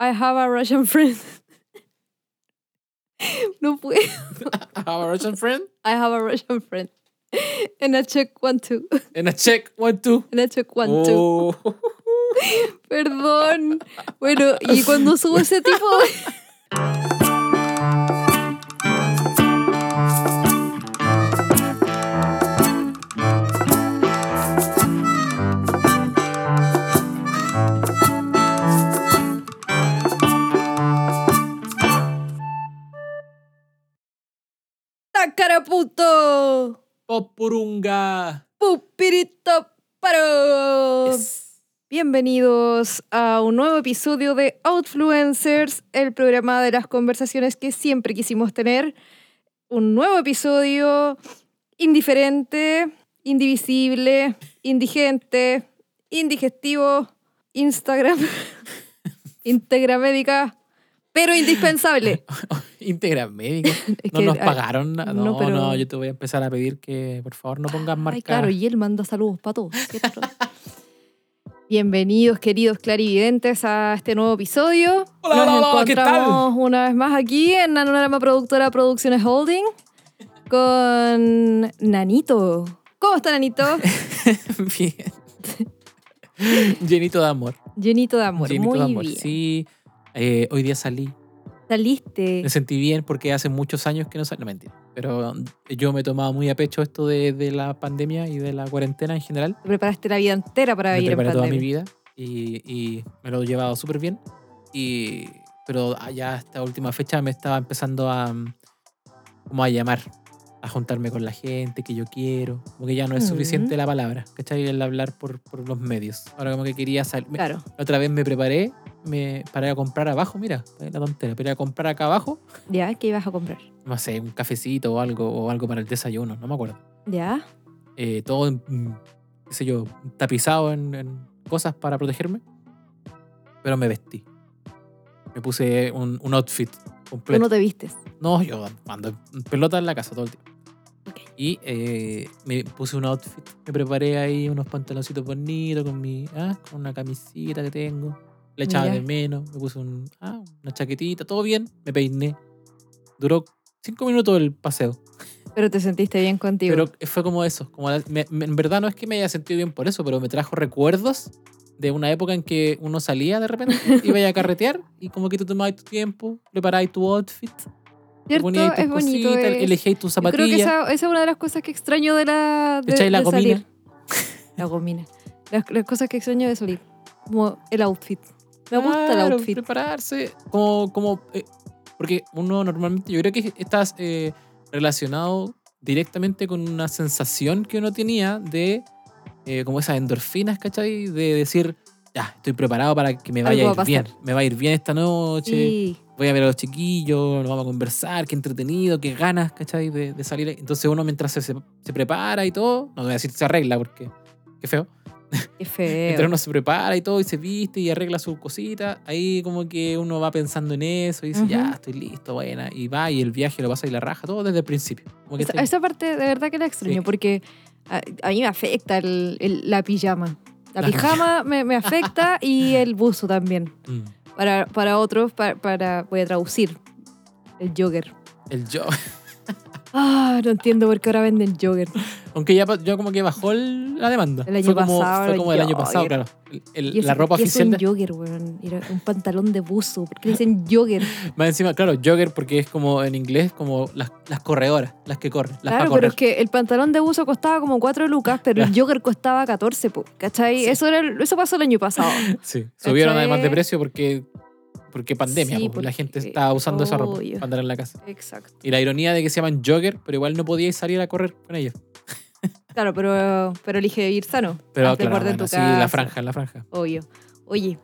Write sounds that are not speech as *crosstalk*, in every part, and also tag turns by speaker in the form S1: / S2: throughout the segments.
S1: I have a Russian friend. *laughs* no puedo.
S2: Have a Russian friend
S1: I have a Russian friend. And I check one, two.
S2: and a check one two.
S1: *laughs* And I check one, two.
S2: Oh.
S1: Perdón. Bueno, y cuando subo ese tipo. *laughs* Caraputo,
S2: Popurunga.
S1: pupirito paro.
S2: Yes.
S1: Bienvenidos a un nuevo episodio de Outfluencers, el programa de las conversaciones que siempre quisimos tener. Un nuevo episodio indiferente, indivisible, indigente, indigestivo, Instagram, íntegra médica, pero indispensable.
S2: Integra médico.
S1: *laughs* Es
S2: No
S1: que,
S2: nos
S1: ah,
S2: pagaron. na-
S1: no,
S2: No, no,
S1: pero-
S2: yo te voy a empezar a pedir que por favor no pongas marca.
S1: Ay,
S2: *laughs*
S1: claro, y él manda saludos para todos. ¿cierto? *laughs* Bienvenidos, queridos clarividentes, a este nuevo episodio.
S2: Hola,
S1: Nos
S2: hola, hola, ¿qué tal?
S1: encontramos una vez más aquí en Nanorama Productora Producciones Holding con Nanito. ¿Cómo está
S2: *laughs*
S1: Nanito?
S2: bien. Llenito de amor.
S1: Llenito de amor,
S2: Llenito
S1: muy
S2: de amor.
S1: bien.
S2: Sí. Eh, hoy día salí.
S1: Saliste.
S2: Me sentí bien porque hace muchos años que no salí. No, mentira. Pero yo me he tomado muy a pecho esto de, de la pandemia y de la cuarentena en general.
S1: Te preparaste la vida entera para
S2: me
S1: vivir en
S2: preparé toda mi
S1: pandemia.
S2: vida y, y me lo he llevado súper bien. Y, pero ah, ya esta última fecha me estaba empezando a, mm, como a llamar, a juntarme con la gente que yo quiero. Como que ya no es
S1: Mm.
S2: suficiente la palabra, ¿cachai? El hablar por, por los medios. Ahora como que quería salir. me-
S1: Claro.
S2: la Otra vez me preparé me, para ir a comprar abajo, mira, eh, la tontera, pero ir a comprar acá abajo,
S1: ¿Ya? ¿Qué ibas a comprar?
S2: no sé, un cafecito o algo, o algo para el desayuno, no me acuerdo
S1: ¿Ya?
S2: eh, todo, mm, qué sé yo, tapizado en, en cosas para protegerme. Pero me vestí. Me puse un, un outfit
S1: Tú
S2: completo.
S1: no te vistes.
S2: No, yo ando en pelota en la casa todo el tiempo.
S1: Ok.
S2: Y eh, me puse un outfit, me preparé ahí unos pantaloncitos bonitos con mi, ah, con una camisita que tengo. Le echaba
S1: Ya.
S2: de menos, me puse un, ah, una chaquetita, todo bien, me peiné. Duró cinco minutos el paseo.
S1: Pero te sentiste bien contigo.
S2: Pero fue como eso. Como la- me- me- en verdad no es que me haya sentido bien por eso, pero me trajo recuerdos de una época en que uno salía
S1: *laughs*
S2: de repente, iba a carretear y como que tú tomabas tu tiempo, preparabas tu outfit, te
S1: ¿Cierto?
S2: ponías tus
S1: es bonito.
S2: cositas,
S1: es-
S2: elegías tus
S1: Yo creo que
S2: zapatillas.
S1: esa, esa es una de las cosas que extraño de la. De,
S2: ¿Echáis la
S1: de
S2: gomina?
S1: salir. *laughs* La gomina. Las, las cosas que extraño de salir. Como el outfit. Me gusta el
S2: Claro,
S1: outfit.
S2: Prepararse. Como, como, eh, porque uno normalmente, yo creo que estás eh, relacionado directamente con una sensación que uno tenía de eh, como esas endorfinas, ¿cachai? De decir, ya, estoy preparado para que me vaya
S1: Algo
S2: a
S1: va
S2: ir
S1: a
S2: bien.
S1: pasar".
S2: Me va a ir bien esta noche,
S1: Sí.
S2: voy a ver a los chiquillos, nos vamos a conversar, qué entretenido, qué ganas, ¿cachai? De, de salir. Entonces uno mientras se, se, se prepara y todo, no voy a decir se arregla porque qué feo.
S1: Qué feo.
S2: Mientras uno se prepara y todo, y se viste y arregla sus cositas, ahí como que uno va pensando en eso y dice,
S1: Ujú.
S2: ya, estoy listo, buena. Y va y el viaje lo pasa y la raja, todo desde el principio. Como que
S1: Esa,
S2: está-
S1: esa parte de verdad que la extraño
S2: Sí.
S1: porque a, a mí me afecta el- el- la pijama. La,
S2: La
S1: pijama me, me
S2: *laughs*
S1: afecta y el buzo también.
S2: Mm.
S1: Para, para otros, para, para. Voy a traducir. El jogger.
S2: El yo. *laughs*
S1: Ah, no entiendo por qué ahora venden jogger.
S2: Aunque ya, pa- ya como que bajó el- la demanda.
S1: El año
S2: fue como,
S1: pasado
S2: fue
S1: era
S2: como el año
S1: jogger.
S2: pasado, claro. El- el-
S1: Y eso
S2: la ropa
S1: porque
S2: oficial.
S1: Es
S2: de-
S1: un jogger, weón. Era un pantalón de buzo. ¿Por qué le
S2: *laughs*
S1: dicen jogger?
S2: más encima, claro, jogger porque es como en inglés, como las, las corredoras, las que corren, las para
S1: claro, pero
S2: correr.
S1: es que el pantalón de buzo costaba como 4 lucas, pero el jogger costaba 14, po, ¿cachai?
S2: Sí.
S1: Eso, era, el- eso pasó el año pasado.
S2: *laughs* Sí, subieron
S1: ¿Cachai?
S2: además de precio porque, porque pandemia,
S1: Sí,
S2: po, la gente
S1: porque-
S2: estaba usando esa ropa
S1: obvio.
S2: para andar en la casa.
S1: Exacto.
S2: Y la ironía de que se llaman jogger, pero igual no podíais salir a correr con ellos.
S1: Claro, pero, pero elige vivir sano.
S2: Pero
S1: Hazte
S2: claro,
S1: guarda en
S2: bueno,
S1: tu
S2: sí,
S1: casa,
S2: la franja, la franja.
S1: Obvio. Oye,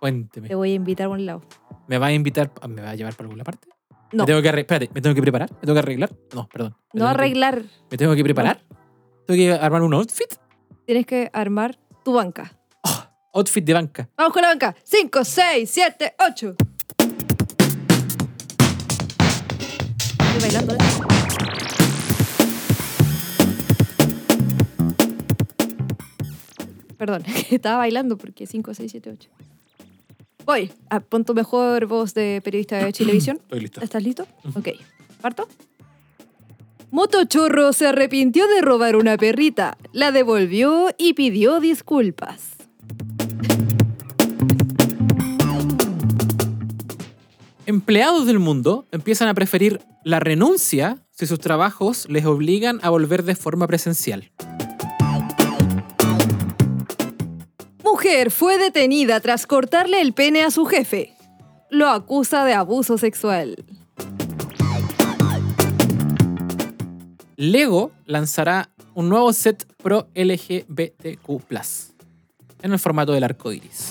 S2: Cuénteme.
S1: te voy a invitar a un lado.
S2: ¿Me va a invitar? ah, ¿Me va a llevar para alguna parte?
S1: No.
S2: ¿Me tengo que arreglar? Espérate, ¿me tengo que preparar? ¿Me tengo que arreglar? No, perdón. ¿Me
S1: No
S2: tengo que-
S1: arreglar.
S2: ¿Me tengo que preparar? ¿Tengo que armar un outfit?
S1: Tienes que armar tu banca.
S2: Outfit de banca.
S1: Vamos con la banca. 5, 6, 7, 8. Estoy bailando. ¿eh? *laughs* Perdón, estaba bailando porque 5, 6, 7, 8. Voy. A pon tu mejor voz de periodista de Chilevisión.
S2: Estoy listo.
S1: ¿Estás listo? Ok. ¿Parto? Motochorro se arrepintió de robar una perrita, la devolvió y pidió disculpas.
S2: Empleados del mundo empiezan a preferir la renuncia si sus trabajos les obligan a volver de forma presencial.
S1: Mujer fue detenida tras cortarle el pene a su jefe. Lo acusa de abuso sexual.
S2: Lego lanzará un nuevo set pro LGBTQ+, en el formato del arco iris.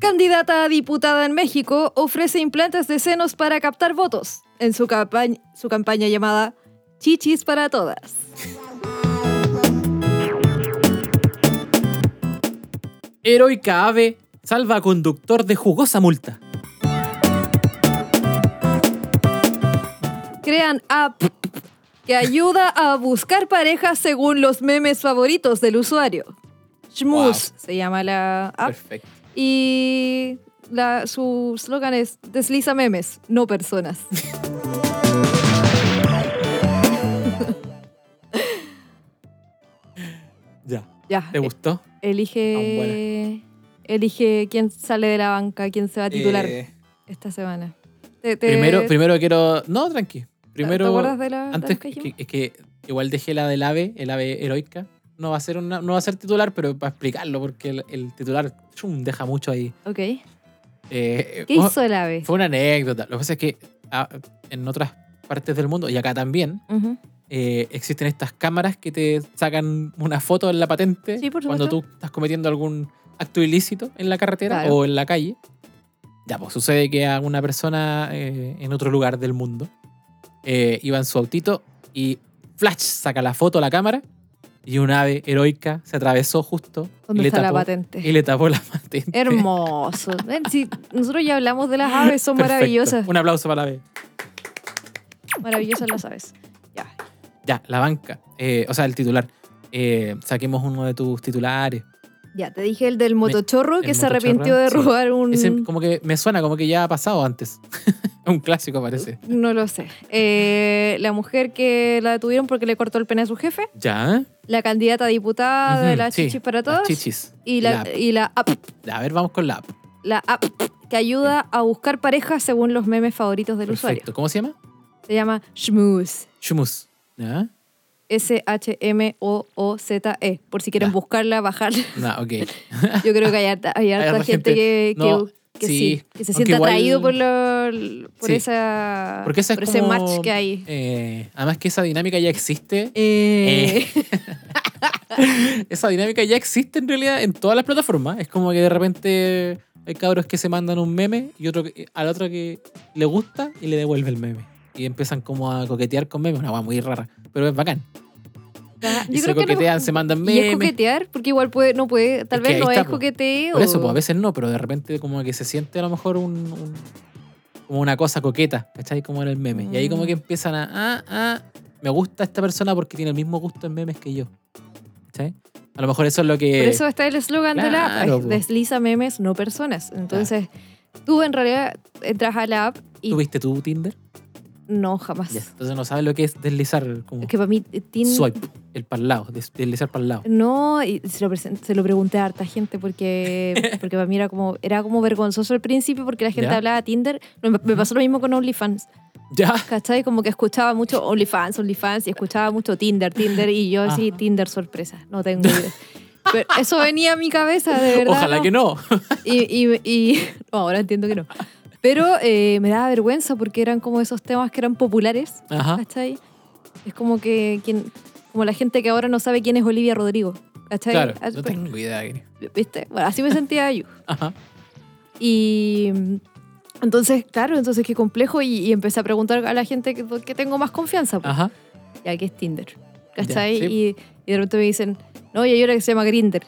S1: Candidata a diputada en México ofrece implantes de senos para captar votos en su, campañ- su campaña llamada Chichis para Todas.
S2: Heroica ave salva a conductor de jugosa multa.
S1: Crean app que ayuda a buscar parejas según los memes favoritos del usuario. Schmooze se llama la app.
S2: Perfecto.
S1: Y la- su slogan es desliza memes, no
S2: *laughs*
S1: personas.
S2: Ya.
S1: Ya.
S2: ¿Te gustó? Tan
S1: Elige. Elige quién sale de la banca, quién se va a titular
S2: Eh,
S1: esta semana. Te- te-
S2: primero, primero quiero... No, tranqui. Primero...
S1: ¿Te acuerdas de la
S2: Antes
S1: de la
S2: que- es que igual dejé la del ave, el ave heroica. No va a ser una, no va a ser titular, pero para explicarlo, porque el, el titular chum, deja mucho ahí.
S1: Ok.
S2: Eh,
S1: ¿Qué
S2: oh,
S1: hizo el ave?
S2: Fue una anécdota. Lo que pasa es que ah, en otras partes del mundo, y acá también,
S1: Ujú.
S2: eh, existen estas cámaras que te sacan una foto en la patente
S1: Sí, por
S2: cuando tú estás cometiendo algún acto ilícito en la carretera
S1: Claro.
S2: o en la calle. Ya, pues sucede que a una persona eh, en otro lugar del mundo eh, iba en su autito y flash saca la foto a la cámara y un ave heroica se atravesó justo y
S1: ¿Dónde
S2: le,
S1: está
S2: tapó,
S1: la patente?
S2: y le tapó la patente.
S1: Hermoso. Ven, si nosotros ya hablamos de las aves, son
S2: *laughs* Perfecto.
S1: maravillosas.
S2: Un aplauso para la ave.
S1: Maravillosas las aves. Ya.
S2: Ya, la banca. Eh, o sea, el titular. Eh, saquemos uno de tus titulares.
S1: Ya, te dije el del motochorro
S2: el
S1: que se
S2: motochorro,
S1: arrepintió de
S2: sí.
S1: robar un.
S2: Ese como que me suena, como que ya ha pasado antes. *laughs* Es un clásico parece.
S1: No lo sé. Eh, la mujer que la detuvieron porque le cortó el pene a su jefe.
S2: ¿Ya?
S1: La candidata a diputada de
S2: Ujú,
S1: las
S2: sí,
S1: chichis para
S2: las
S1: todos.
S2: chichis.
S1: Y la,
S2: app.
S1: y la app,
S2: Ya, A ver, vamos con la app.
S1: la app que ayuda a buscar parejas según los memes favoritos del usuario.
S2: Perfecto. ¿Cómo se llama?
S1: Se llama Schmooze.
S2: Shumus. ¿Ya?
S1: S-H-M-O-O-Z-E. E. Por si quieren
S2: Ya.
S1: buscarla, bajarla.
S2: No,
S1: *laughs*
S2: ok.
S1: Yo creo que hay harta,
S2: *laughs*
S1: hay harta
S2: harta
S1: gente
S2: gente.
S1: que, que-
S2: No,
S1: que
S2: sí.
S1: sí, que se
S2: Aunque
S1: siente
S2: igual-
S1: atraído por, lo- por,
S2: Sí.
S1: esa,
S2: Porque esa es
S1: por ese
S2: como,
S1: match que hay.
S2: eh, además que esa dinámica ya existe.
S1: Eh,
S2: Esa dinámica ya existe en realidad en todas las plataformas. Es como que de repente hay cabros que se mandan un meme y otro que- al otro que le gusta y le devuelve el meme. Y empiezan como a coquetear con memes. Una guay muy rara, pero es bacán.
S1: ya, *laughs*
S2: y
S1: yo
S2: se
S1: creo que
S2: coquetean,
S1: no-
S2: se mandan
S1: y es
S2: memes.
S1: coquetear, porque igual puede, no puede, tal
S2: Es que
S1: vez
S2: ahí
S1: no
S2: está,
S1: es
S2: po.
S1: coqueteo.
S2: Por eso, pues a veces no, pero de repente como que se siente a lo mejor un, un- como una cosa coqueta, ¿cachai? Como en el meme. Y ahí como
S1: Mm.
S2: que empiezan a, ah, ah, me gusta esta persona porque tiene el mismo gusto en memes que yo. ¿Cachai? A lo mejor eso es lo que...
S1: Por eso está el eslogan de la app,
S2: Eh, claro,
S1: es
S2: po.
S1: desliza memes, no personas. Entonces, tú en realidad entras a la app y
S2: ¿Tuviste tú Tinder?
S1: no, jamás.
S2: Ya, Entonces no sabes lo que es deslizar como
S1: Es que Eh, para mí eh, Tin-
S2: swipe, el parlado, des- deslizar parlado.
S1: No, y se lo, presen- se lo pregunté a harta gente
S2: *laughs*
S1: porque, porque para mí era como, era como vergonzoso al principio porque la gente
S2: ¿Ya?
S1: hablaba de Tinder. Me, me pasó lo mismo con OnlyFans,
S2: Ya.
S1: ¿cachai? Como que escuchaba mucho OnlyFans, OnlyFans y escuchaba mucho Tinder, Tinder y yo así,
S2: Ajá.
S1: Tinder sorpresa, no tengo idea. Pero eso venía a mi cabeza, de verdad.
S2: *laughs* Ojalá
S1: no.
S2: que no.
S1: Y, y- y- *laughs* no, ahora entiendo que no. Pero eh, me daba vergüenza porque eran como esos temas que eran populares,
S2: Ajá.
S1: ¿cachai? Es como que quien, como la gente que ahora no sabe quién es Olivia Rodrigo, ¿cachai?
S2: Claro,
S1: Ah,
S2: no
S1: pues,
S2: tengo idea. Irene.
S1: ¿Viste? Bueno, así me sentía yo.
S2: Ajá.
S1: Y mm, entonces, claro, entonces qué complejo y, y empecé a preguntar a la gente que, que tengo más confianza, pues,
S2: Ajá. Ah,
S1: ya que es Tinder, ¿cachai?
S2: Ya, sí.
S1: y, y de repente me dicen, no, y hay una que se llama Grinder.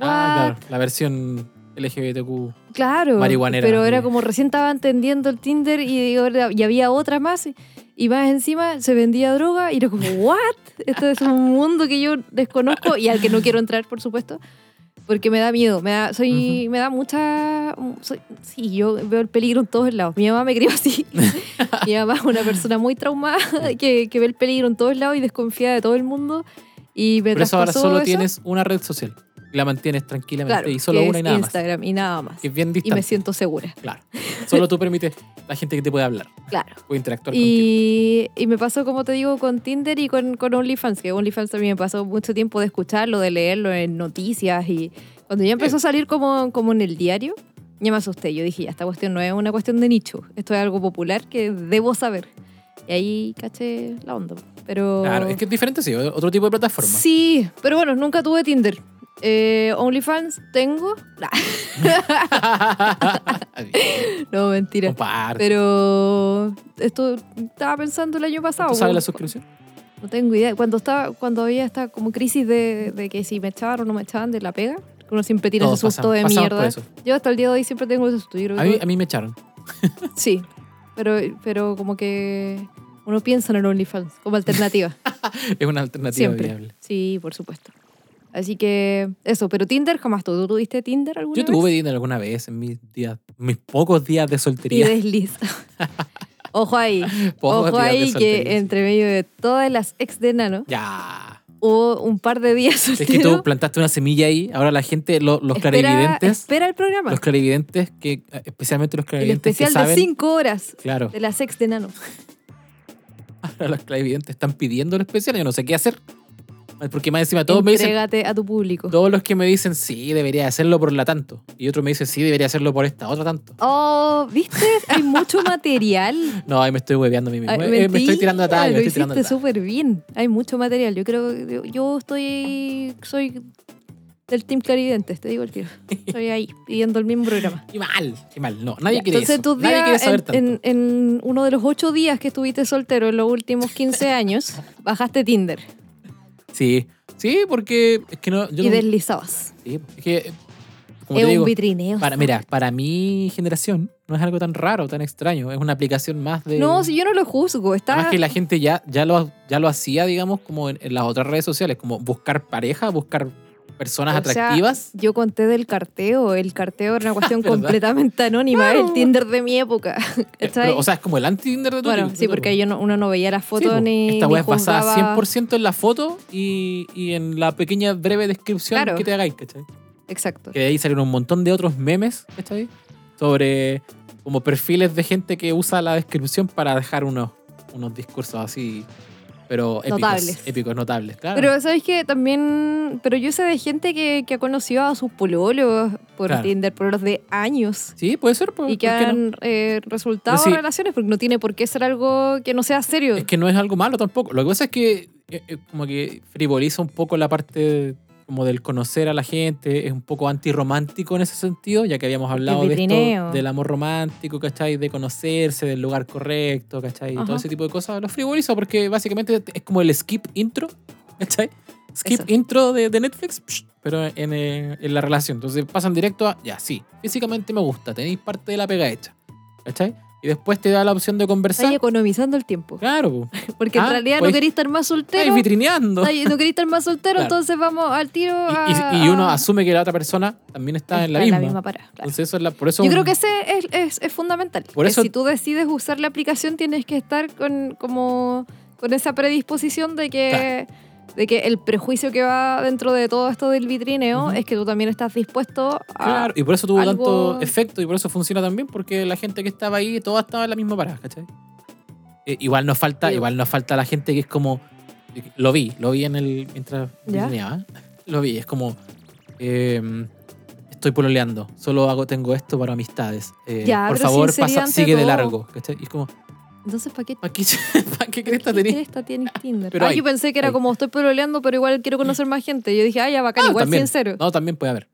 S2: Ah, claro. La versión LGBTQ.
S1: Claro.
S2: Marihuanera.
S1: Pero era como recién estaba entendiendo el Tinder y, ahora- y había otra más. y- Y más encima se vendía droga y era como, ¿what? Esto es un mundo que yo desconozco y al que no quiero entrar, por supuesto. Porque me da miedo, me da, soy,
S2: Ujú.
S1: me da mucha... soy- sí, yo veo el peligro en todos lados. Mi mamá me crió
S2: *laughs*
S1: así. Mi mamá es una persona muy traumada que, que ve el peligro en todos lados y desconfía de todo el mundo. Y me
S2: Por eso ahora
S1: traspasó
S2: solo
S1: eso.
S2: tienes una red social. Y la mantienes tranquilamente.
S1: Claro,
S2: y solo
S1: que
S2: una y
S1: es
S2: nada
S1: Instagram y nada más.
S2: más. Que es bien
S1: Y
S2: distante.
S1: me siento segura,
S2: Claro. Solo tú permites la gente que te puede hablar,
S1: claro.
S2: puede interactuar contigo.
S1: Y, y me pasó, como te digo, con Tinder y con, con OnlyFans, que OnlyFans también me pasó mucho tiempo de escucharlo, de leerlo en noticias. Y cuando ya empezó a salir como, como en el diario, ya me asusté. Yo dije, ya, esta cuestión no es una cuestión de nicho, esto es algo popular que debo saber. Y ahí caché la onda. Pero...
S2: Claro, es que es diferente, sí, otro tipo de plataforma. *laughs*
S1: Sí, pero bueno, nunca tuve Tinder. Eh, OnlyFans tengo. *laughs* No, mentira.
S2: Comparte.
S1: Pero esto estaba pensando el año pasado.
S2: ¿Tú sabes la
S1: weón.
S2: suscripción?
S1: No tengo idea. Cuando estaba, cuando había esta como crisis de, de que si me echaban o no me echaban de la pega, que uno siempre tiene
S2: Todos
S1: ese susto
S2: pasamos-
S1: de
S2: pasamos
S1: mierda.
S2: por eso.
S1: Yo hasta el día de hoy siempre tengo ese susto. Yo creo
S2: A
S1: que-
S2: mí, a mí me echaron.
S1: *laughs* Sí, pero, pero como que uno piensa en el OnlyFans como
S2: *laughs*
S1: alternativa.
S2: Es una alternativa
S1: siempre.
S2: viable.
S1: Sí, por supuesto. Así que eso, pero Tinder jamás tú. ¿Tú tuviste Tinder alguna
S2: Yo
S1: vez?
S2: tuve dinero alguna vez en mis días, mis pocos días de
S1: Y
S2: soltería. *laughs*
S1: desliz. Ojo ahí.
S2: Pocos
S1: Ojo
S2: días de
S1: ahí
S2: soltería,
S1: que
S2: sí.
S1: entre medio de todas las ex de Nano
S2: Ya.
S1: hubo un par de días
S2: Es que
S1: soltero.
S2: tú plantaste una semilla ahí. Ahora la gente, lo- los
S1: Espera-
S2: clarividentes,
S1: Espera el programa.
S2: los clarividentes que, eh, especialmente los
S1: el
S2: clarividentes que
S1: especial de
S2: saben,
S1: 5 horas
S2: claro,
S1: de las ex de Nano.
S2: ahora *laughs* los clarividentes están pidiendo el especial. Yo no sé qué hacer. Porque más encima todos me dicen,
S1: Entrégate a tu público.
S2: todos los que me dicen, sí, debería hacerlo por la tanto. Y otro me dice, sí, debería hacerlo por esta otra tanto.
S1: Oh, ¿viste? Hay mucho material.
S2: No, ahí me estoy hueveando a mí mismo.
S1: Ay,
S2: Eh, *laughs* me estoy tirando a
S1: mentira,
S2: talla,
S1: Lo
S2: me estoy tirando a
S1: hiciste
S2: talla.
S1: súper bien. Hay mucho material. Yo creo yo, yo estoy soy del team clarividente, te digo el tiro. Estoy ahí pidiendo el mismo programa.
S2: Qué mal, qué mal. No, nadie
S1: Ya,
S2: quiere
S1: Entonces,
S2: eso.
S1: tus
S2: nadie quiere
S1: días,
S2: saber
S1: en,
S2: tanto.
S1: en- en uno de los ocho días que estuviste soltero en los últimos
S2: *laughs*
S1: 15 años, bajaste Tinder
S2: Sí, sí, porque es que no... Yo
S1: y
S2: no-
S1: deslizabas.
S2: sí, es que, eh, como
S1: Es
S2: te digo,
S1: un vitrineo.
S2: para, mira, para mi generación no es algo tan raro, tan extraño. Es una aplicación más de...
S1: No, si yo no lo juzgo,
S2: eh, Además
S1: está...
S2: que la gente ya, ya, lo, ya lo hacía, digamos, como en, en las otras redes sociales, como buscar pareja, buscar personas
S1: O sea,
S2: atractivas.
S1: Yo conté del carteo, el carteo
S2: *laughs*
S1: era una cuestión
S2: ¿Verdad?
S1: completamente anónima, el Tinder de mi época. *laughs*
S2: Eh,
S1: ¿Cachai?
S2: pero, o sea, es como el anti-Tinder de tu
S1: bueno,
S2: tipo,
S1: sí,
S2: de tu
S1: porque
S2: tipo.
S1: yo no- uno no veía las
S2: Sí,
S1: fotos
S2: po.
S1: ni...
S2: Esta
S1: ni
S2: web es basada
S1: juzgaba-
S2: 100% en la foto y, y en la pequeña breve descripción
S1: Claro.
S2: que te hagáis, ¿cachai?
S1: Exacto.
S2: Que de ahí salieron un montón de otros memes, ¿cachai? Sobre como perfiles de gente que usa la descripción para dejar unos, unos discursos así, pero épicos,
S1: Notables.
S2: épicos, notables, claro.
S1: Pero sabes que también, pero yo sé de gente que, que ha conocido a sus pololos por
S2: Claro.
S1: Tinder, pololos de años.
S2: sí, puede ser, pues,
S1: y que
S2: ¿por qué no?
S1: han eh, resultado
S2: Pero sí.
S1: relaciones, porque no tiene por qué ser algo que no sea serio.
S2: Es que no es algo malo tampoco. Lo que pasa es que eh, eh, como que frivoliza un poco la parte como del conocer a la gente, es un poco antirromántico en ese sentido, ya que habíamos hablado de esto,
S1: vitrineo.
S2: del amor romántico, ¿cachai? De conocerse, del lugar correcto, ¿cachai?
S1: Ajá.
S2: Todo ese tipo de cosas. Lo frivoliza porque básicamente es como el skip intro, ¿cachai? Skip
S1: Eso.
S2: intro de, de Netflix, psh, pero en, eh, en la relación. Entonces pasan directo a, ya, sí, físicamente me gusta, tenéis parte de la pega hecha, ¿cachai? Y después te da la opción de
S1: Estáis
S2: conversar.
S1: economizando el tiempo.
S2: Claro, po.
S1: Porque en
S2: Ah,
S1: realidad no
S2: pues-
S1: queréis estar más
S2: Estáis
S1: soltero.
S2: vitrineando.
S1: estáis- No queréis estar más soltero,
S2: *laughs* Claro.
S1: entonces vamos al tiro.
S2: Y, y-
S1: a-
S2: y uno
S1: a-
S2: asume que la otra persona también está, en la
S1: está
S2: misma.
S1: parada, claro.
S2: Entonces eso es la- por eso
S1: Yo
S2: un-
S1: creo que ese es, es- es fundamental.
S2: Por
S1: que
S2: eso-
S1: si tú decides usar la aplicación, tienes que estar con, como, con esa predisposición de que, de que el prejuicio que va dentro de todo esto del vitrineo
S2: Ujú.
S1: es que tú también estás dispuesto a.
S2: Claro, y por eso tuvo
S1: algo-
S2: tanto efecto y por eso funciona también, porque la gente que estaba ahí, toda estaba en la misma parada, ¿cachai? Eh, igual nos falta,
S1: Sí.
S2: igual nos falta la gente que es como. eh, Lo vi, lo vi en el. mientras
S1: ¿Ya?
S2: diseñaba. Lo vi, es como. eh, estoy pololeando, solo hago, tengo esto para amistades. Eh,
S1: Ya,
S2: por
S1: pero
S2: favor,
S1: sinceridad
S2: pasa,
S1: ante
S2: sigue de
S1: todo.
S2: largo, ¿cachai? Y es como,
S1: Entonces, ¿para qué
S2: ¿para qué, *laughs* ¿pa' qué cresta
S1: ¿Qué
S2: tenés?
S1: cresta tiene Tinder?
S2: Pero
S1: ah,
S2: hay,
S1: yo pensé que era
S2: hay.
S1: como estoy pololeando, pero igual quiero conocer más gente. Yo dije, ah, ya bacán,
S2: Ah,
S1: igual
S2: también.
S1: sincero.
S2: No, también puede haber.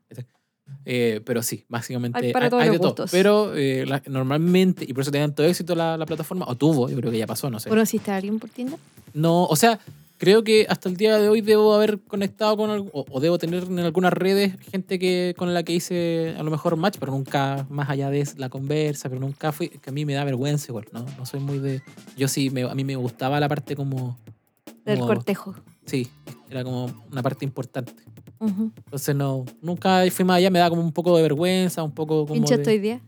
S2: Eh, pero sí, básicamente hay,
S1: Hay para todos
S2: hay
S1: los
S2: de todo.
S1: gustos.
S2: Pero eh, la- normalmente, y por eso tenía tanto éxito la, la plataforma, o tuvo, yo creo que ya pasó, no sé.
S1: ¿Conociste a alguien por Tinder?
S2: no, o sea, creo que hasta el día de hoy debo haber conectado con algo, o, o debo tener en algunas redes gente que con la que hice a lo mejor match, pero nunca más allá de la conversa, pero nunca fui, que a mí me da vergüenza igual, ¿no? No soy muy de... Yo sí, me- a mí me gustaba la parte como...
S1: Del
S2: como-
S1: cortejo.
S2: Sí, era como una parte importante.
S1: Ujú.
S2: Entonces no, nunca fui más allá, me da como un poco de vergüenza, un poco como
S1: Pinche
S2: de-
S1: estoy día.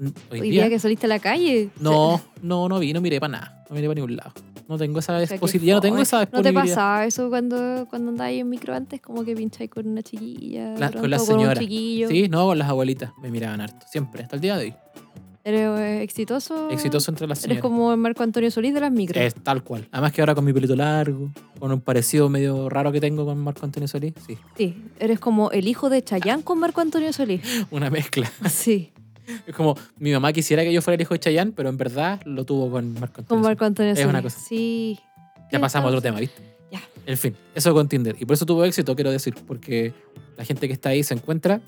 S2: Hoy
S1: Hoy
S2: día.
S1: día que saliste a la calle.
S2: No,
S1: *laughs*
S2: no, no vi, no miré para nada, no miré para ningún lado. No tengo esa
S1: sea, qué
S2: posibilidad, no tengo
S1: fome.
S2: esa
S1: ¿No te
S2: disponibilidad.
S1: pasaba eso cuando, cuando andabas en micro antes? Como que pincháis con una chiquilla. de
S2: La-
S1: pronto,
S2: con la
S1: un
S2: señora.
S1: chiquillo.
S2: Sí, no, con las abuelitas me miraban harto, siempre, hasta el día de hoy.
S1: Eres eh, exitoso.
S2: Exitoso entre las
S1: Eres
S2: señoras.
S1: como Marco Antonio Solís de las micros.
S2: Es tal cual. Además que ahora con mi pelito largo, con un parecido medio raro que tengo con Marco Antonio Solís, sí, *laughs*
S1: Sí. Eres como el hijo de Chayán con Marco Antonio
S2: *laughs*
S1: Solís. *laughs*
S2: una mezcla.
S1: Sí.
S2: Es como mi mamá quisiera que yo fuera el hijo de Chayanne, pero en verdad lo tuvo con Marco Antonio.
S1: Con
S2: Solís.
S1: Marco Antonio
S2: Es
S1: Solís.
S2: una cosa.
S1: Sí.
S2: Ya pasamos a otro tema, ¿viste?
S1: Ya.
S2: En fin, eso con Tinder. Y por eso tuvo éxito, quiero decir, porque la gente que está ahí se encuentra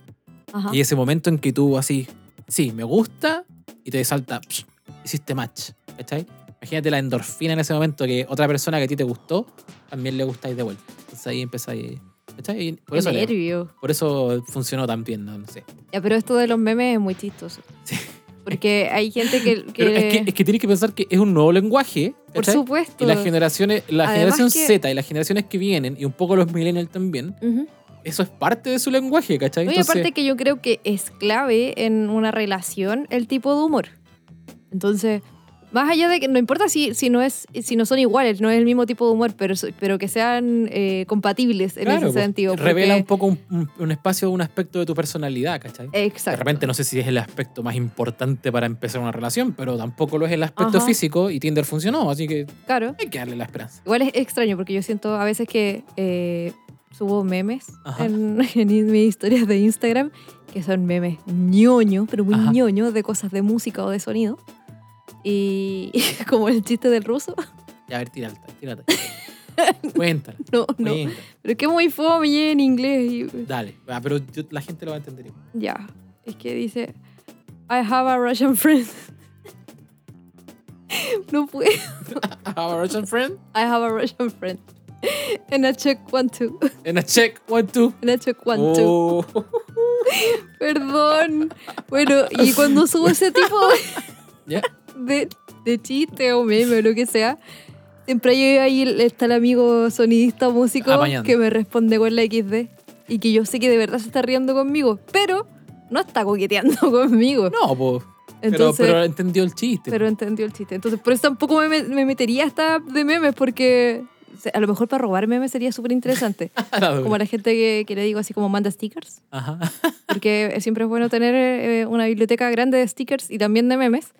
S1: Ajá.
S2: y ese momento en que tú así, sí, me gusta y te salta, psh, hiciste match, ¿cachai? Imagínate la endorfina en ese momento que otra persona que a ti te gustó también le gustáis de vuelta. Entonces ahí empezáis, ¿cachai? Y por,
S1: Qué
S2: eso, le-
S1: nervio.
S2: por eso funcionó tan bien, no sé.
S1: Ya, pero esto de los memes es muy chistoso.
S2: Sí.
S1: Porque hay gente que. que-
S2: *laughs* Pero es que, es que tienes que pensar que es un nuevo lenguaje,
S1: por
S2: ¿cachai?
S1: supuesto.
S2: Y las generaciones, la
S1: Además
S2: generación
S1: que-
S2: Z y las generaciones que vienen, y un poco los millennials también,
S1: Ujú.
S2: eso es parte de su lenguaje, ¿cachai?
S1: No, y
S2: Entonces,
S1: aparte que yo creo que es clave en una relación el tipo de humor. Entonces, más allá de que no importa si, si, no, es, si no son iguales, no es el mismo tipo de humor, pero, so- pero que sean eh, compatibles en
S2: claro,
S1: ese
S2: pues,
S1: sentido.
S2: revela un
S1: porque-
S2: poco un, un- un espacio, un aspecto de tu personalidad, ¿cachai? De
S1: Exacto.
S2: repente no sé si es el aspecto más importante para empezar una relación, pero tampoco lo es el aspecto
S1: Ajá.
S2: físico y Tinder funcionó, así que
S1: Claro.
S2: hay que darle la esperanza.
S1: Igual es extraño porque yo siento a veces que eh, subo memes
S2: Ajá.
S1: en, *laughs* en mis historias de Instagram, que son memes ñoño, pero muy
S2: Ajá.
S1: ñoño, de cosas de música o de sonido. Y *laughs* como el chiste del ruso. *laughs*
S2: Ya, a ver, tírala, tírala. cuéntala,
S1: No, no.
S2: cuéntala.
S1: Pero que muy fome y en inglés. y-
S2: Dale, Ah, pero yo- la gente lo va a entender. igual. *laughs*
S1: ya. Es que dice, I have a Russian friend. *laughs* no puedo.
S2: Our Russian friend,
S1: I have a Russian friend. And I check one, two.
S2: and a check, one, two.
S1: And I check one, two.
S2: Oh.
S1: Perdón. Bueno, y cuando subo ese tipo
S2: Ya.
S1: de, de chiste o meme o lo que sea, siempre hay- ahí el- está el amigo sonidista o músico
S2: Apañando.
S1: que me responde con la XD y que yo sé que de verdad se está riendo conmigo, pero no está coqueteando *laughs* conmigo.
S2: No, pues. Pero,
S1: Entonces, pero,
S2: pero entendió el chiste. *laughs*
S1: entendió el chiste. Entonces, por eso tampoco me, met- me metería hasta de memes porque... o sea, A lo mejor para robar memes sería súper interesante.
S2: *laughs* La dura.
S1: Como a la gente que, que le digo así como manda stickers.
S2: Ajá.
S1: porque *laughs* siempre es bueno tener eh, una biblioteca grande de stickers y también de memes,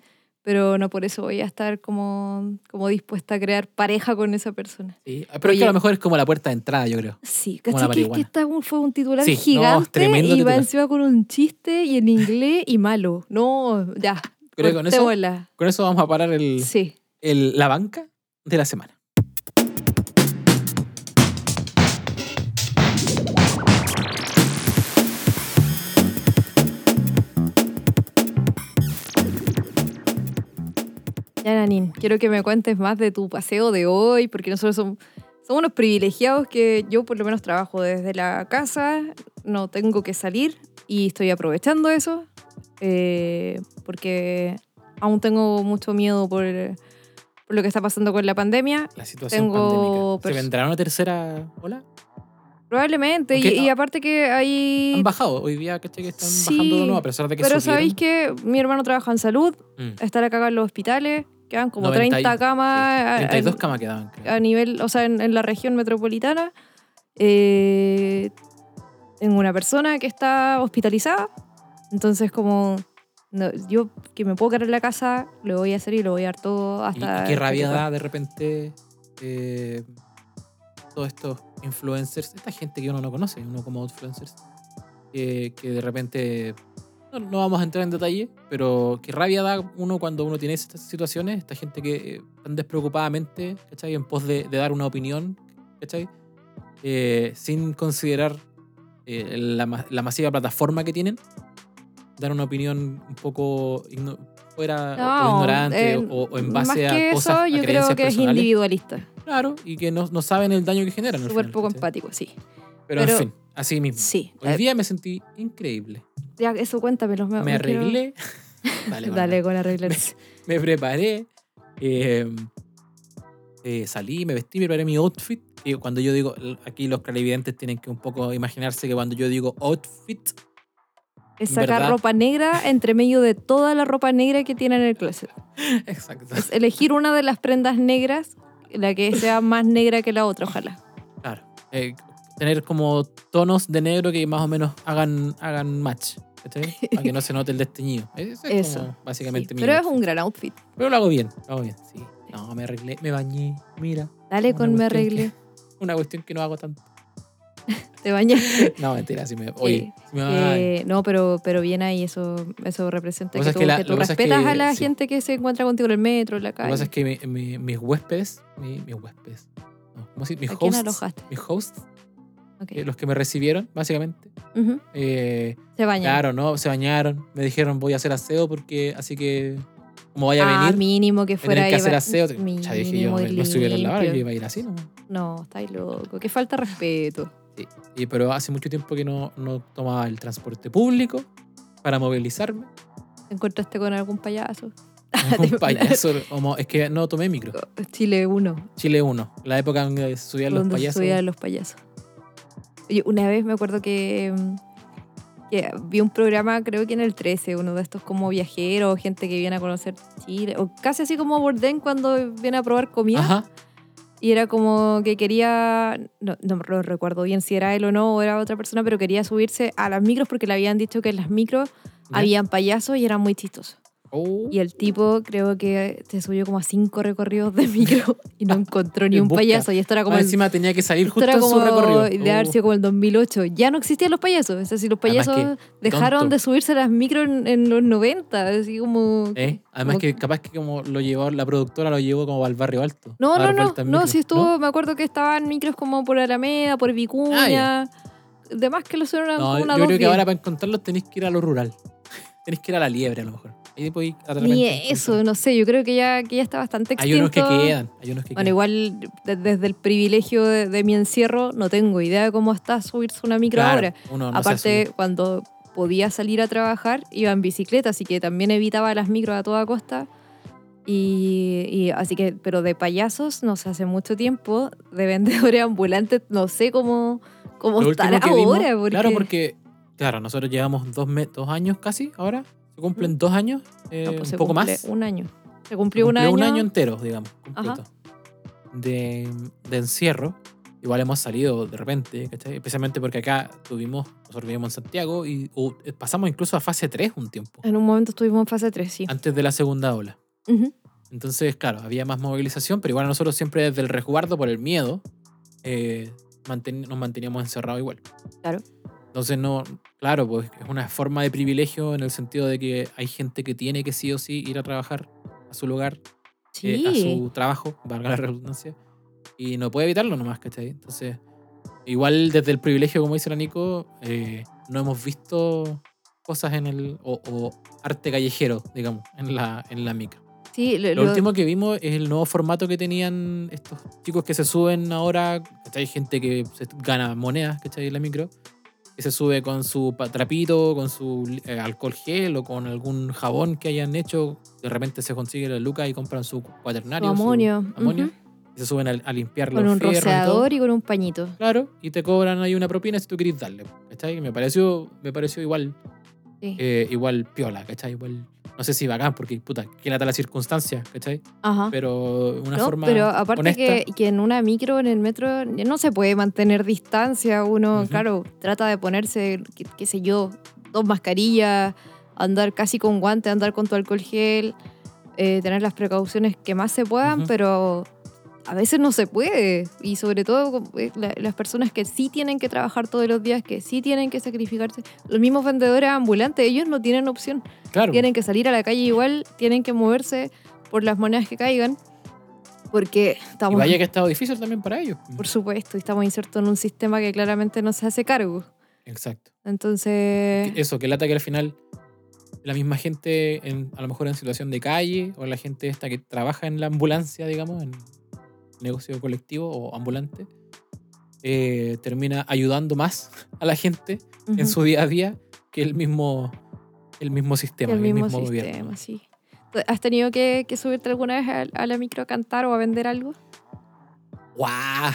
S1: pero no por eso voy a estar como, como dispuesta a crear pareja con esa persona.
S2: Sí, Pero es que a lo mejor es como la puerta de entrada, yo creo.
S1: Sí,
S2: Como la
S1: ¿cachai? Que, es que
S2: marihuana.
S1: esta un- fue un titular
S2: Sí, no,
S1: gigante
S2: tremendo
S1: y va
S2: titular.
S1: encima con un chiste y en inglés y malo. No, ya.
S2: Creo que con eso-
S1: cortémosla.
S2: Con eso vamos a parar el,
S1: Sí.
S2: el- la banca de la semana.
S1: Ya, Nanin, quiero que me cuentes más de tu paseo de hoy, porque nosotros somos, somos unos privilegiados que yo por lo menos trabajo desde la casa, no tengo que salir y estoy aprovechando eso, eh, porque aún tengo mucho miedo por, por lo que está pasando con la pandemia,
S2: La situación
S1: Tengo
S2: pandémica. ¿Se
S1: pers-
S2: vendrá una tercera ola?
S1: probablemente, y-
S2: Ok,
S1: y,
S2: ah.
S1: aparte que hay...
S2: Han bajado. Hoy día, ¿cachai? Que están
S1: Sí,
S2: bajando de nuevo, a pesar de que
S1: Pero
S2: subieron.
S1: sabéis que Ah, mi hermano trabaja en salud,
S2: Mm,
S1: está la caga en los hospitales, quedan como
S2: 90 y-
S1: 30 camas.
S2: sí,
S1: a-
S2: 32
S1: en-
S2: camas quedaban. creo.
S1: a nivel, o sea, en, en la región metropolitana, eh, tengo una persona que está hospitalizada, entonces como no, yo que me puedo quedar en la casa, lo voy a hacer y lo voy a dar todo
S2: Y-
S1: hasta...
S2: y qué rabia
S1: hasta que-
S2: da de repente eh, todos estos influencers, esta gente que uno no conoce, uno como influencers, que, que de repente, no, no vamos a entrar en detalle, pero qué rabia da uno cuando uno tiene estas situaciones, esta gente que eh, tan despreocupadamente, ¿cachai? En pos de, de dar una opinión, ¿cachai? Eh, sin considerar eh, la, ma- la masiva plataforma que tienen, dar una opinión un poco igno- fuera o- o
S1: No,
S2: ignorante
S1: eh,
S2: o, o en
S1: Más
S2: base
S1: que
S2: a cosas,
S1: eso,
S2: a
S1: yo creo
S2: creencias
S1: que es
S2: personales.
S1: individualista,
S2: Claro, y que no, no saben el daño que generan. al
S1: súper
S2: final,
S1: poco
S2: ¿cachai?
S1: empático, sí.
S2: Pero,
S1: pero-
S2: en fin, así mismo.
S1: Sí, eh,
S2: Hoy día me sentí increíble.
S1: ya, eso cuéntame. los *laughs*
S2: Me arreglé. Dale,
S1: Dale,
S2: *laughs* Bárbara.
S1: con arreglarse.
S2: Me preparé. eh, em, eh, salí, me vestí, me preparé mi outfit. Y cuando yo digo, aquí los clarividentes tienen que un poco imaginarse que cuando yo digo
S1: *laughs*
S2: outfit,
S1: Es sacar
S2: ¿Verdad?
S1: ropa negra entre medio de toda la ropa negra que tiene en el closet.
S2: exacto,
S1: Es elegir una de las prendas negras, la que sea más negra que la otra, ojalá.
S2: claro, eh, tener como tonos de negro que más o menos hagan, hagan match. ¿cachai? Para que no se note
S1: *laughs*
S2: el desteñido. Eso es
S1: Eso,
S2: como básicamente
S1: Sí,
S2: mi
S1: pero es
S2: outfit.
S1: un gran outfit.
S2: Pero lo hago bien, lo hago bien, sí. No, me arreglé, me bañé, mira.
S1: Dale
S2: Una
S1: con me
S2: cuestión que-
S1: arreglé.
S2: Una cuestión que no
S1: *laughs*
S2: hago tanto.
S1: Te
S2: *laughs*
S1: bañaste.
S2: No, mentira, si me. Oye, si me bañé.
S1: Eh, no, pero, pero bien ahí, eso, eso representa
S2: Lo
S1: que
S2: que pasa es
S1: tú,
S2: que la-
S1: que tú
S2: lo que pasa es
S1: respetas
S2: que-
S1: a la
S2: sí.
S1: gente que se encuentra contigo en el metro, en la
S2: Lo que pasa
S1: calle.
S2: es que mi- mi- mis huéspedes, mi- mis huéspedes, no, ¿cómo se dice? Mis
S1: ¿A quién
S2: hosts,
S1: alojaste?
S2: mis hosts,
S1: Ok.
S2: eh, los que me recibieron, básicamente.
S1: Ujú.
S2: eh,
S1: Se bañan.
S2: claro, ¿no? Se bañaron, me dijeron voy a hacer aseo porque, así que, como vaya a
S1: ah,
S2: venir,
S1: mínimo que
S2: tener
S1: fuera
S2: que
S1: ahí
S2: hacer
S1: va-
S2: aseo.
S1: mínimo
S2: Ya dije yo,
S1: y
S2: me, me subieron la barra, yo
S1: limpio.
S2: iba a ir así, ¿no?
S1: No, estáis loco. Qué falta de respeto.
S2: Y, pero hace mucho tiempo que no, no tomaba el transporte público
S1: *laughs*
S2: para movilizarme.
S1: ¿Te encontraste con algún payaso?
S2: Un payaso, como, es que no tomé micro.
S1: Chile 1,
S2: Chile 1, la época donde subían los
S1: donde
S2: payasos.
S1: subían los payasos. Oye, una vez me acuerdo que, mm, que vi un programa, creo que en el 13, uno de estos como viajeros, gente que viene a conocer Chile, o casi así como Borden cuando viene a probar comida.
S2: Ajá.
S1: Y era como que quería, no, no lo recuerdo bien si era él o no, o era otra persona, pero quería subirse a las micros porque le habían dicho que en las micros
S2: Ya.
S1: habían payasos y eran muy chistosos.
S2: Oh.
S1: Y el tipo creo que se subió como a cinco recorridos de micro *laughs* y no encontró ni
S2: Ah, En
S1: un
S2: busca. Ah,
S1: payaso. Y esto era como,
S2: Más
S1: el-
S2: encima tenía que salir
S1: esto
S2: justo
S1: era
S2: en su
S1: como
S2: recorrido.
S1: de haber
S2: Oh.
S1: sido como el 2008. Ya no existían los payasos. Es decir, los
S2: Además
S1: payasos
S2: que
S1: dejaron
S2: tonto.
S1: de subirse a las micros en, en los 90. Así como...
S2: ¿Eh? Además
S1: Como-
S2: que capaz que como lo llevó la productora lo llevó como al barrio alto.
S1: No,
S2: a
S1: no,
S2: dar
S1: no,
S2: vuelta en
S1: no,
S2: micro,
S1: si estuvo, me acuerdo que estaban micros como por Alameda, por Vicuña,
S2: Ah, ya.
S1: demás que lo
S2: No,
S1: suenan como
S2: yo
S1: una
S2: creo
S1: dos
S2: que
S1: diez.
S2: ahora para encontrarlos tenéis que ir a lo rural. Tenéis que ir a la liebre a lo mejor. Ahí podéis de
S1: Ni
S2: repente
S1: eso,
S2: encontrar.
S1: no sé, yo creo que ya, que ya está bastante
S2: Hay
S1: extinto.
S2: unos que quedan, hay unos que
S1: Bueno,
S2: quedan.
S1: igual de- desde el privilegio de, de mi encierro no tengo idea de cómo está subirse una micro
S2: Claro,
S1: ahora.
S2: uno no se
S1: Aparte,
S2: asume.
S1: cuando podía salir a trabajar, iba en bicicleta, así que también evitaba las micros a toda costa. Y, y así que, pero de payasos, no sé, hace mucho tiempo, de vendedores *laughs* ambulantes, no sé cómo, cómo
S2: Lo último
S1: estará
S2: que vimos-
S1: ahora. Porque,
S2: Claro, porque claro, nosotros llevamos dos, me- dos años casi ahora. Se cumplen dos años, eh,
S1: Mm. no, pues se
S2: un poco
S1: cumple
S2: más.
S1: Un año. Se
S2: Se
S1: cumplió un
S2: cumplió
S1: año.
S2: entero, digamos, completo. De, de encierro. Igual hemos salido de repente, ¿cachai? Especialmente porque acá tuvimos, nosotros vivimos en Santiago y o, eh, pasamos incluso a fase 3 un tiempo,
S1: En un momento estuvimos en fase 3, Ah, sí.
S2: antes de la segunda ola.
S1: Ujú.
S2: Entonces, claro, había más movilización, pero igual nosotros siempre desde el resguardo por el miedo eh, manten- nos manteníamos encerrados igual.
S1: Claro.
S2: Entonces, no, claro, pues es una forma de privilegio en el sentido de que hay gente que tiene que sí o sí ir a trabajar a su lugar
S1: Sí.
S2: eh, a su trabajo, valga la redundancia, y no puede evitarlo nomás, ¿cachai? Entonces, igual desde el privilegio, como dice la Nico, eh, no hemos visto cosas en el. o, o arte callejero, digamos, en la, en la micro.
S1: Sí, lo-
S2: Lo,
S1: lo-
S2: último que vimos es el nuevo formato que tenían estos chicos que se suben ahora, ¿cachai? Gente que se gana monedas, ¿cachai? En la micro. Que se sube con su pa- trapito, con su eh, alcohol gel o con algún jabón que hayan hecho. De repente se consigue la luca y compran su cuaternario.
S1: Su amonio,
S2: su amonio.
S1: ujú.
S2: Y se suben a, a limpiar
S1: con
S2: los
S1: un
S2: fierros y todo.
S1: roceador y con un pañito.
S2: Claro, y te cobran ahí una propina si tú querés darle. ¿Cachai? Me pareció, me pareció igual,
S1: Sí.
S2: eh, igual piola, ¿cachai? Igual, no sé si bacán, porque puta, qué lata la circunstancia, ¿cachai?
S1: Ajá.
S2: pero una
S1: No,
S2: forma
S1: pero aparte
S2: honesta.
S1: que, que en una micro, en el metro, no se puede mantener distancia. Uno,
S2: Ujú.
S1: claro, trata de ponerse, qué, qué sé yo, dos mascarillas, andar casi con guante, andar con tu alcohol gel, eh, tener las precauciones que más se puedan,
S2: Ujú.
S1: pero a veces no se puede. Y sobre todo eh, la- las personas que sí tienen que trabajar todos los días, que sí tienen que sacrificarse. Los mismos vendedores ambulantes, ellos no tienen opción
S2: claro,
S1: tienen que salir a la calle igual, tienen que moverse por las monedas que caigan, porque
S2: y
S1: estamos,
S2: vaya que ha estado difícil también para ellos.
S1: *laughs* por supuesto, estamos insertos en un sistema que claramente no se hace cargo.
S2: Exacto.
S1: Entonces,
S2: Eso, que lata que al final la misma gente, en- a lo mejor en situación de calle, o la gente esta que trabaja en la ambulancia, digamos, en negocio colectivo o ambulante, eh, termina ayudando más *laughs* a la gente en
S1: ujú,
S2: su día a día que el mismo, el mismo sistema,
S1: el
S2: que el
S1: mismo
S2: mismo, gobierno.
S1: sistema, sí. ¿Has tenido que, que subirte alguna vez al- a, la micro a cantar o a vender algo?
S2: ¡Guau!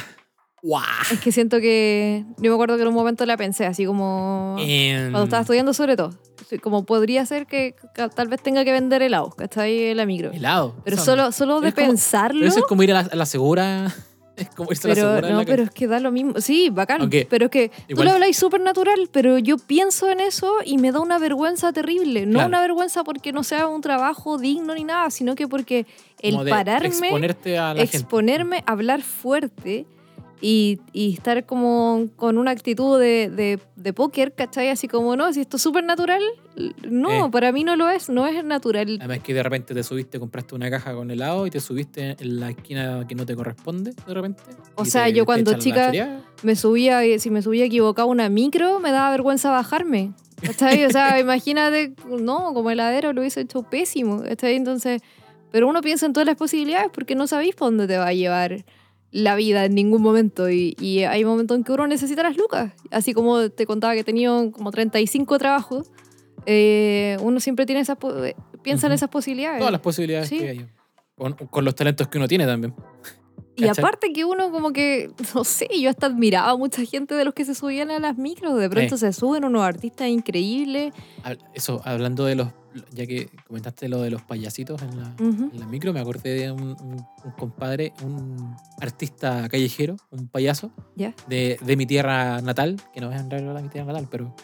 S2: ¡Guau!
S1: Es que siento que. Yo me acuerdo que en un momento la pensé, así como.
S2: Em,
S1: Cuando estaba estudiando, sobre todo. Sí, Como podría ser que ca- tal vez tenga que vender helados, ¿cachai? En la micro.
S2: helado.
S1: Pero
S2: Eso-
S1: solo, solo
S2: pero
S1: de
S2: es como-
S1: pensarlo.
S2: Pero eso es como ir a la, a la segura. *laughs* Es como irse a la
S1: Pero
S2: segura. en
S1: no,
S2: la
S1: pero es que da lo mismo. Sí, bacán.
S2: Aunque,
S1: pero es que tú
S2: igual-
S1: lo habláis súper natural, pero yo pienso en eso y me da una vergüenza terrible. No
S2: Claro.
S1: una vergüenza porque no sea un trabajo digno ni nada, sino que porque el
S2: como de
S1: pararme,
S2: Exponerte a la gente.
S1: exponerme, hablar fuerte y, y estar como con una actitud de, de, de póker, ¿cachai? Así como, no, si esto es súper natural, no,
S2: Eh.
S1: para mí no lo es, no es natural.
S2: Además que de repente te subiste, compraste una caja con helado y te subiste en la esquina que no te corresponde, de repente.
S1: O
S2: y
S1: sea,
S2: te-
S1: yo
S2: te
S1: cuando
S2: echan la
S1: chica-
S2: choreada.
S1: me subía, eh, si me subía equivocado a una micro, me daba vergüenza bajarme. ¿Cachai? O
S2: *laughs*
S1: sea, imagínate, no, como heladero lo hubiese hecho pésimo. ¿Cachai? Entonces, pero uno piensa en todas las posibilidades porque no sabéis por dónde te va a llevar la vida en ningún momento. Y, y hay momentos en que uno necesita las lucas. Así como te contaba que he tenido como 35 trabajos, eh, uno siempre tiene esas po- eh, piensa en
S2: Ujú.
S1: esas posibilidades.
S2: Todas las posibilidades
S1: Sí.
S2: que hay. Con, con los talentos que uno tiene también.
S1: Y
S2: ¿Cachai?
S1: aparte que uno como que, no sé, yo hasta admiraba a mucha gente de los que se subían a las micros, de pronto se suben unos artistas increíbles.
S2: Hab- Eso, hablando de los. Ya que comentaste lo de los payasitos en la,
S1: Ujú.
S2: en la micro, me acordé de un, un- un compadre, un artista callejero, un payaso,
S1: Ya.
S2: de, de mi tierra natal, que no voy a entrar ahora a mi tierra natal, pero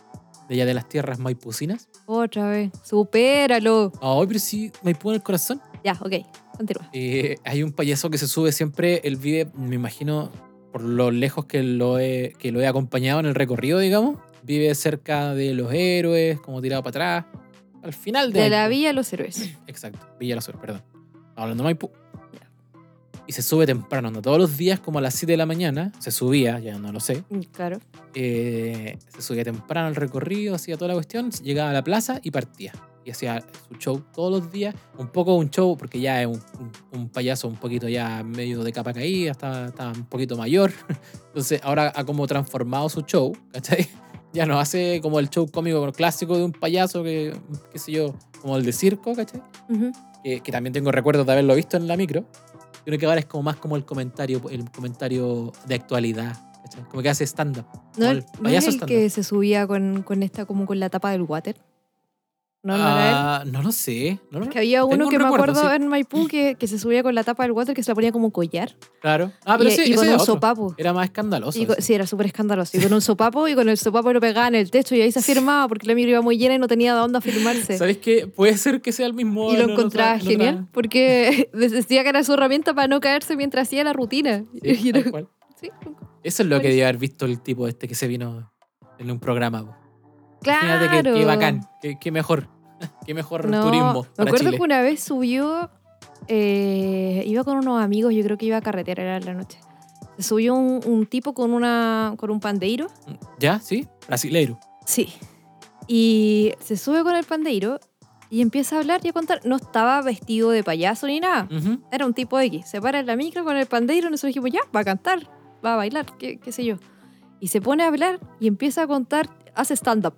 S2: de allá de las tierras maipucinas.
S1: Otra vez, supéralo.
S2: Ay, pero sí, Maipú en el corazón.
S1: Ya, ok, continúa.
S2: Eh, hay un payaso que se sube siempre, él vive, me imagino, por lo lejos que lo he, que lo he acompañado en el recorrido, digamos. Vive cerca de los héroes, como tirado para atrás. Al final de,
S1: De la
S2: Maipú.
S1: Villa de los Héroes.
S2: Exacto, Villa La Sur, perdón. Hablando de Maipú. Y se sube temprano, ¿no? todos los días como a las 7 de la mañana, se subía, ya no lo sé,
S1: Mm, Claro.
S2: eh, se subía temprano al recorrido, hacía toda la cuestión, llegaba a la plaza y partía. Y hacía su show todos los días, un poco un show, porque ya es un, un- un payaso un poquito ya medio de capa caída, estaba, estaba un poquito mayor. *laughs* Entonces ahora ha como transformado su show, ¿cachai? Ya no hace como el show cómico clásico de un payaso que, qué sé yo, como el de circo, ¿cachai?
S1: Ujú.
S2: eh, que, que también tengo recuerdos de haberlo visto en la micro. Creo que ahora es como más como el comentario, el comentario de actualidad. ¿cachai? Como que hace stand-up.
S1: ¿No,
S2: Como
S1: el-
S2: el
S1: no es
S2: payaso
S1: el
S2: estándar.
S1: que se subía con, con esta, como con la tapa del water? No, no era él.
S2: Ah, no lo sé. No lo-
S1: Que había
S2: tengo
S1: uno
S2: un
S1: que me
S2: recuerdo,
S1: acuerdo
S2: sí.
S1: en Maipú que, que se subía con la tapa del water que se la ponía como collar.
S2: Claro. Ah, pero
S1: y,
S2: ese,
S1: y
S2: ese
S1: con
S2: era
S1: un
S2: otro.
S1: sopapo.
S2: Era más escandaloso.
S1: Y con-
S2: ese.
S1: sí, era súper escandaloso. Y con un sopapo, y con el sopapo lo pegaba en el techo y ahí se firmaba porque la micro iba muy llena y no tenía de dónde afirmarse.
S2: ¿Sabes qué? Puede ser que sea el mismo.
S1: Y lo
S2: en otra-
S1: encontraba
S2: en otra-
S1: genial porque *laughs* decía que era su herramienta para no caerse mientras hacía la rutina.
S2: Sí,
S1: *laughs* Y era-
S2: tal cual.
S1: sí.
S2: Eso es lo que
S1: Buenísimo.
S2: debe haber visto el tipo este que se vino en un programa. po.
S1: Claro.
S2: Fíjate que, bacán. Qué, qué mejor. *laughs* Qué mejor
S1: No,
S2: turismo.
S1: Me
S2: para
S1: acuerdo
S2: Chile.
S1: que una vez subió, eh, iba con unos amigos, yo creo que iba a carretera era la noche. Se Subió un, un tipo con, una, con un pandeiro.
S2: Mm, ¿Ya? ¿Sí? Brasileiro.
S1: Sí. Y se sube con el pandeiro y empieza a hablar y a contar. No estaba vestido de payaso ni nada.
S2: Ujú.
S1: Era un tipo X. Se para en la micro con el pandeiro. Nosotros dijimos, ya, va a cantar, va a bailar, qué, qué sé yo. Y se pone a hablar y empieza a contar, hace stand-up.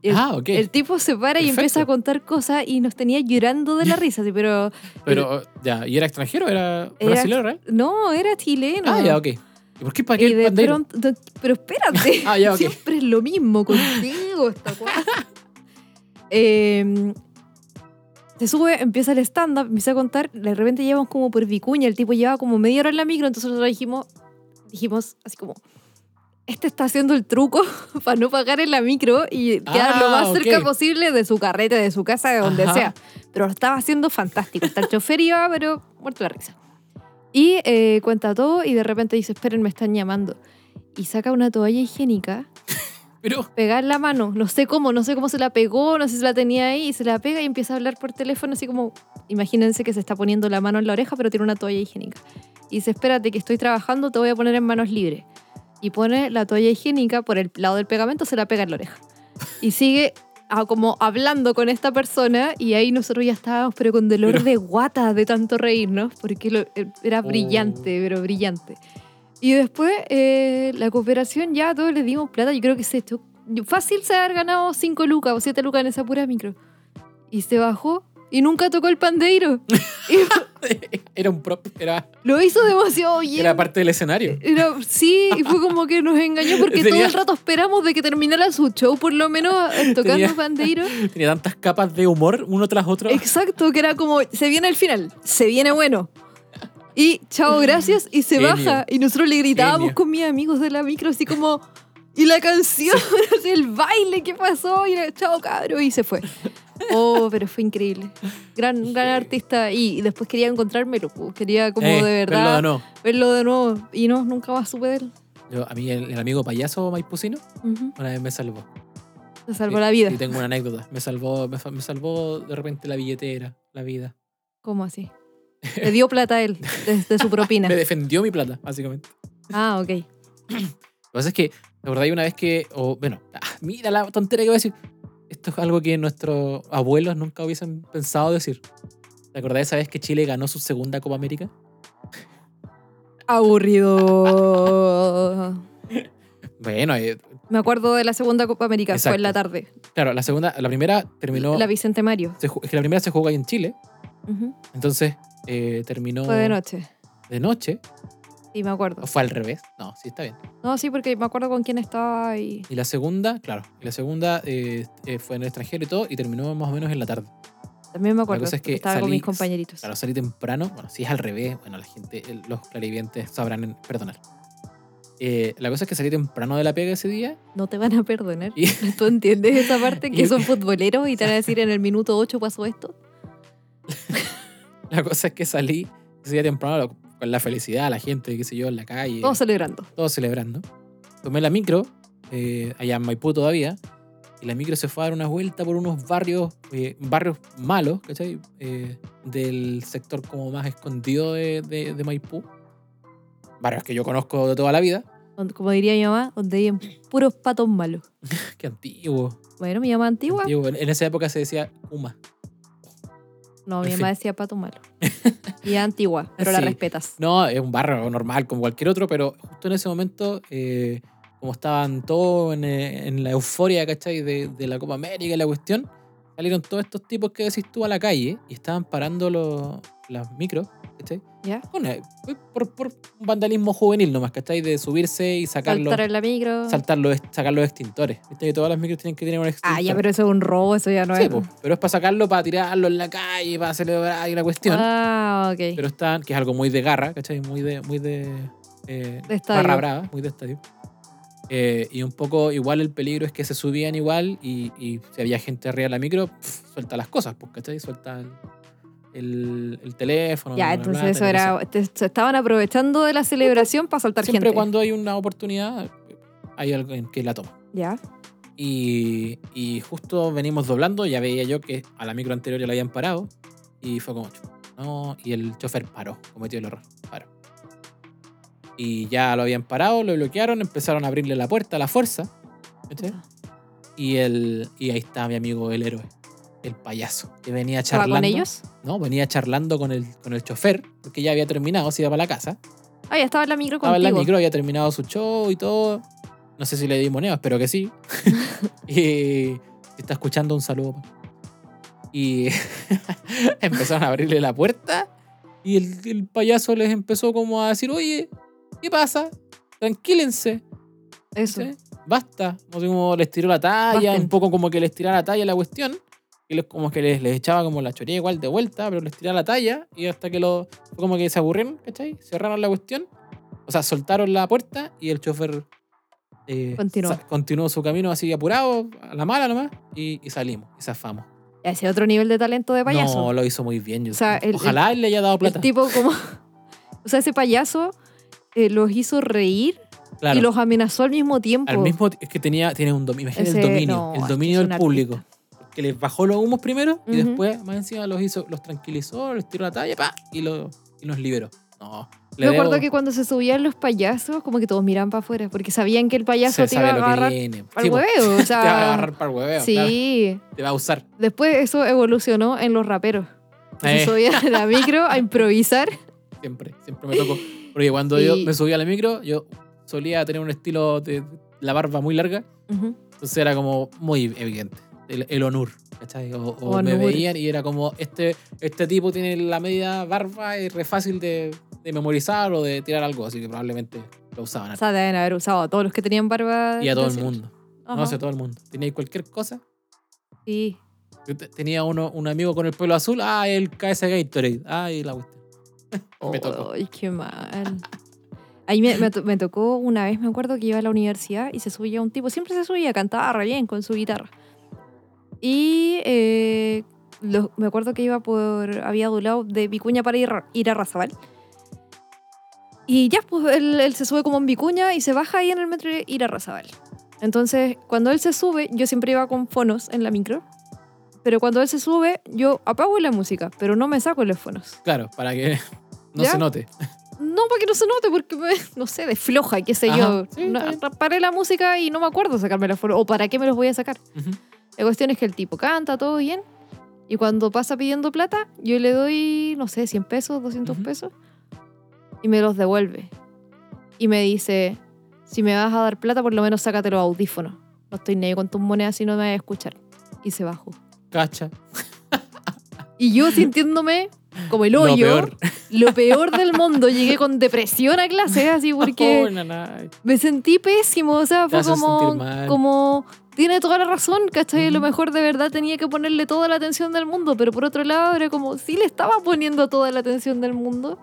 S1: El,
S2: Ah, ok.
S1: el tipo se para y
S2: Perfecto.
S1: empieza a contar cosas y nos tenía llorando de la risa. así, pero
S2: Pero, oh, ya, ¿y era extranjero? ¿Era,
S1: Era
S2: brasileño, right?
S1: no, era chileno.
S2: Ah, ya, ok. ¿Y por qué para
S1: Y
S2: el
S1: de
S2: pandeiro?
S1: pronto, no, pero espérate,
S2: *laughs* Ah, ya, ok.
S1: siempre es lo mismo contigo esta cosa. Eh, se sube, empieza el stand-up, empieza a contar, de repente llevamos como por Vicuña, el tipo llevaba como media hora en la micro, entonces nosotros dijimos, dijimos así como, este está haciendo el truco *laughs* para no pagar en la micro y quedar lo
S2: Ah,
S1: más
S2: ok.
S1: cerca posible de su carrete, de su casa, de donde
S2: Ajá.
S1: sea. Pero lo estaba haciendo fantástico, hasta el *laughs* chofer iba, pero muerto la risa. Y eh, cuenta todo y de repente dice, esperen, me están llamando. Y saca una toalla higiénica,
S2: Pero, *laughs*
S1: pega en la mano, no sé cómo, no sé cómo se la pegó, no sé si la tenía ahí, y se la pega y empieza a hablar por teléfono, así como, imagínense que se está poniendo la mano en la oreja, pero tiene una toalla higiénica. Y dice, espérate, que estoy trabajando, te voy a poner en manos libres. Y pone la toalla higiénica por el lado del pegamento, se la pega en la oreja. Y sigue ah, como hablando con esta persona y ahí nosotros ya estábamos, pero con dolor
S2: Pero-
S1: de guata de tanto reírnos, porque lo- eh, era
S2: Oh.
S1: brillante, pero brillante. Y después eh, la cooperación ya a todos les dimos plata, yo creo que se echó, fácil se haber ganado 5 lucas o 7 lucas en esa pura micro. Y se bajó y nunca tocó el pandeiro. Y
S2: Era un prop, era,
S1: lo hizo demasiado bien.
S2: era parte del escenario.
S1: Era- sí, y fue como que nos engañó porque todo
S2: Tenía-
S1: el rato esperamos de que terminara su show, por lo menos eh, tocando
S2: Tenía- *laughs*
S1: pandeiro.
S2: Tenía tantas capas de humor, uno tras otro.
S1: Exacto, que era como, se viene el final, se viene bueno. Y chao, gracias, y se
S2: Genio.
S1: baja. Y nosotros le gritábamos
S2: Genio.
S1: con mis amigos de la micro, así como, y la canción, *laughs* así, el baile, ¿qué pasó? Y era, chao, cabro, y se fue. Oh, pero fue increíble. Gran, gran artista. Y, y después quería encontrármelo, pues, quería como
S2: Eh,
S1: de
S2: verlo
S1: verdad
S2: de nuevo.
S1: verlo de nuevo. Y no, nunca más supe de él.
S2: Yo- a mí el, el amigo payaso Maipusino
S1: Ujú.
S2: una vez me salvó.
S1: Me salvó
S2: Sí,
S1: la vida.
S2: Y tengo una anécdota. Me salvó, me, fa- me salvó de repente la billetera, la vida.
S1: ¿Cómo así? Le dio plata a él, desde su propina.
S2: *laughs* Me defendió mi plata, básicamente.
S1: Ah, ok.
S2: Lo que pasa es que, la verdad, hay una vez que, o bueno, ah, mira la tontería que voy a decir. Esto es algo que nuestros abuelos nunca hubiesen pensado decir. ¿Te acordás de esa vez que Chile ganó su segunda Copa América?
S1: Aburrido.
S2: Bueno, eh,
S1: Me acuerdo de la segunda Copa América, fue en
S2: Exacto.
S1: la tarde.
S2: claro, la segunda, la primera terminó.
S1: La Vicente Mario.
S2: se ju- es que la primera se jugó ahí en Chile, entonces eh, terminó
S1: Fue de noche.
S2: de noche.
S1: Sí, me acuerdo.
S2: ¿O fue al revés? No, sí, está bien.
S1: No, sí, porque me acuerdo con quién estaba y.
S2: Y la segunda, claro, y la segunda eh, eh, fue en el extranjero y todo, y terminó más o menos en la tarde.
S1: También me acuerdo.
S2: cosa es que
S1: estaba con
S2: salí-
S1: mis compañeritos.
S2: Claro, salí temprano, bueno, si es al revés, bueno, la gente, el- los clarivientes sabrán en- perdonar. Eh, la cosa es que salí temprano de la pega ese día
S1: No te van a perdonar. *laughs*
S2: y *laughs*
S1: ¿Tú entiendes esa parte que
S2: Y-
S1: son futboleros y te van a decir en el minuto 8 pasó
S2: *laughs*
S1: esto?
S2: la cosa es que salí ese día temprano lo- con la felicidad, la gente, qué sé yo, en la calle,
S1: Todos celebrando.
S2: todos celebrando. Tomé la micro, eh, allá en Maipú todavía, y la micro se fue a dar una vuelta por unos barrios, eh, barrios malos, ¿cachai? Eh, del sector como más escondido de, de- de Maipú. Barrios que yo conozco de toda la vida.
S1: Donde- Como diría mi mamá, donde hay puros patos malos.
S2: Qué antiguo.
S1: Bueno, mi mamá antigua.
S2: antiguo. En, en esa época se decía Kuma.
S1: No, mi
S2: En
S1: mamá
S2: fin.
S1: decía pato
S2: *laughs*
S1: malo. Y es antigua, pero la
S2: Sí.
S1: respetas.
S2: No, es un barrio normal como cualquier otro, pero justo en ese momento, eh, como estaban todos en, eh, en la euforia, ¿cachai? De, de la Copa América y la cuestión, salieron todos estos tipos que decís tú a la calle y estaban parando los, las micros, ¿cachai?
S1: Ya.
S2: Bueno, eh, por, por un vandalismo juvenil nomás, ¿cachai? De subirse y sacarlos,
S1: Saltar en la micro.
S2: saltar los, sacar los extintores. ¿Viste que todas las micros tienen que tener un extintor?
S1: Ah, ya, pero eso es un robo, eso ya no
S2: Sí,
S1: es.
S2: po, pero es para sacarlo, para tirarlo en la calle, para celebrar y la cuestión.
S1: Ah, ok.
S2: pero están, que es algo muy de garra, ¿cachai? Muy de, muy de, eh,
S1: De estadio.
S2: barra brava, muy de estadio. Eh, y un poco igual el peligro es que se subían igual y, y si había gente arriba de la micro, pf, suelta las cosas, pues, ¿cachai? Suelta el, el- el teléfono.
S1: ya,
S2: la
S1: entonces
S2: plata,
S1: eso
S2: la cosa.
S1: era. te- se estaban aprovechando de la celebración para saltar
S2: Siempre
S1: gente.
S2: cuando hay una oportunidad, hay alguien que la toma.
S1: Ya.
S2: Y, y justo venimos doblando, ya veía yo que a la micro anterior ya la habían parado. Y fue como, "Chuta, no, y el chofer paró, cometió el error, paró. Y ya lo habían parado, lo bloquearon, empezaron a abrirle la puerta a la fuerza. ¿cachai?
S1: Puta.
S2: Y, el, y ahí está mi amigo el héroe, el payaso, que venía
S1: ¿Estaba
S2: charlando.
S1: con ellos?
S2: No, venía charlando con el, con el chofer, porque ya había terminado, se iba para la casa.
S1: Ah, ya estaba en la micro
S2: Estaba en la
S1: contigo.
S2: micro, había terminado su show y todo. No sé si le di moneda, espero que sí. *laughs* y si está escuchando un saludo. pa. Y *laughs* empezaron a abrirle la puerta y el, el payaso les empezó como a decir, oye, ¿qué pasa? Tranquílense,
S1: Eso.
S2: ¿sí? basta. Como, si como les tiró la talla,
S1: Basten.
S2: un poco como que les tiraba la talla la cuestión. Y les- como que les, les echaba como la choría igual de vuelta, pero les tiraba la talla y hasta que lo, fue como que se aburrieron, ¿cachai? Cerraron la cuestión. O sea, soltaron la puerta y el chofer eh,
S1: Continuó.
S2: sa- continuó su camino así apurado, a la mala nomás, y, y salimos, y zafamos.
S1: Ese otro nivel de talento de payaso.
S2: No, lo hizo muy bien. yo-
S1: O sea, el-
S2: Ojalá él le haya dado plata.
S1: El tipo como. *laughs* o sea, ese payaso eh, los hizo reír
S2: claro,
S1: y los amenazó al mismo tiempo.
S2: al mismo t- es que tenía, tiene un dominio, imagínate el
S1: Pues, Ese-
S2: dominio,
S1: no, es
S2: el
S1: que
S2: dominio
S1: es un
S2: del público. Que les bajó los humos primero y
S1: Ujú.
S2: después, más encima, los hizo, los tranquilizó, les tiró la talla, pa, y, lo, y los liberó. No, le
S1: Me acuerdo
S2: debo-
S1: que cuando se subían los payasos, como que todos miraban para afuera, porque sabían que el payaso
S2: se
S1: te iba a
S2: sabe lo que
S1: agarrar
S2: viene.
S1: para
S2: Sí,
S1: el
S2: po,
S1: hueveo. O sea,
S2: *laughs* Te va a agarrar para el hueveo. claro,
S1: sí.
S2: te va a usar.
S1: Después eso evolucionó en los raperos.
S2: Eh.
S1: Se subían a la micro a improvisar.
S2: Siempre, siempre me tocó. Porque cuando yo
S1: Y-
S2: me subía a la micro, yo solía tener un estilo de la barba muy larga. Entonces era como muy evidente. El, el honor. ¿cachai? O, o
S1: O
S2: me
S1: no.
S2: veían y era como, este, este tipo tiene la media barba, es re fácil de, de memorizar o de tirar algo, así que probablemente lo usaban.
S1: O sea, deben haber usado a todos los que tenían barba.
S2: y a todo el
S1: desierto.
S2: mundo. No,
S1: Ajá.
S2: sé, a todo el mundo. Tenía cualquier cosa.
S1: Sí.
S2: Yo te- tenía uno, un amigo con el pelo azul, ah, el KS Gatorade, ah, y la cuestión. Me tocó.
S1: Ay, qué mal. Ahí me, me to- me tocó una vez, me acuerdo que iba a la universidad y se subía un tipo, siempre se subía, cantaba re bien con su guitarra. Y eh, lo- me acuerdo que iba por, había doblado de Vicuña para ir, ir a Razabal. Y ya, pues él, él se sube como en Vicuña y se baja ahí en el metro de ir a Razabal. Entonces, cuando él se sube, yo siempre iba con fonos en la micro. Pero cuando él se sube, yo apago la música, pero no me saco los fonos.
S2: Claro, para que *laughs* no
S1: ¿Ya?
S2: se note.
S1: No, para que no se note, porque me- *laughs* no sé, de floja, qué sé
S2: Ajá.
S1: yo.
S2: Sí,
S1: No,
S2: está bien.
S1: paré la música y no me acuerdo sacarme la foto. O para qué me los voy a sacar.
S2: Ujú.
S1: La cuestión es que el tipo canta, todo bien. Y cuando pasa pidiendo plata, yo le doy, no sé, 100 pesos, 200
S2: Ujú.
S1: pesos. Y me los devuelve. Y me dice, si me vas a dar plata, por lo menos sácate los audífonos. No estoy ni ahí con tus monedas si no me vas a escuchar. Y se bajó.
S2: Cacha.
S1: Y yo sintiéndome como el
S2: Lo
S1: hoyo,
S2: peor.
S1: lo peor del mundo. Llegué con depresión a clase,
S2: *laughs*
S1: así porque...
S2: Oh, nanay.
S1: me sentí pésimo, o sea,
S2: Te
S1: fue
S2: hace
S1: como,
S2: sentir mal.
S1: como, tiene toda la razón, ¿cachai? A lo
S2: Ujú.
S1: mejor de verdad tenía que ponerle toda la atención del mundo, pero por otro lado era como, sí le estaba poniendo toda la atención del mundo,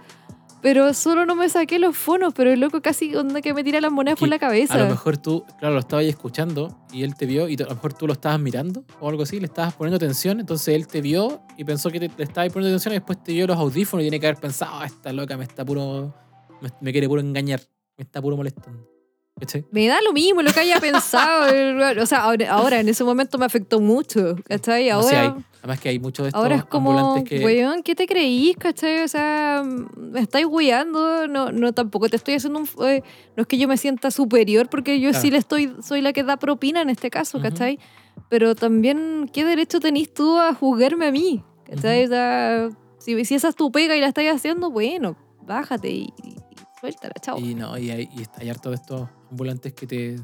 S1: pero solo no me saqué los fonos, pero el loco casi onda que me tira las monedas por
S2: Que
S1: la cabeza.
S2: A lo mejor tú, claro, lo estabas ahí escuchando y él te vio y a lo mejor tú lo estabas mirando o algo así, le estabas poniendo atención, entonces él te vio y pensó que te, le estabas poniendo atención y después te vio los audífonos y tiene que haber pensado, "Ah, esta loca me está puro, me, me quiere puro engañar, me está puro molestando. ¿Cachai?
S1: Me da lo mismo lo que haya pensado. *laughs* el- O sea, ahora, ahora, en ese momento me afectó mucho, ¿cachai?
S2: No sé,
S1: Ahora...
S2: hay- además que hay muchos de estos
S1: Ahora es como,
S2: ambulantes que...
S1: weón, ¿qué te creís, cachai? O sea, me estáis weando, no, no, tampoco te estoy haciendo un... f- eh, no es que yo me sienta superior, porque yo
S2: Claro.
S1: sí le estoy, soy la que da propina en este caso,
S2: Ujú.
S1: ¿cachai? Pero también, ¿qué derecho tenís tú a juzgarme a mí? ¿Cachai? O sea, si, si esa es tu pega y la estáis haciendo, bueno, bájate y, y- y suéltala, chao.
S2: Y no, y, hay, y está hay harto de estos ambulantes que te,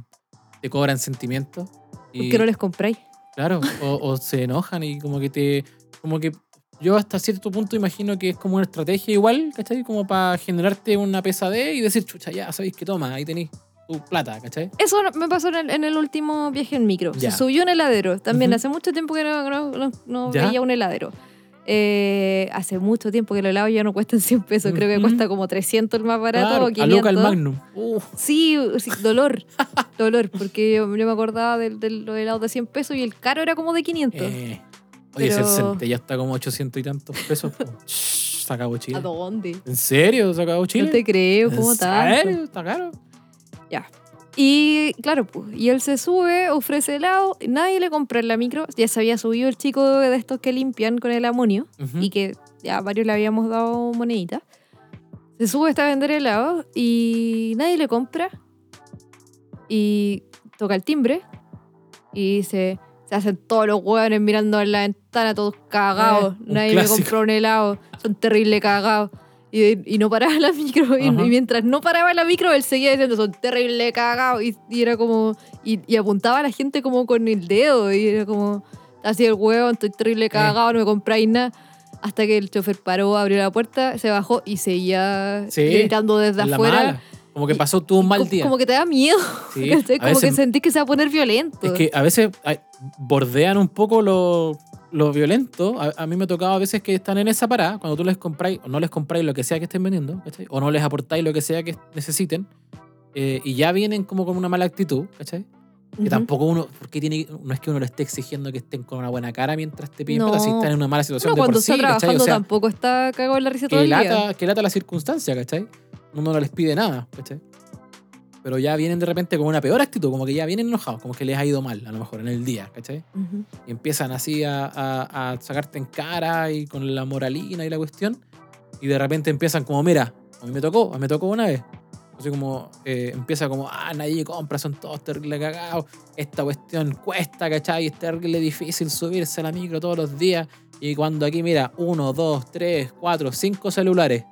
S2: te cobran sentimientos. y-
S1: Porque no les compráis.
S2: Claro, o, o se enojan y como que te. Como que yo hasta cierto punto imagino que es como una estrategia igual, ¿cachai? Como para generarte una pesadez y decir, chucha, ya sabéis que toma, ahí tenéis tu plata, ¿cachai?
S1: Eso no- me pasó en el, en el último viaje en micro.
S2: Ya.
S1: Se subió un heladero. También
S2: Ujú.
S1: hace mucho tiempo que no, no- no- no
S2: Ya.
S1: veía un heladero. Eh, hace mucho tiempo que los helados ya no cuestan *laughs* 100 pesos. Creo que
S2: Ujú.
S1: cuesta como 300 el más barato
S2: Claro,
S1: o
S2: a Luca el
S1: 500.
S2: Magnum. Uf,
S1: Sí, sí, dolor. *laughs* dolor. Porque yo, yo me acordaba del- de, los helados de 100 pesos y el caro era como de 500.
S2: eh. Oye,
S1: Pero-
S2: ese Cente ya está como 800 y tantos pesos.
S1: *laughs*
S2: po. Shh, Se acabó Chile.
S1: ¿A dónde?
S2: ¿En serio? ¿Se acabó Chile?
S1: No te creo, ¿cómo
S2: ¿En
S1: tanto?
S2: serio? ¿Está caro?
S1: Y claro, pues, y él se sube, ofrece helado, nadie le compra en la micro. Ya se había subido el chico de estos que limpian con el amonio.
S2: Ujú.
S1: y que ya varios le habíamos dado moneditas. Se sube hasta vender helado y nadie le compra. Y toca el timbre y dice, se hacen todos los hueones mirando a la ventana, todos cagados.
S2: Eh, un
S1: nadie
S2: clásico.
S1: me compró un helado, son terrible cagados. Y, y no paraba la micro. Y,
S2: Ajá.
S1: y mientras no paraba la micro, él seguía diciendo, son terrible cagados. Y, y era como, y, y apuntaba a la gente como con el dedo. Y era como, así el hueón, estoy
S2: Eh.
S1: terrible cagado, no me compráis nada. Hasta que el chofer paró, abrió la puerta, se bajó y seguía
S2: Sí,
S1: gritando desde
S2: La
S1: afuera.
S2: mala. Como que
S1: Y-
S2: pasó tú un mal
S1: como,
S2: día.
S1: como que te da miedo, *laughs*
S2: Sí,
S1: ¿cachai?
S2: a
S1: como que
S2: veces-
S1: sentís que se va a poner violento.
S2: Es que a veces ay, bordean un poco lo, lo violento. A, a mí me ha tocado a veces que están en esa parada, cuando tú les compráis o no les compráis lo que sea que estén vendiendo, ¿cachai? o no les aportáis lo que sea que necesiten, eh, y ya vienen como con una mala actitud, ¿cachai? Que
S1: Ujú.
S2: tampoco uno, porque tiene, no es que uno le esté exigiendo que estén con una buena cara mientras te piden
S1: No.
S2: plata, si están en una mala situación
S1: Uno
S2: de
S1: cuando
S2: por sí,
S1: está
S2: ¿cachai? O
S1: trabajando
S2: sea,
S1: tampoco está cagado en la risa todo
S2: que
S1: el día.
S2: lata, que lata la circunstancia, ¿cachai? Uno no les pide nada, ¿cachai? Pero ya vienen de repente con una peor actitud, como que ya vienen enojados, como que les ha ido mal, a lo mejor, en el día, ¿cachai? *laughs*
S1: Ujú.
S2: y empiezan así a, a- a sacarte en cara y con la moralina y la cuestión. Y de repente empiezan como, mira, a mí me tocó, a mí me tocó una vez. Así como eh, empieza como, ah, nadie compra, son todos terrible cagados. Esta cuestión cuesta, ¿cachai? Es terrible difícil subirse a la micro todos los días. Y cuando aquí, mira, uno, dos, tres, cuatro, cinco celulares.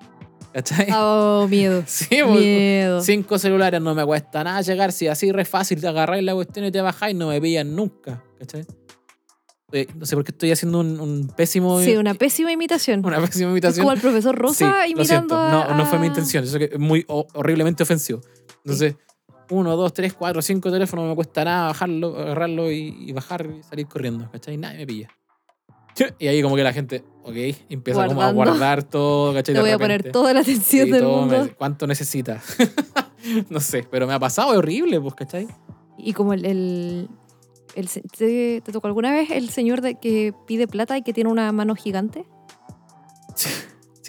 S2: ¿Cachai?
S1: Ah, oh, miedo.
S2: *laughs* sí, pues,
S1: miedo.
S2: cinco celulares no me cuesta nada llegar. Si así re fácil te agarráis la cuestión y te bajáis, no me pillan nunca, ¿cachai? eh, no sé por qué estoy haciendo un, un pésimo.
S1: Sí, una pésima imitación.
S2: *laughs* una pésima
S1: Es
S2: imitación.
S1: como el profesor Rosa
S2: Sí, lo
S1: imitando
S2: siento.
S1: a-
S2: No, no fue mi
S1: a-
S2: intención. Eso que es muy ho- horriblemente ofensivo. Entonces, uno, dos, tres, cuatro, cinco teléfonos, no me cuesta nada bajarlo, agarrarlo y, y bajar y salir corriendo. ¿Cachai? Nadie me pilla. Y ahí como que la gente, ok, empieza como a
S1: Guardando.
S2: guardar todo,
S1: Te
S2: ¿cachai? De
S1: voy a
S2: repente.
S1: poner toda la atención
S2: Sí,
S1: del
S2: todo me
S1: mundo.
S2: dice, ¿Cuánto necesita? *laughs* no sé, pero me ha pasado, es horrible, pues, ¿cachai?
S1: Y como el... el- el se- ¿te, te tocó alguna vez el señor de, que pide plata y que tiene una mano gigante?
S2: Sí.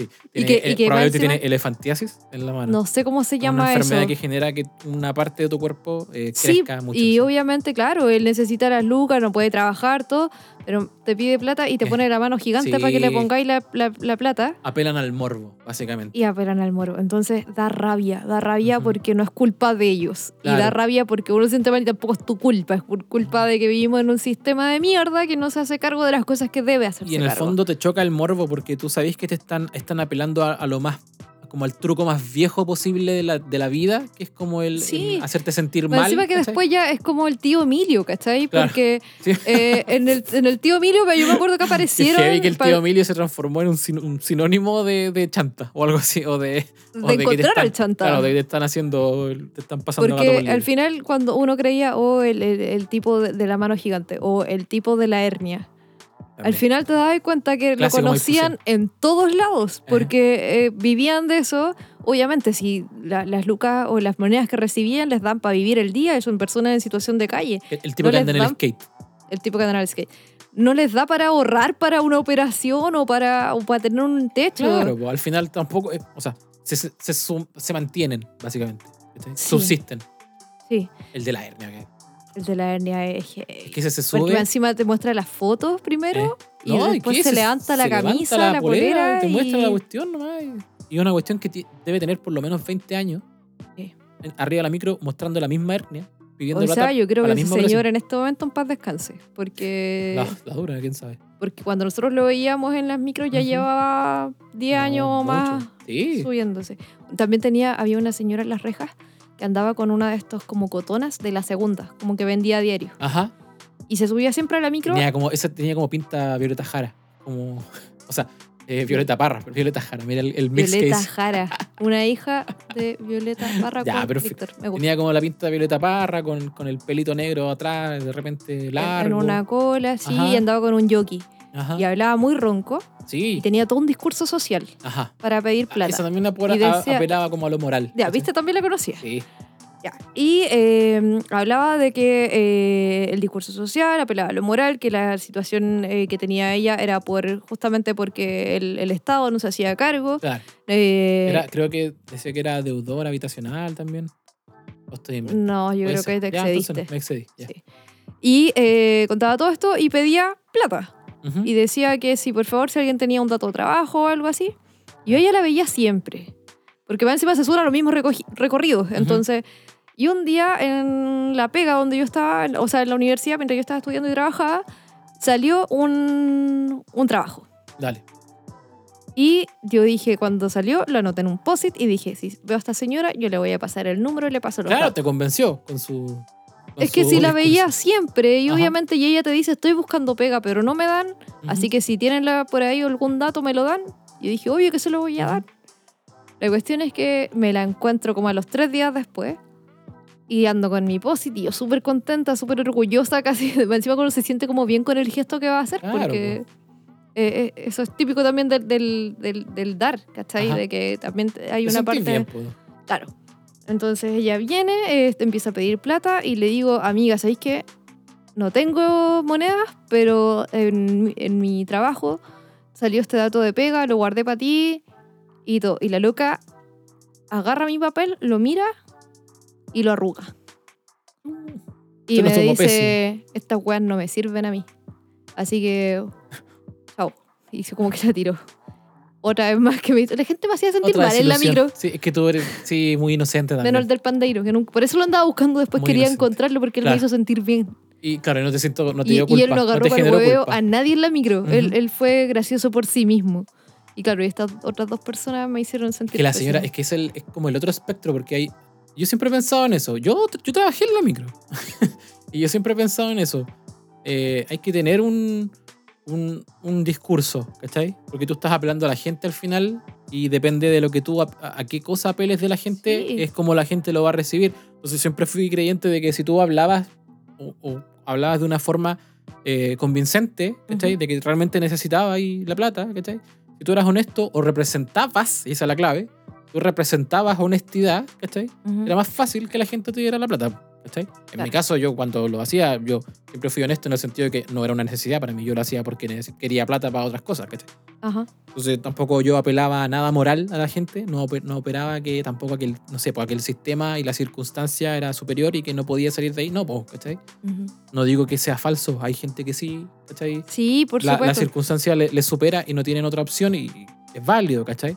S1: Y
S2: Tiene-
S1: que- y
S2: eh,
S1: que
S2: probablemente
S1: máxima-
S2: tiene elefantiasis en la mano.
S1: No sé cómo se
S2: una
S1: llama eso.
S2: enfermedad que genera que una parte de tu cuerpo eh,
S1: Sí,
S2: crezca mucho.
S1: y
S2: sí.
S1: obviamente, claro, él necesita las lucas, no puede trabajar, todo, pero te pide plata y te
S2: Eh,
S1: pone la mano gigante para que le
S2: sí.
S1: pongáis la, la- la plata
S2: Apelan al morbo, básicamente.
S1: y apelan al moro. Entonces da rabia, da rabia
S2: Ujú.
S1: porque no es culpa de ellos. Y da
S2: Claro.
S1: rabia porque uno se siente mal y tampoco es tu culpa, es por culpa de que vivimos en un sistema de mierda que no se hace cargo de las cosas que debe hacerse
S2: Y en el
S1: cargo.
S2: fondo te choca el morbo porque tú sabes que te están, están apelando a, a lo más, como al truco más viejo posible de la, de la vida, que es como el,
S1: Sí.
S2: el hacerte sentir
S1: Más
S2: mal.
S1: encima que
S2: ¿cachai?
S1: después ya es como el tío Emilio, ¿cachai?
S2: Claro.
S1: Porque
S2: Sí.
S1: eh, en, el, en el tío Emilio, yo me acuerdo que
S2: *laughs* Qué
S1: aparecieron...
S2: heavy que el
S1: pa-
S2: tío Emilio se transformó en un, sin- un sinónimo de, de chanta o algo así, o de, o
S1: de
S2: que te
S1: encontrar
S2: están-
S1: al chanta.
S2: Claro, de que te están haciendo, te están pasando gato por
S1: Porque
S2: liebre.
S1: al final, cuando uno creía, oh, el, el- el tipo de, de la mano gigante, o el tipo de la hernia, al
S2: También.
S1: final te dabas cuenta que
S2: Clásico
S1: lo
S2: muy
S1: conocían en todos lados, porque eh, vivían de eso. Obviamente, si la- las lucas o las monedas que recibían les dan para vivir el día, y son personas en situación de calle,
S2: El, el tipo
S1: no
S2: que
S1: les
S2: anda en el
S1: dan-
S2: skate.
S1: el tipo que andan al skate. No les da para ahorrar para una operación o para, o para tener un techo.
S2: Claro, pues, al final tampoco, eh, o sea, se, se, se sum- se mantienen, básicamente. ¿cachai?
S1: Sí.
S2: Subsisten.
S1: Sí,
S2: El de la hernia, que-
S1: el de la hernia es... heavy.
S2: es que ese se
S1: Porque
S2: sube.
S1: encima te muestra las fotos primero.
S2: Eh,
S1: Y
S2: No,
S1: después
S2: qué?
S1: se levanta la
S2: levanta
S1: camisa, la polera
S2: y te muestra
S1: y-
S2: la cuestión nomás. y- Y una cuestión que ti- debe tener por lo menos 20 años.
S1: Sí.
S2: en- Arriba de la micro mostrando la misma hernia, pidiendo
S1: O
S2: plata.
S1: sea, yo creo
S2: a
S1: que
S2: la
S1: ese
S2: misma
S1: señor
S2: operación.
S1: en este momento en paz descanse. Porque,
S2: La, la dura, quién sabe.
S1: porque cuando nosotros lo veíamos en las micros ya
S2: Ujú.
S1: llevaba 10
S2: No,
S1: años o
S2: mucho.
S1: más
S2: Sí.
S1: subiéndose. También tenía, había una señora en las rejas que andaba con una de estos como cotonas de la segunda, como que vendía a diario.
S2: Ajá.
S1: Y se subía siempre a la micro.
S2: Tenía como, esa tenía como pinta Violeta Jara. Como, *laughs* o sea, eh, Violeta Parra, pero Violeta Jara. Mira el, el mix
S1: Violeta
S2: que hice.
S1: Jara, una hija de
S2: *laughs*
S1: Violeta Barra
S2: Ya,
S1: con
S2: perfecto.
S1: Víctor. Me gusta.
S2: Tenía como la pinta de Violeta Parra con, con el pelito negro atrás, de repente largo.
S1: En una cola, sí,
S2: Ajá.
S1: y andaba con un jockey.
S2: Ajá.
S1: Y hablaba muy ronco. y
S2: Sí.
S1: tenía todo un discurso social
S2: Ajá.
S1: para pedir
S2: Esa
S1: plata.
S2: también la
S1: Y decía-
S2: apelaba como a lo moral.
S1: Ya,
S2: ¿cachai?
S1: viste, también la conocía.
S2: Sí.
S1: Ya. Y eh, hablaba de que eh, el discurso social apelaba a lo moral, que la situación eh, que tenía ella era por justamente porque el, el Estado no se hacía cargo.
S2: Claro.
S1: Eh,
S2: Era- creo que decía que era deudor habitacional también. O estoy inventando.
S1: no, Mm, yo
S2: Puede
S1: creo
S2: ser.
S1: que te
S2: Ya, entonces
S1: excediste.
S2: no, me excedí. ya.
S1: Sí. Y eh, contaba todo esto y pedía plata.
S2: Ujú.
S1: Y decía que si por favor si alguien tenía un dato de trabajo o algo así. Yo a ella la veía siempre. Porque va encima se suben a los mismos recogi- recorridos. Entonces, y un día en la pega donde yo estaba, en- o sea, en la universidad, mientras yo estaba estudiando y trabajaba, salió un, un trabajo.
S2: Dale.
S1: Y yo dije, cuando salió, lo anoté en un POSIT y dije, si veo a esta señora, yo le voy a pasar el número y le paso los
S2: Claro,
S1: datos.
S2: te convenció con su. con
S1: Es que
S2: su
S1: si la
S2: discurso.
S1: veía siempre, y
S2: Ajá.
S1: obviamente y ella te dice, estoy buscando pega, pero no me dan,
S2: Ujú.
S1: Así que si tienen la- por ahí algún dato, me lo dan. Yo dije, obvio que se lo voy a dar. La cuestión es que me la encuentro como a los tres días después. Y ando con mi posit y yo súper contenta, súper orgullosa, *laughs* casi. Encima cuando se siente como bien con el gesto que va a hacer,
S2: Claro,
S1: porque eh, eh, eso es típico también del, del- del- del dar, ¿cachai?
S2: Ajá.
S1: De que también te- hay
S2: Te
S1: una
S2: sentí
S1: parte...
S2: bien, pues. po.
S1: Claro. Entonces ella viene, eh, empieza a pedir plata y le digo, amiga, ¿sabéis qué? No tengo monedas, pero en, mi- en mi trabajo salió este dato de pega, lo guardé para ti y todo. Y la loca agarra mi papel, lo mira y lo arruga. Y
S2: Yo lo
S1: me
S2: tomo
S1: dice, estas weas no me sirven a mí. Así que, chao. Y se como que la tiró. Otra vez más que me hizo... La gente me hacía sentir
S2: Otra
S1: mal en la
S2: desilusión.
S1: micro.
S2: Sí, es que tú eres sí, muy inocente también.
S1: Menos el del pandeiro, que nunca- por eso lo andaba buscando después,
S2: Muy
S1: quería
S2: inocente.
S1: encontrarlo porque él
S2: Claro.
S1: me hizo sentir bien.
S2: Y claro, no te siento, no te
S1: Y,
S2: dio
S1: y
S2: culpa.
S1: él no agarró
S2: te
S1: para el
S2: generó
S1: hueveo
S2: culpa.
S1: a nadie en la micro. él,
S2: Ujú.
S1: él fue gracioso por sí mismo. Y claro, y estas otras dos personas me hicieron sentir
S2: Que la señora, es
S1: pésimo.
S2: que es, el, es como el otro espectro, porque hay. *laughs* Yo siempre he pensado en eso. Yo, yo trabajé en la micro. y yo siempre he pensado en eso. eh, hay que tener un, un, un discurso, ¿cachai? Porque tú estás apelando a la gente al final y depende de lo que tú, ap- a, a qué cosa apeles de la gente,
S1: Sí.
S2: es como la gente lo va a recibir. Entonces siempre fui creyente de que si tú hablabas o, o hablabas de una forma eh, convincente, ¿cachai?
S1: Ujú.
S2: De que realmente necesitabas ahí la plata, ¿cachai? Si tú eras honesto o representabas, y esa es la clave, tú representabas honestidad, ¿cachai?
S1: Ujú.
S2: era más fácil que la gente te diera la plata. ¿cachai? En
S1: Claro.
S2: mi caso, yo cuando lo hacía, yo siempre fui honesto en el sentido de que no era una necesidad para mí, yo lo hacía porque neces- quería plata para otras cosas. ¿cachai?
S1: Ajá.
S2: Entonces tampoco yo apelaba a nada moral a la gente, no, ope- no operaba que tampoco aquel, no sé, pues aquel sistema y la circunstancia era superior y que no podía salir de ahí, no, pues, ¿cachai?
S1: Ujú.
S2: No digo que sea falso, hay gente que sí, ¿cachai?
S1: Sí, por
S2: la, la
S1: supuesto.
S2: circunstancia le, le supera y no tienen otra opción y y es válido, ¿cachai?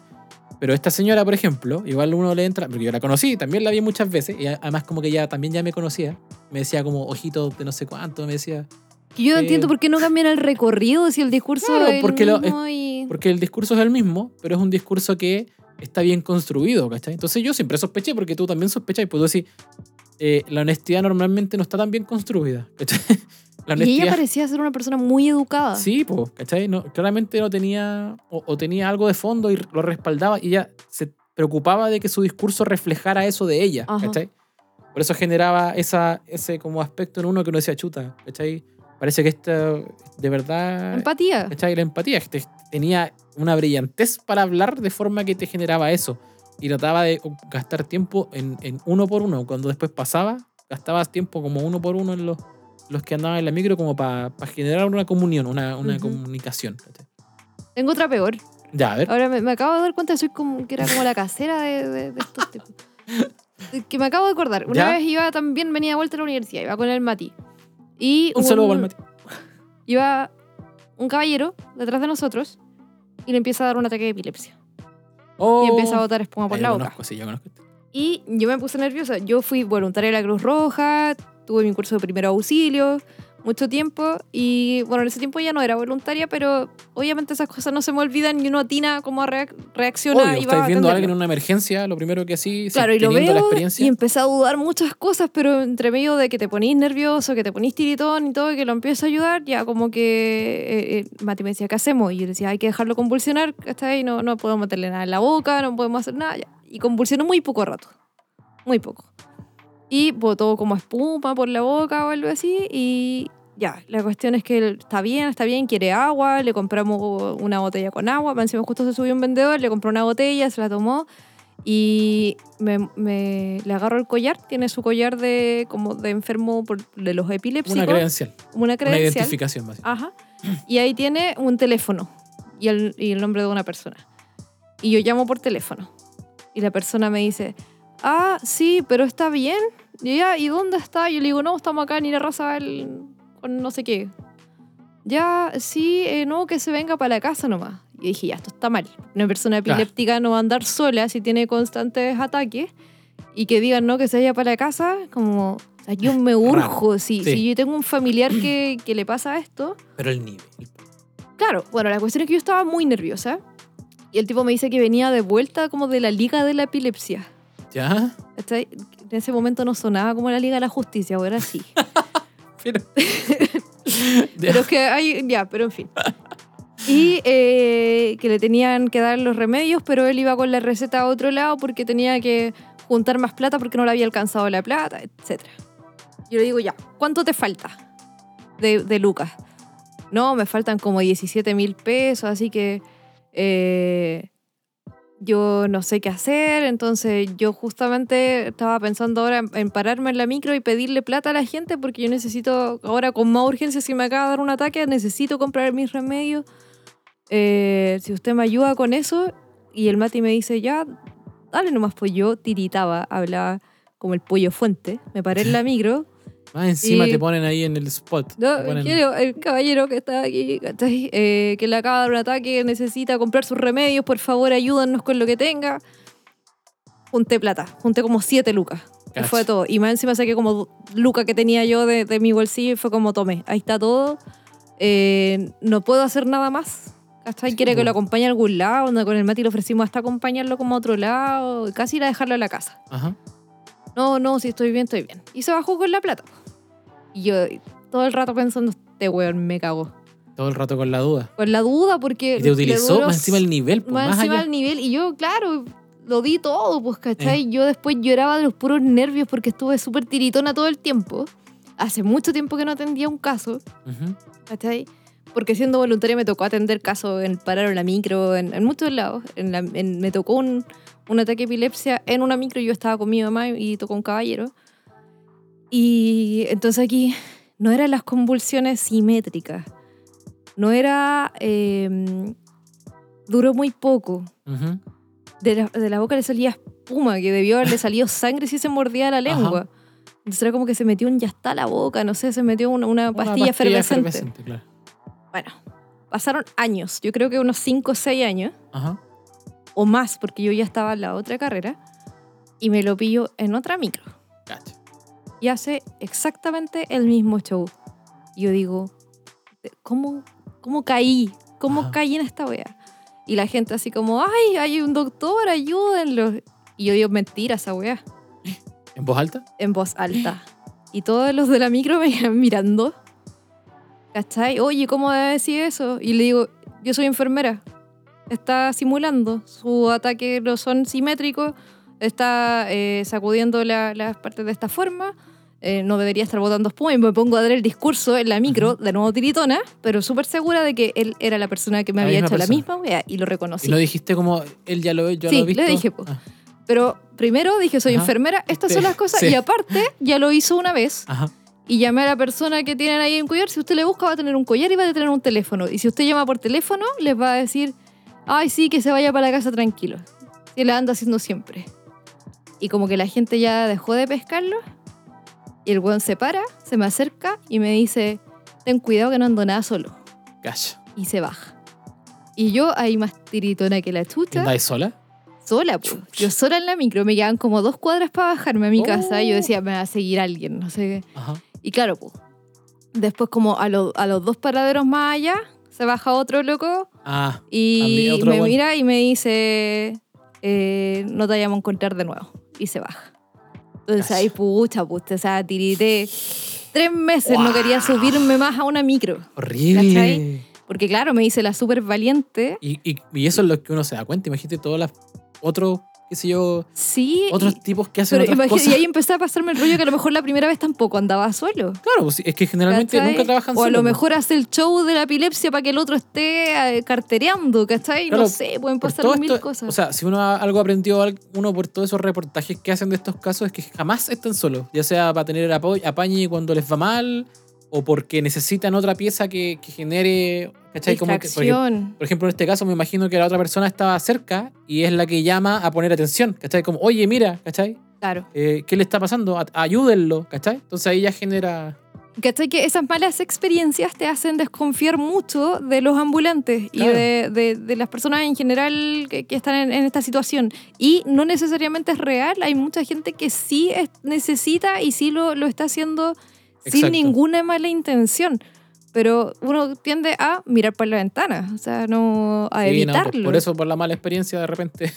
S2: Pero esta señora, por ejemplo, igual uno le entra, porque yo la conocí, también la vi muchas veces, y a- además como que ya también ya me conocía, me decía como ojitos de no sé cuánto, me decía,
S1: Que yo no
S2: eh,
S1: entiendo por qué no cambian el recorrido si el discurso
S2: Claro,
S1: es el
S2: porque lo-
S1: mismo y...
S2: porque el discurso es el mismo, pero es un discurso que está bien construido, ¿cachai? Entonces yo siempre sospeché, porque tú también sospechas, pues tú decís, eh, la honestidad normalmente no está tan bien construida, ¿cachai? *laughs*
S1: y
S2: La
S1: ella
S2: honestidad
S1: parecía ser una persona muy educada.
S2: Sí, pues, ¿cachai? No, claramente no tenía, o, o tenía algo de fondo y lo respaldaba y ella se preocupaba de que su discurso reflejara eso de ella,
S1: Ajá.
S2: ¿cachai? Por eso generaba esa, ese como aspecto en uno que uno decía, chuta, ¿cachai? Parece que esta, de verdad,
S1: Empatía.
S2: ¿cachai? La empatía, que te- tenía una brillantez para hablar de forma que te generaba eso. Y trataba de gastar tiempo en, en uno por uno. Cuando después pasaba, gastabas tiempo como uno por uno en los, los que andaban en la micro como para generar una comunión, una, una
S1: Ujú.
S2: comunicación. ¿cachai?
S1: Tengo otra peor.
S2: Ya, a ver.
S1: Ahora me, me acabo de dar cuenta soy como, que era como la casera de, de- de estos tipos. que me acabo de acordar. Una
S2: ¿Ya?
S1: vez iba también, venía de vuelta a la universidad, iba con el Mati. Y
S2: un saludo para el Mati.
S1: Iba un caballero detrás de nosotros y le empieza a dar un ataque de epilepsia.
S2: Oh,
S1: Y empieza a botar espuma por
S2: eh,
S1: la
S2: yo
S1: boca.
S2: conozco, sí, yo conozco.
S1: Y yo me puse nerviosa. Yo fui voluntaria de la Cruz Roja, tuve mi curso de primeros auxilios, mucho tiempo. Y bueno, en ese tiempo ya no era voluntaria, pero obviamente esas cosas no se me olvidan y uno atina cómo reac- reacciona.
S2: Obvio,
S1: y va
S2: estáis
S1: a
S2: viendo
S1: atenderlo.
S2: a alguien en una emergencia, lo primero que sí,
S1: Claro, y lo
S2: teniendo la
S1: veo
S2: experiencia.
S1: y empecé a dudar muchas cosas, pero entre medio de que te ponís nervioso, que te ponís tiritón y todo, y que lo empiezo a ayudar, ya como que eh, eh, Mati me decía, ¿qué hacemos? Y yo le decía, hay que dejarlo convulsionar, hasta ahí no, no podemos meterle nada en la boca, no podemos hacer nada. ya. Y convulsionó muy poco rato, muy poco. Y botó como espuma por la boca o algo así, y ya, la cuestión es que él está bien, está bien, quiere agua, le compramos una botella con agua, más encima justo se subió un vendedor, le compró una botella, se la tomó, y me, me- le agarro el collar, tiene su collar de como de enfermo por, de los epilépticos,
S2: una credencial,
S1: una
S2: una
S1: credencial.
S2: identificación. básicamente.
S1: Ajá. Y ahí tiene un teléfono y el, y el nombre de una persona. Y yo llamo por teléfono. Y la persona me dice, ah, sí, pero está bien. Y ya, ¿y dónde está? Yo le digo, no, estamos acá en Irarraza con no sé qué. Ya, sí, eh, no, que se venga para la casa nomás. Y dije, ya, esto está mal. Una persona
S2: Claro.
S1: epiléptica no va a andar sola si tiene constantes ataques. Y que digan, no, que se vaya para la casa, como, o sea, yo me urjo. Si,
S2: Sí.
S1: si yo tengo un familiar que, que le pasa esto,
S2: Pero el nivel.
S1: Claro, bueno, la cuestión es que yo estaba muy nerviosa y el tipo me dice que venía de vuelta como de la Liga de la Epilepsia.
S2: ¿Ya? *laughs*
S1: ¿cachai? En ese momento no sonaba como la Liga de la Justicia, ahora sí. *laughs*
S2: Pero,
S1: Pero es que hay, ya, pero en fin. Y eh, que le tenían que dar los remedios, pero él iba con la receta a otro lado porque tenía que juntar más plata porque no le había alcanzado la plata, etc. Yo le digo, ya, ¿cuánto te falta de, de Lucas? No, me faltan como 17 mil pesos, así que eh, yo no sé qué hacer. Entonces yo justamente estaba pensando ahora en- en pararme en la micro y pedirle plata a la gente porque yo necesito, ahora con más urgencia, si me acaba de dar un ataque, necesito comprar mis remedios. Eh, si usted me ayuda con eso, y el Mati me dice, ya, dale nomás, pues yo tiritaba, hablaba como el pollo fuente, me paré en la micro.
S2: Más Ah, encima
S1: Y-
S2: te ponen ahí en el spot.
S1: No,
S2: te ponen-
S1: quiero, el caballero que está aquí, ¿cachai? Eh, que le acaba de dar un ataque, necesita comprar sus remedios, por favor, ayúdanos con lo que tenga. Junté plata, junté como siete lucas. Y
S2: Cacha.
S1: Fue todo. Y más encima saqué como du- lucas que tenía yo de, de mi bolsillo y fue como tomé. Ahí está todo. Eh, no puedo hacer nada más. ¿Cachai?
S2: Sí,
S1: Quiere que
S2: po.
S1: lo acompañe a algún lado. onda, Con el Mati le ofrecimos hasta acompañarlo como a otro lado. Casi ir a dejarlo a la casa.
S2: Ajá.
S1: No, no, si estoy bien, estoy bien. Y se bajó con la plata. Y yo todo el rato pensando, este weón me cagó.
S2: Todo el rato con la duda.
S1: Con la duda porque...
S2: Y te
S1: le
S2: utilizó
S1: duró
S2: más encima el nivel, pues,
S1: más
S2: más
S1: encima
S2: allá.
S1: del nivel. Y yo, claro, lo di todo, pues,
S2: Eh.
S1: ¿cachai? Yo después lloraba de los puros nervios porque estuve súper tiritona todo el tiempo. Hace mucho tiempo que no atendía un caso,
S2: Ujú.
S1: ¿cachai? Porque siendo voluntaria me tocó atender casos en parar en la micro, en, en muchos lados. En la- en- me tocó un, un ataque de epilepsia en una micro, yo estaba con mi mamá y tocó un caballero. Y entonces aquí no eran las convulsiones simétricas, no era... eh, duró muy poco,
S2: Ujú.
S1: de la, de la boca le salía espuma, que debió haberle salido sangre si se mordía la lengua. Entonces era como que se metió un ya está la boca, no sé, se metió una, una
S2: Una
S1: pastilla, efervescente.
S2: efervescente, claro.
S1: Bueno, pasaron años, yo creo que unos 5 o 6 años,
S2: Ajá.
S1: o más, porque yo ya estaba en la otra carrera, y me lo pillo en otra micro.
S2: Cacha.
S1: Y hace exactamente el mismo show. Yo digo, "Eh, ¿cómo, cómo caí? ¿Cómo
S2: Ajá.
S1: caí en esta wea? Y la gente así como, ay, hay un doctor, ayúdenlo. Y yo digo, mentira esa wea.
S2: ¿En voz alta?
S1: en voz alta. Y todos los de la micro me iban mirando. ¿Cachai? Oye, ¿cómo debe decir eso? Y le digo, yo soy enfermera. Está simulando. Su ataque no son simétricos. Está eh, sacudiendo la- las partes de esta forma. eh, no debería estar botando espuma. Y me pongo a dar el discurso en la micro, de nuevo tiritona, pero súper segura de que él era la persona que me
S2: La
S1: había
S2: misma
S1: hecho la
S2: persona.
S1: misma wea y lo reconocí.
S2: Y no dijiste como, él ya lo ve, yo
S1: Sí,
S2: lo he visto.
S1: le dije, po.
S2: Ah,
S1: Pero primero dije, soy
S2: Ajá.
S1: enfermera, estas
S2: Este,
S1: son las cosas.
S2: sí.
S1: Y aparte, ya lo hizo una vez
S2: Ajá.
S1: y llamé a la persona que tienen ahí un collar. Si usted le busca, va a tener un collar y va a tener un teléfono. Y si usted llama por teléfono, les va a decir, ay, sí, que se vaya para la casa tranquilo. Y la anda haciendo siempre. Y como que la gente ya dejó de pescarlo, y el weón se para, se me acerca y me dice, ten cuidado que no ando nada solo.
S2: Cacha.
S1: Y se baja. Y yo ahí más tiritona que la
S2: ¿Y
S1: chucha,
S2: andáis sola?
S1: sola, po. yo sola en la micro, me quedaban como dos cuadras para bajarme a mi casa. Y yo
S2: Oh.
S1: decía, me va a seguir alguien, no sé qué.
S2: Ajá.
S1: Y claro, pues, después como a, lo- a los dos paraderos más allá, se baja otro loco
S2: Ah,
S1: y
S2: También otro
S1: me
S2: buen-
S1: mira y me dice, eh, no te vayamos a encontrar de nuevo. Y se baja. Entonces
S2: Cacha.
S1: ahí, pucha, pues, o sea, tirité tres meses, no
S2: Guau.
S1: quería subirme más a una micro.
S2: horrible.
S1: Porque claro, me hice la súper valiente.
S2: Y, y, y eso es lo que uno se da cuenta. Imagínate todos los otros, qué sé yo,
S1: Sí.
S2: otros
S1: y-
S2: tipos que hacen
S1: pero
S2: otras
S1: imagi-
S2: cosas.
S1: y ahí empecé a pasarme el rollo que a lo mejor la primera vez tampoco andaba solo.
S2: Claro, pues, es que generalmente
S1: ¿cachai?
S2: nunca trabajan pues.
S1: O a
S2: solos,
S1: lo
S2: ¿no?
S1: mejor hace el show de la epilepsia para que el otro esté eh, cartereando, ¿cachai?
S2: Claro,
S1: no sé, pueden
S2: Por
S1: pasar
S2: todo
S1: mil
S2: esto-
S1: cosas.
S2: O sea, si uno ha- algo aprendió al- uno por todos esos reportajes que hacen de estos casos es que jamás están solos, ya sea para tener apoyo, apañe cuando les va mal o porque necesitan otra pieza que, que genere, ¿cachai? Como que- porque,
S1: Distracción.
S2: por ejemplo, en este caso me imagino que la otra persona estaba cerca y es la que llama a poner atención, ¿cachai? Como, oye, mira, ¿cachai?
S1: Claro.
S2: Eh, ¿Qué le está pasando? A- ayúdenlo, ¿cachai? Entonces ahí ya genera...
S1: ¿Cachai? Que esas malas experiencias te hacen desconfiar mucho de los ambulantes
S2: Claro.
S1: y de, de- de las personas en general que, que están en, en esta situación. Y no necesariamente es real, hay mucha gente que sí es- necesita y sí lo, lo está haciendo
S2: Exacto.
S1: sin ninguna mala intención. Pero uno tiende a mirar por la ventana, o sea, no a
S2: Sí, no, por-
S1: evitarlo.
S2: por eso, por la mala experiencia, de repente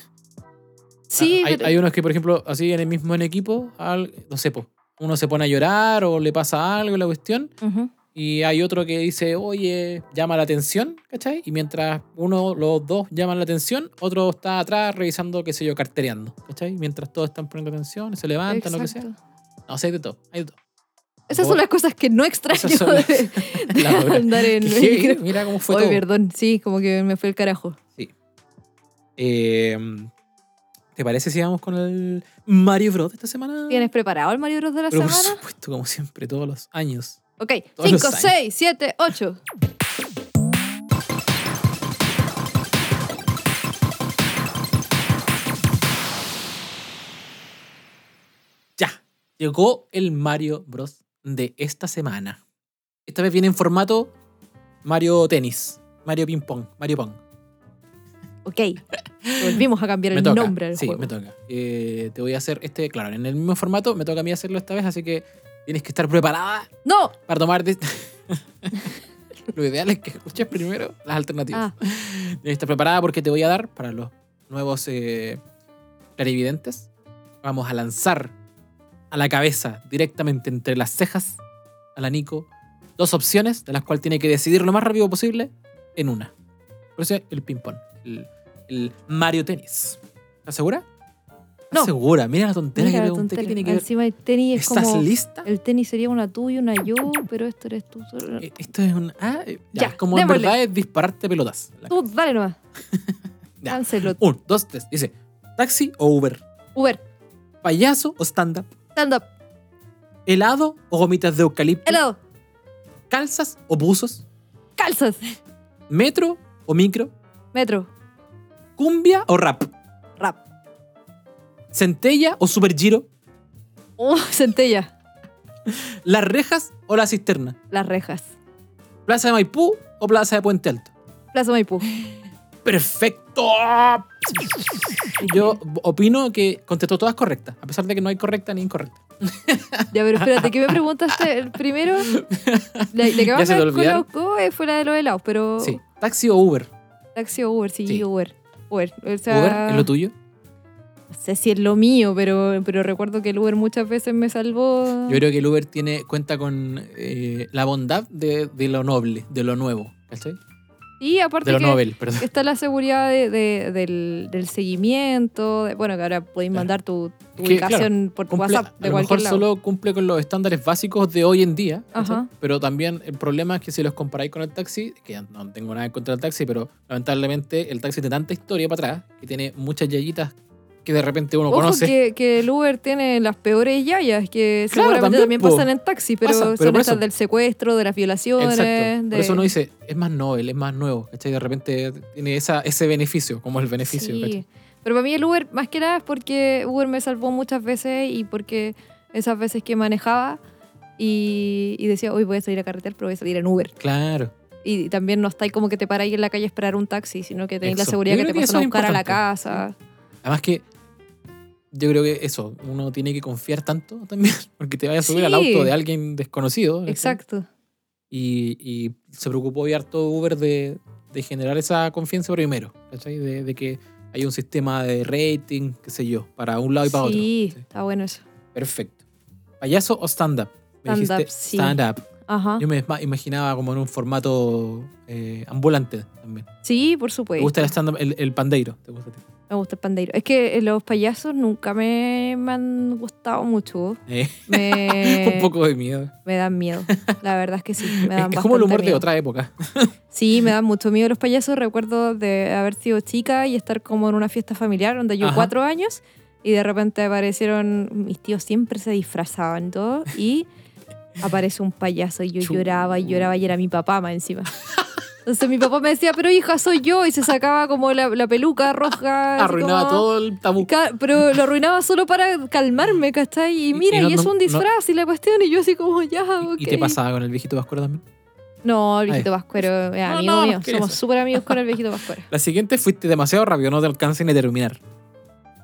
S1: Sí,
S2: Ah, hay,
S1: pero-
S2: hay unos que, por ejemplo, así en el mismo en equipo, al- no sé, po, uno se pone a llorar o le pasa algo la cuestión,
S1: Ujú.
S2: y hay otro que dice, oye, llama la atención, ¿cachai? Y mientras uno, los dos llaman la atención, otro está atrás revisando, qué sé yo, cartereando, ¿cachai? Mientras todos están poniendo atención, se levantan, lo que sea.
S1: Exacto.
S2: No, o sea, hay de todo, hay de
S1: *laughs*
S2: todo.
S1: Esas son las cosas que no extraño
S2: Esas son las-
S1: de, *laughs* de
S2: La verdad.
S1: andar en
S2: *laughs* Qué
S1: el
S2: heavy,
S1: micro.
S2: mira cómo fue
S1: Ay,
S2: todo.
S1: perdón, sí, como que me fue el carajo.
S2: Eh, ¿Te parece si vamos con el Mario Bros de esta semana?
S1: ¿Tienes preparado el Mario Bros de la
S2: Pero por
S1: semana?
S2: supuesto, como siempre, todos los años.
S1: Ok,
S2: Todos
S1: 5,
S2: los años.
S1: 6, 7, 8.
S2: Ya, llegó el Mario Bros. de esta semana. Esta vez viene en formato Mario Tenis, Mario Ping Pong, Mario Pong.
S1: Ok, volvimos a cambiar
S2: *laughs* Me
S1: el
S2: toca.
S1: nombre del
S2: sí,
S1: juego.
S2: me toca. Eh, te voy a hacer este, claro, en el mismo formato, me toca a mí hacerlo esta vez, así que tienes que estar preparada
S1: ¡No!
S2: para tomar... de- *laughs* Lo ideal es que escuches primero las alternativas.
S1: Ah,
S2: Está preparada porque te voy a dar para los nuevos eh, clarividentes. Vamos a lanzar a la cabeza directamente entre las cejas a la Nico dos opciones, de las cuales tiene que decidir lo más rápido posible en una. Por eso es el ping-pong, el, el Mario Tennis. ¿Estás segura?
S1: No.
S2: ¿Estás segura? Mira la tontera
S1: Mira
S2: que
S1: la
S2: pregunté. ¿Qué
S1: tontera.
S2: tiene que ver?
S1: Encima el tenis es
S2: Ah, ¿Estás
S1: como...
S2: lista?
S1: El tenis sería una tú y una yo, pero esto eres tú solo.
S2: Eh, Esto es un. Ah, eh, ya,
S1: Ya,
S2: es como en
S1: démosle.
S2: verdad es dispararte pelotas. La-
S1: Tú, dale nomás.
S2: *laughs* Ya.
S1: Cancelo.
S2: Un, dos, tres. Dice: ¿taxi o Uber?
S1: Uber,
S2: ¿Payaso o stand-up?
S1: stand-up,
S2: ¿Helado o gomitas de eucalipto?
S1: helado,
S2: ¿Calzas o buzos?
S1: calzas,
S2: ¿Metro o micro?
S1: metro,
S2: ¿Cumbia o rap?
S1: rap.
S2: ¿Centella o supergiro?
S1: Oh, *laughs* centella,
S2: ¿Las rejas o la cisterna?
S1: las rejas.
S2: ¿Plaza de Maipú o Plaza de Puente Alto?
S1: Plaza Maipú.
S2: ¡Perfecto! Yo opino que contestó todas correctas, a pesar de que no hay correcta ni incorrecta.
S1: Ya, pero espérate,
S2: *laughs*
S1: ¿qué me preguntaste? El primero, la, la que
S2: Ya
S1: más
S2: se
S1: me
S2: te olvidaron.
S1: descolocó eh, fue la de los helados, pero
S2: Sí. ¿Taxi o Uber?
S1: taxi o Uber, sí,
S2: Sí.
S1: Uber. Uber, o sea,
S2: ¿Uber es lo tuyo?
S1: No sé si es lo mío, pero, pero recuerdo que el Uber muchas veces me salvó.
S2: Yo creo que el Uber tiene, cuenta con eh, la bondad de, de lo noble, de lo nuevo, ¿cachai?
S1: y aparte
S2: De lo
S1: que
S2: novel, perdón.
S1: está la seguridad de- de- del, del seguimiento, de- bueno, que ahora podéis
S2: Claro.
S1: mandar tu, tu
S2: Que, claro,
S1: ubicación por
S2: Cumple-
S1: WhatsApp
S2: a
S1: de
S2: lo
S1: cualquier
S2: mejor
S1: lado.
S2: solo cumple con los estándares básicos de hoy en día, ¿cachai?
S1: Ajá.
S2: pero también el problema es que si los comparáis con el taxi, que ya no tengo nada en contra del taxi, pero lamentablemente el taxi tiene tanta historia para atrás que tiene muchas yayitas que de repente uno
S1: Ojo
S2: conoce.
S1: que, que el Uber tiene las peores yayas que
S2: Claro,
S1: seguramente también,
S2: también, po.
S1: pasan en taxi, pero,
S2: Pasa, pero
S1: son
S2: por
S1: estas
S2: eso.
S1: del secuestro, de las violaciones.
S2: Exacto.
S1: de-
S2: Por eso uno dice, es más novel, es más nuevo, ¿cachai? De repente tiene esa, ese beneficio, como el beneficio.
S1: Sí.
S2: ¿cachai?
S1: Pero para mí el Uber, más que nada, es porque Uber me salvó muchas veces y porque esas veces que manejaba y, y decía, hoy voy a salir a carretera, pero voy a salir en Uber.
S2: Claro.
S1: Y también no está ahí como que te paráis en la calle a esperar un taxi, sino que tenéis la
S2: Eso.
S1: seguridad
S2: Yo
S1: que te
S2: creo que
S1: pasan a
S2: eso es
S1: buscar a la
S2: importante.
S1: casa.
S2: Además que yo creo que eso, uno tiene que confiar tanto también, *laughs* porque te vaya a subir al
S1: Sí.
S2: auto de alguien desconocido. ¿cachai?
S1: Exacto.
S2: Y, y se preocupó y harto Uber de, de generar esa confianza primero, ¿cachai? De, de que hay un sistema de rating, qué sé yo, para un lado y para
S1: Sí,
S2: otro. Sí.
S1: está bueno eso.
S2: Perfecto. ¿Payaso o stand-up? Me
S1: Stand-up,
S2: dijiste
S1: sí.
S2: stand-up.
S1: Ajá.
S2: Yo me desma- imaginaba como en un formato eh, ambulante también.
S1: Sí, por
S2: ¿Te
S1: supuesto.
S2: gusta el stand-up, el, el pandeiro? ¿Te gusta a ti?
S1: Me gusta el pandeiro. Es que eh, los payasos nunca me, me han gustado mucho.
S2: Eh, *laughs*
S1: Me,
S2: un poco de miedo.
S1: me dan miedo. La verdad es que sí. Me
S2: Es,
S1: dan
S2: es como el
S1: bastante
S2: humor de
S1: miedo.
S2: otra época.
S1: Sí, me dan mucho miedo los payasos. Recuerdo de haber sido chica y estar como en una fiesta familiar donde yo
S2: Ajá.
S1: cuatro años y de repente aparecieron, mis tíos siempre se disfrazaban todo y aparece un payaso y yo
S2: Chu.
S1: lloraba y lloraba y era mi papá más encima. Entonces mi papá me decía, pero hija, soy yo y se sacaba como la, la peluca roja. así
S2: Arruinaba
S1: como-
S2: todo el tabú.
S1: Ca- Pero lo arruinaba solo para calmarme, ¿cachai?
S2: Y-
S1: Y mira,
S2: y
S1: y,
S2: no-
S1: es
S2: no-
S1: un
S2: no-
S1: disfraz y la cuestión, y yo así como, ya, ok.
S2: ¿Y- ¿Y te pasaba con el viejito Vascuero también?
S1: No, el viejito Pascuero es
S2: No,
S1: amigo
S2: no,
S1: mío.
S2: ¿qué
S1: Somos
S2: es?
S1: súper amigos con el viejito Pascuero.
S2: La siguiente fuiste demasiado rápido, no te alcanza ni a terminar.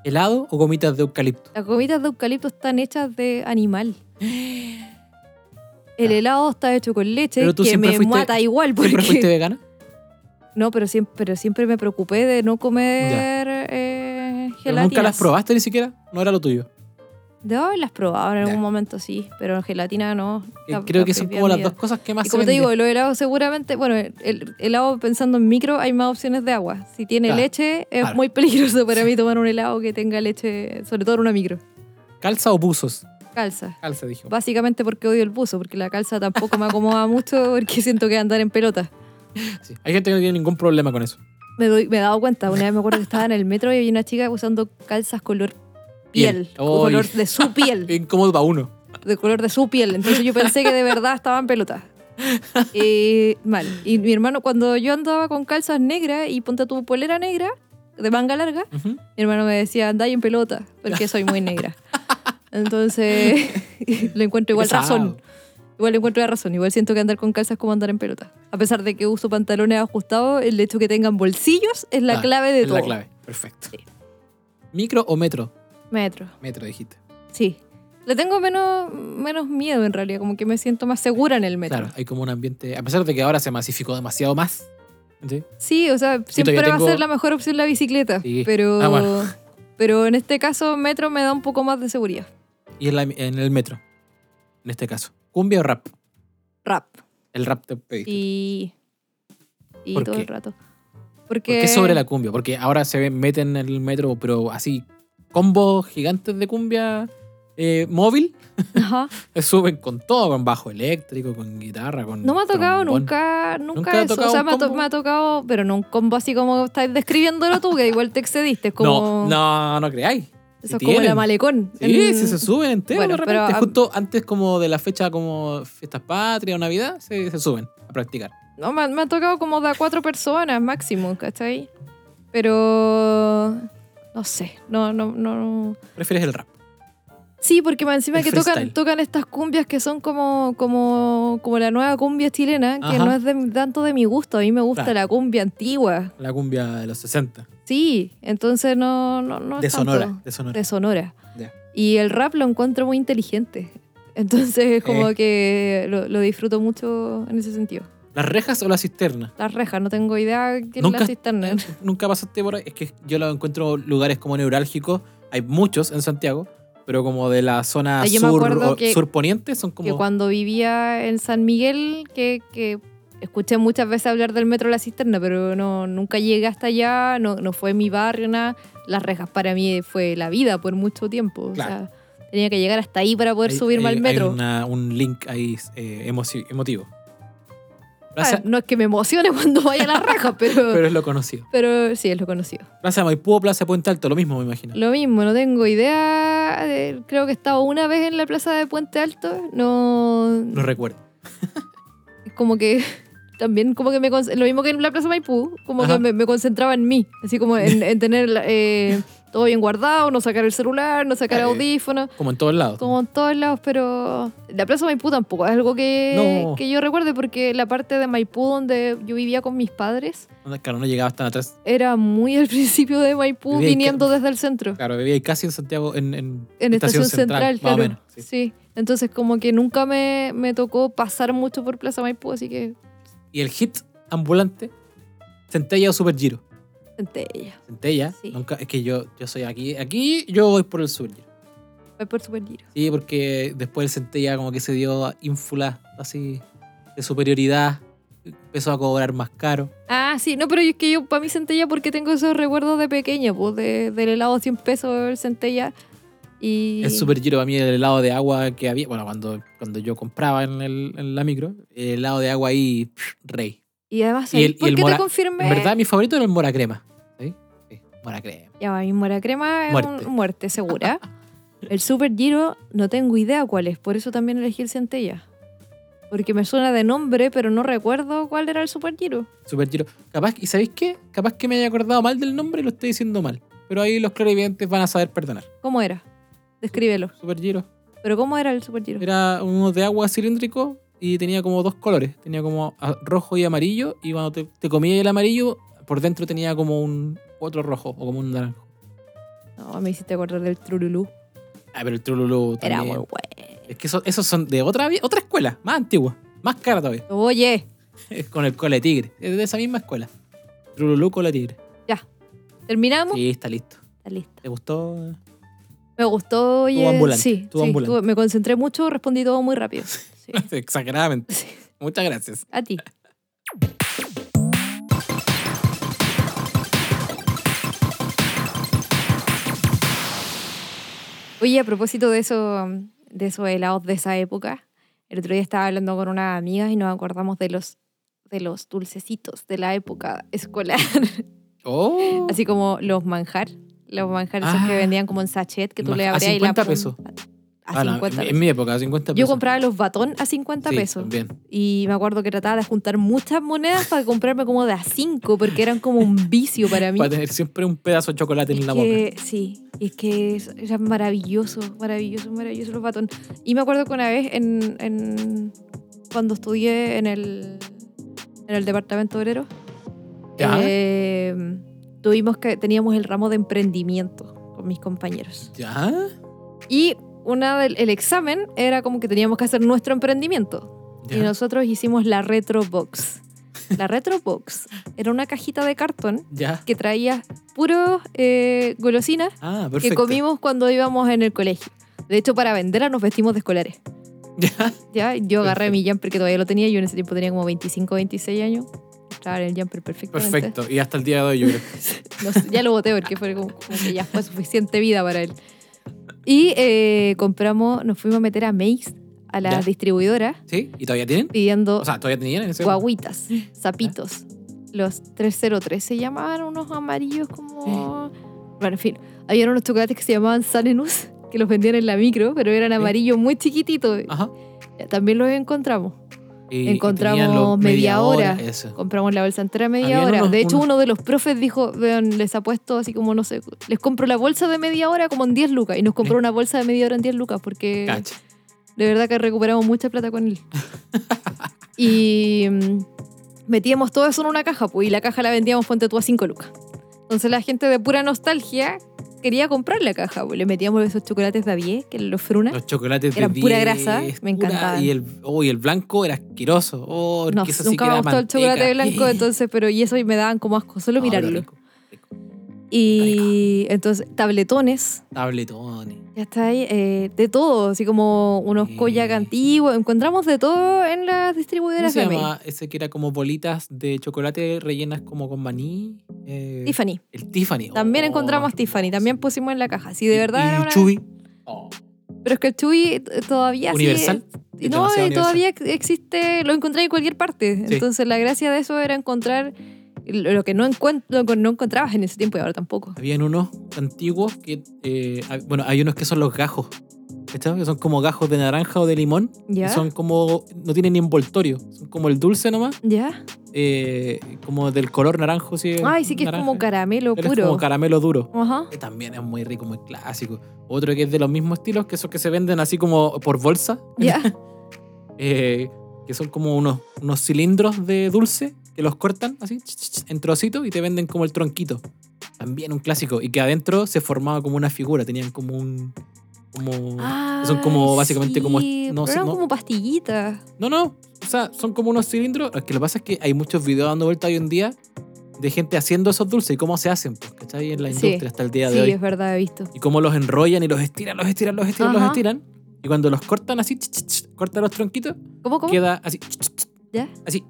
S2: ¿Helado o gomitas de eucalipto?
S1: Las gomitas de eucalipto están hechas de animal. El helado está hecho con leche,
S2: Pero tú
S1: que
S2: siempre
S1: me
S2: fuiste-
S1: mata igual porque...
S2: ¿Siempre fuiste vegana?
S1: *laughs* No, pero siempre, pero siempre me preocupé de no comer eh,
S2: Pero
S1: gelatinas.
S2: nunca las probaste ni siquiera, no era lo tuyo. Eh,
S1: No, las probaba en algún
S2: Ya.
S1: momento, sí, pero gelatina no.
S2: Eh,
S1: La-
S2: Creo
S1: la
S2: que son
S1: prohibí a
S2: como
S1: mi
S2: las
S1: edad.
S2: dos cosas que más
S1: Y
S2: se
S1: como te
S2: venden.
S1: digo, los helados seguramente, bueno, el, el helado pensando en micro, hay más opciones de agua. Si tiene
S2: Claro.
S1: leche, es
S2: Claro.
S1: muy peligroso para mí tomar un helado que tenga leche, sobre todo en una micro.
S2: ¿Calza o buzos?
S1: Calza.
S2: Calza, dije.
S1: Básicamente porque odio el buzo, porque la calza tampoco me
S2: *laughs*
S1: acomoda mucho porque siento que andar en pelota.
S2: Sí. Hay gente que no tiene ningún problema con eso.
S1: Me, doy, me he dado cuenta, una vez me acuerdo que estaba en el metro y había una chica usando calzas color piel,
S2: Piel.
S1: o color
S2: Oy.
S1: de su piel,
S2: Incómodo para uno.
S1: de color de su piel. Entonces yo pensé que de verdad estaba en pelota. Y mal. Y mi hermano, cuando yo andaba con calzas negras y ponte tu polera negra, de manga larga,
S2: Ujú.
S1: mi hermano me decía, andá en pelota, porque soy muy negra. Entonces, *laughs* le encuentro igual
S2: Pesado.
S1: razón. Igual le encuentro la razón. Igual siento que andar con calzas es como andar en pelota. A pesar de que uso pantalones ajustados, el hecho que tengan bolsillos es la
S2: Ah,
S1: clave de
S2: Es
S1: todo.
S2: la clave. Perfecto.
S1: Sí.
S2: ¿Micro o metro?
S1: Metro.
S2: Metro, dijiste.
S1: Sí. Le tengo menos, menos miedo en realidad, como que me siento más segura en el metro.
S2: Claro, hay como un ambiente. A pesar de que ahora se masificó demasiado más. ¿sí?
S1: Sí, o sea, siempre va
S2: todavía
S1: a
S2: tengo-
S1: ser la mejor opción la bicicleta.
S2: Sí.
S1: Pero,
S2: Ah, bueno.
S1: pero en este caso, metro me da un poco más de seguridad.
S2: Y en, la- en el metro, en este caso. ¿Cumbia o rap?
S1: Rap.
S2: El rap te pediste.
S1: Y, y
S2: ¿Por
S1: todo
S2: qué?
S1: el rato.
S2: ¿Por
S1: Porque,
S2: qué sobre la cumbia? Porque ahora se ven- meten en el metro, pero así, combos gigantes de cumbia eh, móvil.
S1: *laughs*
S2: *laughs*
S1: Ajá.
S2: eh, Suben con todo, con bajo eléctrico, con guitarra, con.
S1: No me ha tocado
S2: trombón.
S1: nunca, nunca,
S2: ¿Nunca te ha
S1: eso.
S2: tocado
S1: o sea,
S2: un
S1: me ha, to-
S2: combo?
S1: me ha tocado, pero no un combo así como estás describiéndolo tú, que igual te excediste. es Como,
S2: No, no, no creáis.
S1: Eso es
S2: sí
S1: como la
S2: tienen.
S1: malecón.
S2: Sí,
S1: En-
S2: sí, se suben enteros
S1: Bueno,
S2: de repente.
S1: pero, ah,
S2: Justo antes como de la fecha como fiestas patrias o Navidad, se, se suben a practicar.
S1: No, me, han- me han tocado como de a cuatro personas máximo, ¿cachai? Pero. No sé, no, no, no. no.
S2: ¿Prefieres el rap?
S1: Sí, porque más encima
S2: El
S1: que tocan,
S2: freestyle.
S1: tocan estas cumbias que son como, como, como la nueva cumbia chilena, que
S2: Ajá. Ah.
S1: no es de- tanto de mi gusto. A mí me gusta
S2: Claro.
S1: la cumbia antigua.
S2: La cumbia de los 60.
S1: Sí, entonces no. no, no es
S2: de,
S1: tanto.
S2: Sonora, de Sonora.
S1: de Sonora.
S2: Ya.
S1: Y el rap lo encuentro muy inteligente. *laughs* Entonces, como
S2: Eh.
S1: que lo, lo disfruto mucho en ese sentido.
S2: ¿Las rejas o la cisterna?
S1: Las rejas, no tengo idea qué es
S2: Nunca-
S1: la cisterna.
S2: Nunca pasaste por ahí. Es que yo lo encuentro lugares como neurálgicos. Hay muchos en Santiago, pero como de la zona
S1: Ah, yo me
S2: sur,
S1: acuerdo
S2: o-
S1: que-
S2: surponiente son
S1: Que
S2: como...
S1: cuando vivía en San Miguel, que, que escuché muchas veces hablar del metro La Cisterna, pero no, nunca llegué hasta allá, no, no fue mi barrio, nada. Las rejas para mí fue la vida por mucho tiempo. o
S2: Claro.
S1: sea, tenía que llegar hasta ahí para poder
S2: hay-
S1: subirme
S2: hay-
S1: al metro.
S2: Hay una- un link ahí eh, emoci- emotivo.
S1: Ah,
S2: Plaza-
S1: no es que me emocione *laughs* cuando vaya a las rejas, pero,
S2: Pero es lo conocido.
S1: pero sí, es lo conocido.
S2: Plaza Maipú o Plaza Puente Alto, lo mismo me imagino.
S1: Lo mismo, no tengo idea. eh, Creo que he estado una vez en la plaza de Puente Alto. No.
S2: No recuerdo.
S1: es Como que. *laughs* También, como que me. con- Lo mismo que en la plaza Maipú. Como
S2: Ajá.
S1: que me, me concentraba en mí. Así como en, en tener eh, todo bien guardado, no sacar el celular, no sacar
S2: Eh,
S1: audífonos.
S2: Como en todos lados.
S1: Como en todos lados, pero. La plaza Maipú tampoco es algo que,
S2: No.
S1: que yo recuerde, porque la parte de Maipú donde yo vivía con mis padres
S2: Claro, no llegabas tan atrás.
S1: era muy al *laughs* principio de Maipú,
S2: Vivía en ca-
S1: viniendo desde el centro.
S2: Claro, vivía ahí casi en Santiago, en, en
S1: en Estación, Central,
S2: más o
S1: claro.
S2: menos, sí.
S1: sí. entonces como que nunca me, me tocó pasar mucho por Plaza Maipú, así que
S2: Y el hit ambulante, Centella o Super Giro.
S1: centella.
S2: Centella,
S1: Sí.
S2: nunca, es que yo, yo soy aquí, aquí yo voy por el Super Giro.
S1: Voy por Super Giro.
S2: Sí, porque después el Centella como que se dio ínfula así de superioridad, empezó a cobrar más caro.
S1: Ah, sí, no, pero es que yo para mí centella porque tengo esos recuerdos de pequeña, pues de- del helado 100 pesos el centella y
S2: El Super Giro para mí el helado de agua que había, bueno, cuando, cuando yo compraba en, el- en la micro, el helado de agua ahí, pff, rey.
S1: y además
S2: y el- y
S1: ¿por
S2: el
S1: qué
S2: mora-
S1: te confirmé?
S2: En verdad, mi favorito era el mora crema. ¿Sí? Sí, mora crema.
S1: Ya, mi mora crema es
S2: Muerte.
S1: muerte, muerte
S2: *laughs*
S1: segura. el Super Giro no tengo idea cuál es, por eso también elegí el centella. Porque me suena de nombre, pero no recuerdo cuál era el Super Giro.
S2: Super Giro. Capaz, ¿Y sabéis qué? Capaz que me haya acordado mal del nombre y lo estoy diciendo mal. Pero ahí los clarividentes van a saber perdonar.
S1: ¿Cómo era? Descríbelo.
S2: Super Giro.
S1: ¿Pero cómo era el Super Giro?
S2: Era uno de agua cilíndrico y tenía como dos colores. Tenía como a- rojo y amarillo. Y cuando te, te comías el amarillo, por dentro tenía como un otro rojo o como un naranjo.
S1: No, me hiciste acordar del Trululú.
S2: Ah, pero el trululú
S1: Era
S2: también.
S1: muy bueno.
S2: Es que esos, esos son de otra, vi- otra escuela, más antigua, más cara todavía. *laughs*
S1: Oye,
S2: Con el cola de tigre. Es de esa misma escuela. Trululú cola de tigre.
S1: ¿terminamos?
S2: Sí, está listo.
S1: Está listo.
S2: ¿Te *laughs* gustó?
S1: Me gustó, oye.
S2: ambulante,
S1: Sí,
S2: estuvo
S1: sí,
S2: ambulante.
S1: estuvo- me concentré mucho, respondí todo muy rápido.
S2: *laughs*
S1: Sí.
S2: Exageradamente.
S1: Sí.
S2: Muchas gracias.
S1: A ti. Oye, a propósito de eso, de esos helados de esa época, el otro día estaba hablando con unas amigas y nos acordamos de los, de los dulcecitos de la época escolar, *laughs*
S2: Oh.
S1: así como los manjar, los manjar esos que
S2: Ah.
S1: vendían como en sachet que tú
S2: Manjar-
S1: le
S2: a
S1: abrías y
S2: 50
S1: la pum-
S2: pesos. Ah,
S1: A, 50
S2: en,
S1: pesos.
S2: en mi época, a 50
S1: Yo
S2: pesos.
S1: compraba los batón a 50
S2: Sí,
S1: pesos.
S2: También.
S1: Y me acuerdo que trataba de juntar muchas monedas para comprarme como de a cinco, porque eran como un vicio para mí.
S2: *laughs* Para tener siempre un pedazo de chocolate en
S1: Es
S2: la boca.
S1: que, sí, y es que es- eran maravillosos, maravillosos, maravillosos los batones. Y me acuerdo que una vez en, en- cuando estudié en el, en el departamento obrero,
S2: Ya.
S1: eh, tuvimos que, teníamos el ramo de emprendimiento con mis compañeros.
S2: ¿Ya?
S1: Y una del, el examen era como que teníamos que hacer nuestro emprendimiento.
S2: ¿Ya?
S1: Y nosotros hicimos la Retrobox. La Retrobox era una cajita de cartón
S2: ¿Ya?
S1: que traía puros eh, golosinas
S2: Ah,
S1: que
S2: perfecto.
S1: comimos cuando íbamos en el colegio. De hecho, para venderla nos vestimos de escolares.
S2: *laughs* Ya.
S1: Ya, yo agarré
S2: Perfecto.
S1: mi jumper que todavía lo tenía. Yo en ese tiempo tenía como 25, 26 años. Estaba en el jumper perfectamente.
S2: Perfecto. Y hasta el día de hoy, yo creo.
S1: No sé, ya lo boté porque fue como, como que ya fue suficiente vida para él. Y eh, compramos, nos fuimos a meter a Mace, a la
S2: Ya.
S1: distribuidora,
S2: ¿Sí? ¿Y todavía tienen?
S1: pidiendo
S2: O sea, todavía tenían en ese momento? *laughs*
S1: guaguitas, sapitos. Los 303 se llamaban unos amarillos como... Bueno, en fin, había unos chocolates que se llamaban Sanenus, que los vendían en la micro, pero eran amarillos muy chiquititos.
S2: Ajá.
S1: También los encontramos.
S2: Y- y
S1: Encontramos
S2: tenían los
S1: media hora.
S2: Eso.
S1: Compramos la bolsa entera a media
S2: Habían
S1: hora.
S2: unos-
S1: de hecho,
S2: unos-
S1: uno de los profes dijo, vean, les ha puesto así como, no sé, les compro la bolsa de media hora como en 10 lucas. Y nos compró
S2: Sí.
S1: una bolsa de media hora en 10 lucas porque
S2: Cacha.
S1: de verdad que recuperamos mucha plata con él. y mm, metíamos todo eso en una caja, pues, y la caja la vendíamos, ponte tú, a 5 lucas. Entonces la gente de pura nostalgia quería comprar la caja, pues. Le metíamos esos chocolates de a 10, que eran los frunas.
S2: Los chocolates de
S1: Eran pura
S2: 10,
S1: grasa, me
S2: pura-
S1: encantaban.
S2: Y el, oh, y el blanco era asqueroso. Oh,
S1: No,
S2: que eso sí
S1: nunca
S2: que
S1: me
S2: era
S1: gustó el chocolate
S2: manteca. *laughs*
S1: blanco, entonces, pero y eso me daban como asco, solo
S2: No, pero
S1: mirarlo.
S2: rico.
S1: Y entonces, tabletones,
S2: Tabletones.
S1: ya está ahí, eh, de todo, así como unos
S2: Sí.
S1: koyak antiguos, encontramos de todo en las
S2: ¿Cómo
S1: distribuidoras
S2: se
S1: de Amey.
S2: llama ese que era como bolitas de chocolate rellenas como con maní? Eh,
S1: Tiffany,
S2: El Tiffany.
S1: también
S2: Oh,
S1: encontramos
S2: hermoso.
S1: Tiffany, también pusimos en la caja, sí, de
S2: Y-
S1: verdad
S2: y
S1: era una-
S2: Chubby. Oh,
S1: Pero es que el Chuy eh, todavía sigue-
S2: universal.
S1: Y
S2: Es
S1: no,
S2: demasiado
S1: y todavía existe, lo encontré en cualquier parte.
S2: Sí.
S1: Entonces la gracia de eso era encontrar lo lo que no, encuent- lo que no encontrabas en ese tiempo y ahora tampoco.
S2: Habían unos antiguos que. eh, hay- bueno, hay unos que son los gajos. ¿cachai? Que son como gajos de naranja o de limón.
S1: ¿Ya?
S2: Y son como. No tienen ni envoltorio. Son como el dulce nomás.
S1: ¿Ya?
S2: eh, como del color naranjo. Sí,
S1: Ay, sí que es
S2: naranja.
S1: como caramelo
S2: Pero Es como
S1: puro.
S2: caramelo duro.
S1: Ajá.
S2: Que también es muy rico, muy clásico. Otro que es de los mismos estilos, que esos que se venden así como por bolsa.
S1: ¿Ya?
S2: eh, que son como unos, unos cilindros de dulce que los cortan así ch, ch, ch, en trocitos y te venden como el tronquito. También un clásico. Y que adentro se formaba como una figura, tenían como un. Como, *laughs*
S1: Ah.
S2: son como
S1: Ay,
S2: básicamente como.
S1: sí,
S2: No,
S1: pero
S2: sé,
S1: eran
S2: no,
S1: como pastillitas.
S2: no, no. O sea, son como unos cilindros. Lo que lo que pasa es que hay muchos videos dando vuelta hoy en día de gente haciendo esos dulces y cómo se hacen, pues, ¿cachai? En la
S1: Sí.
S2: industria hasta el día de
S1: Sí,
S2: hoy
S1: es verdad, he visto.
S2: y cómo los enrollan y los estiran, los estiran, los estiran,
S1: Ajá.
S2: los estiran. Y cuando los cortan así, ch, ch, ch, cortan los tronquitos,
S1: ¿Cómo, cómo? *laughs*
S2: queda así. ch, ch, ch,
S1: ¿Ya?
S2: Así.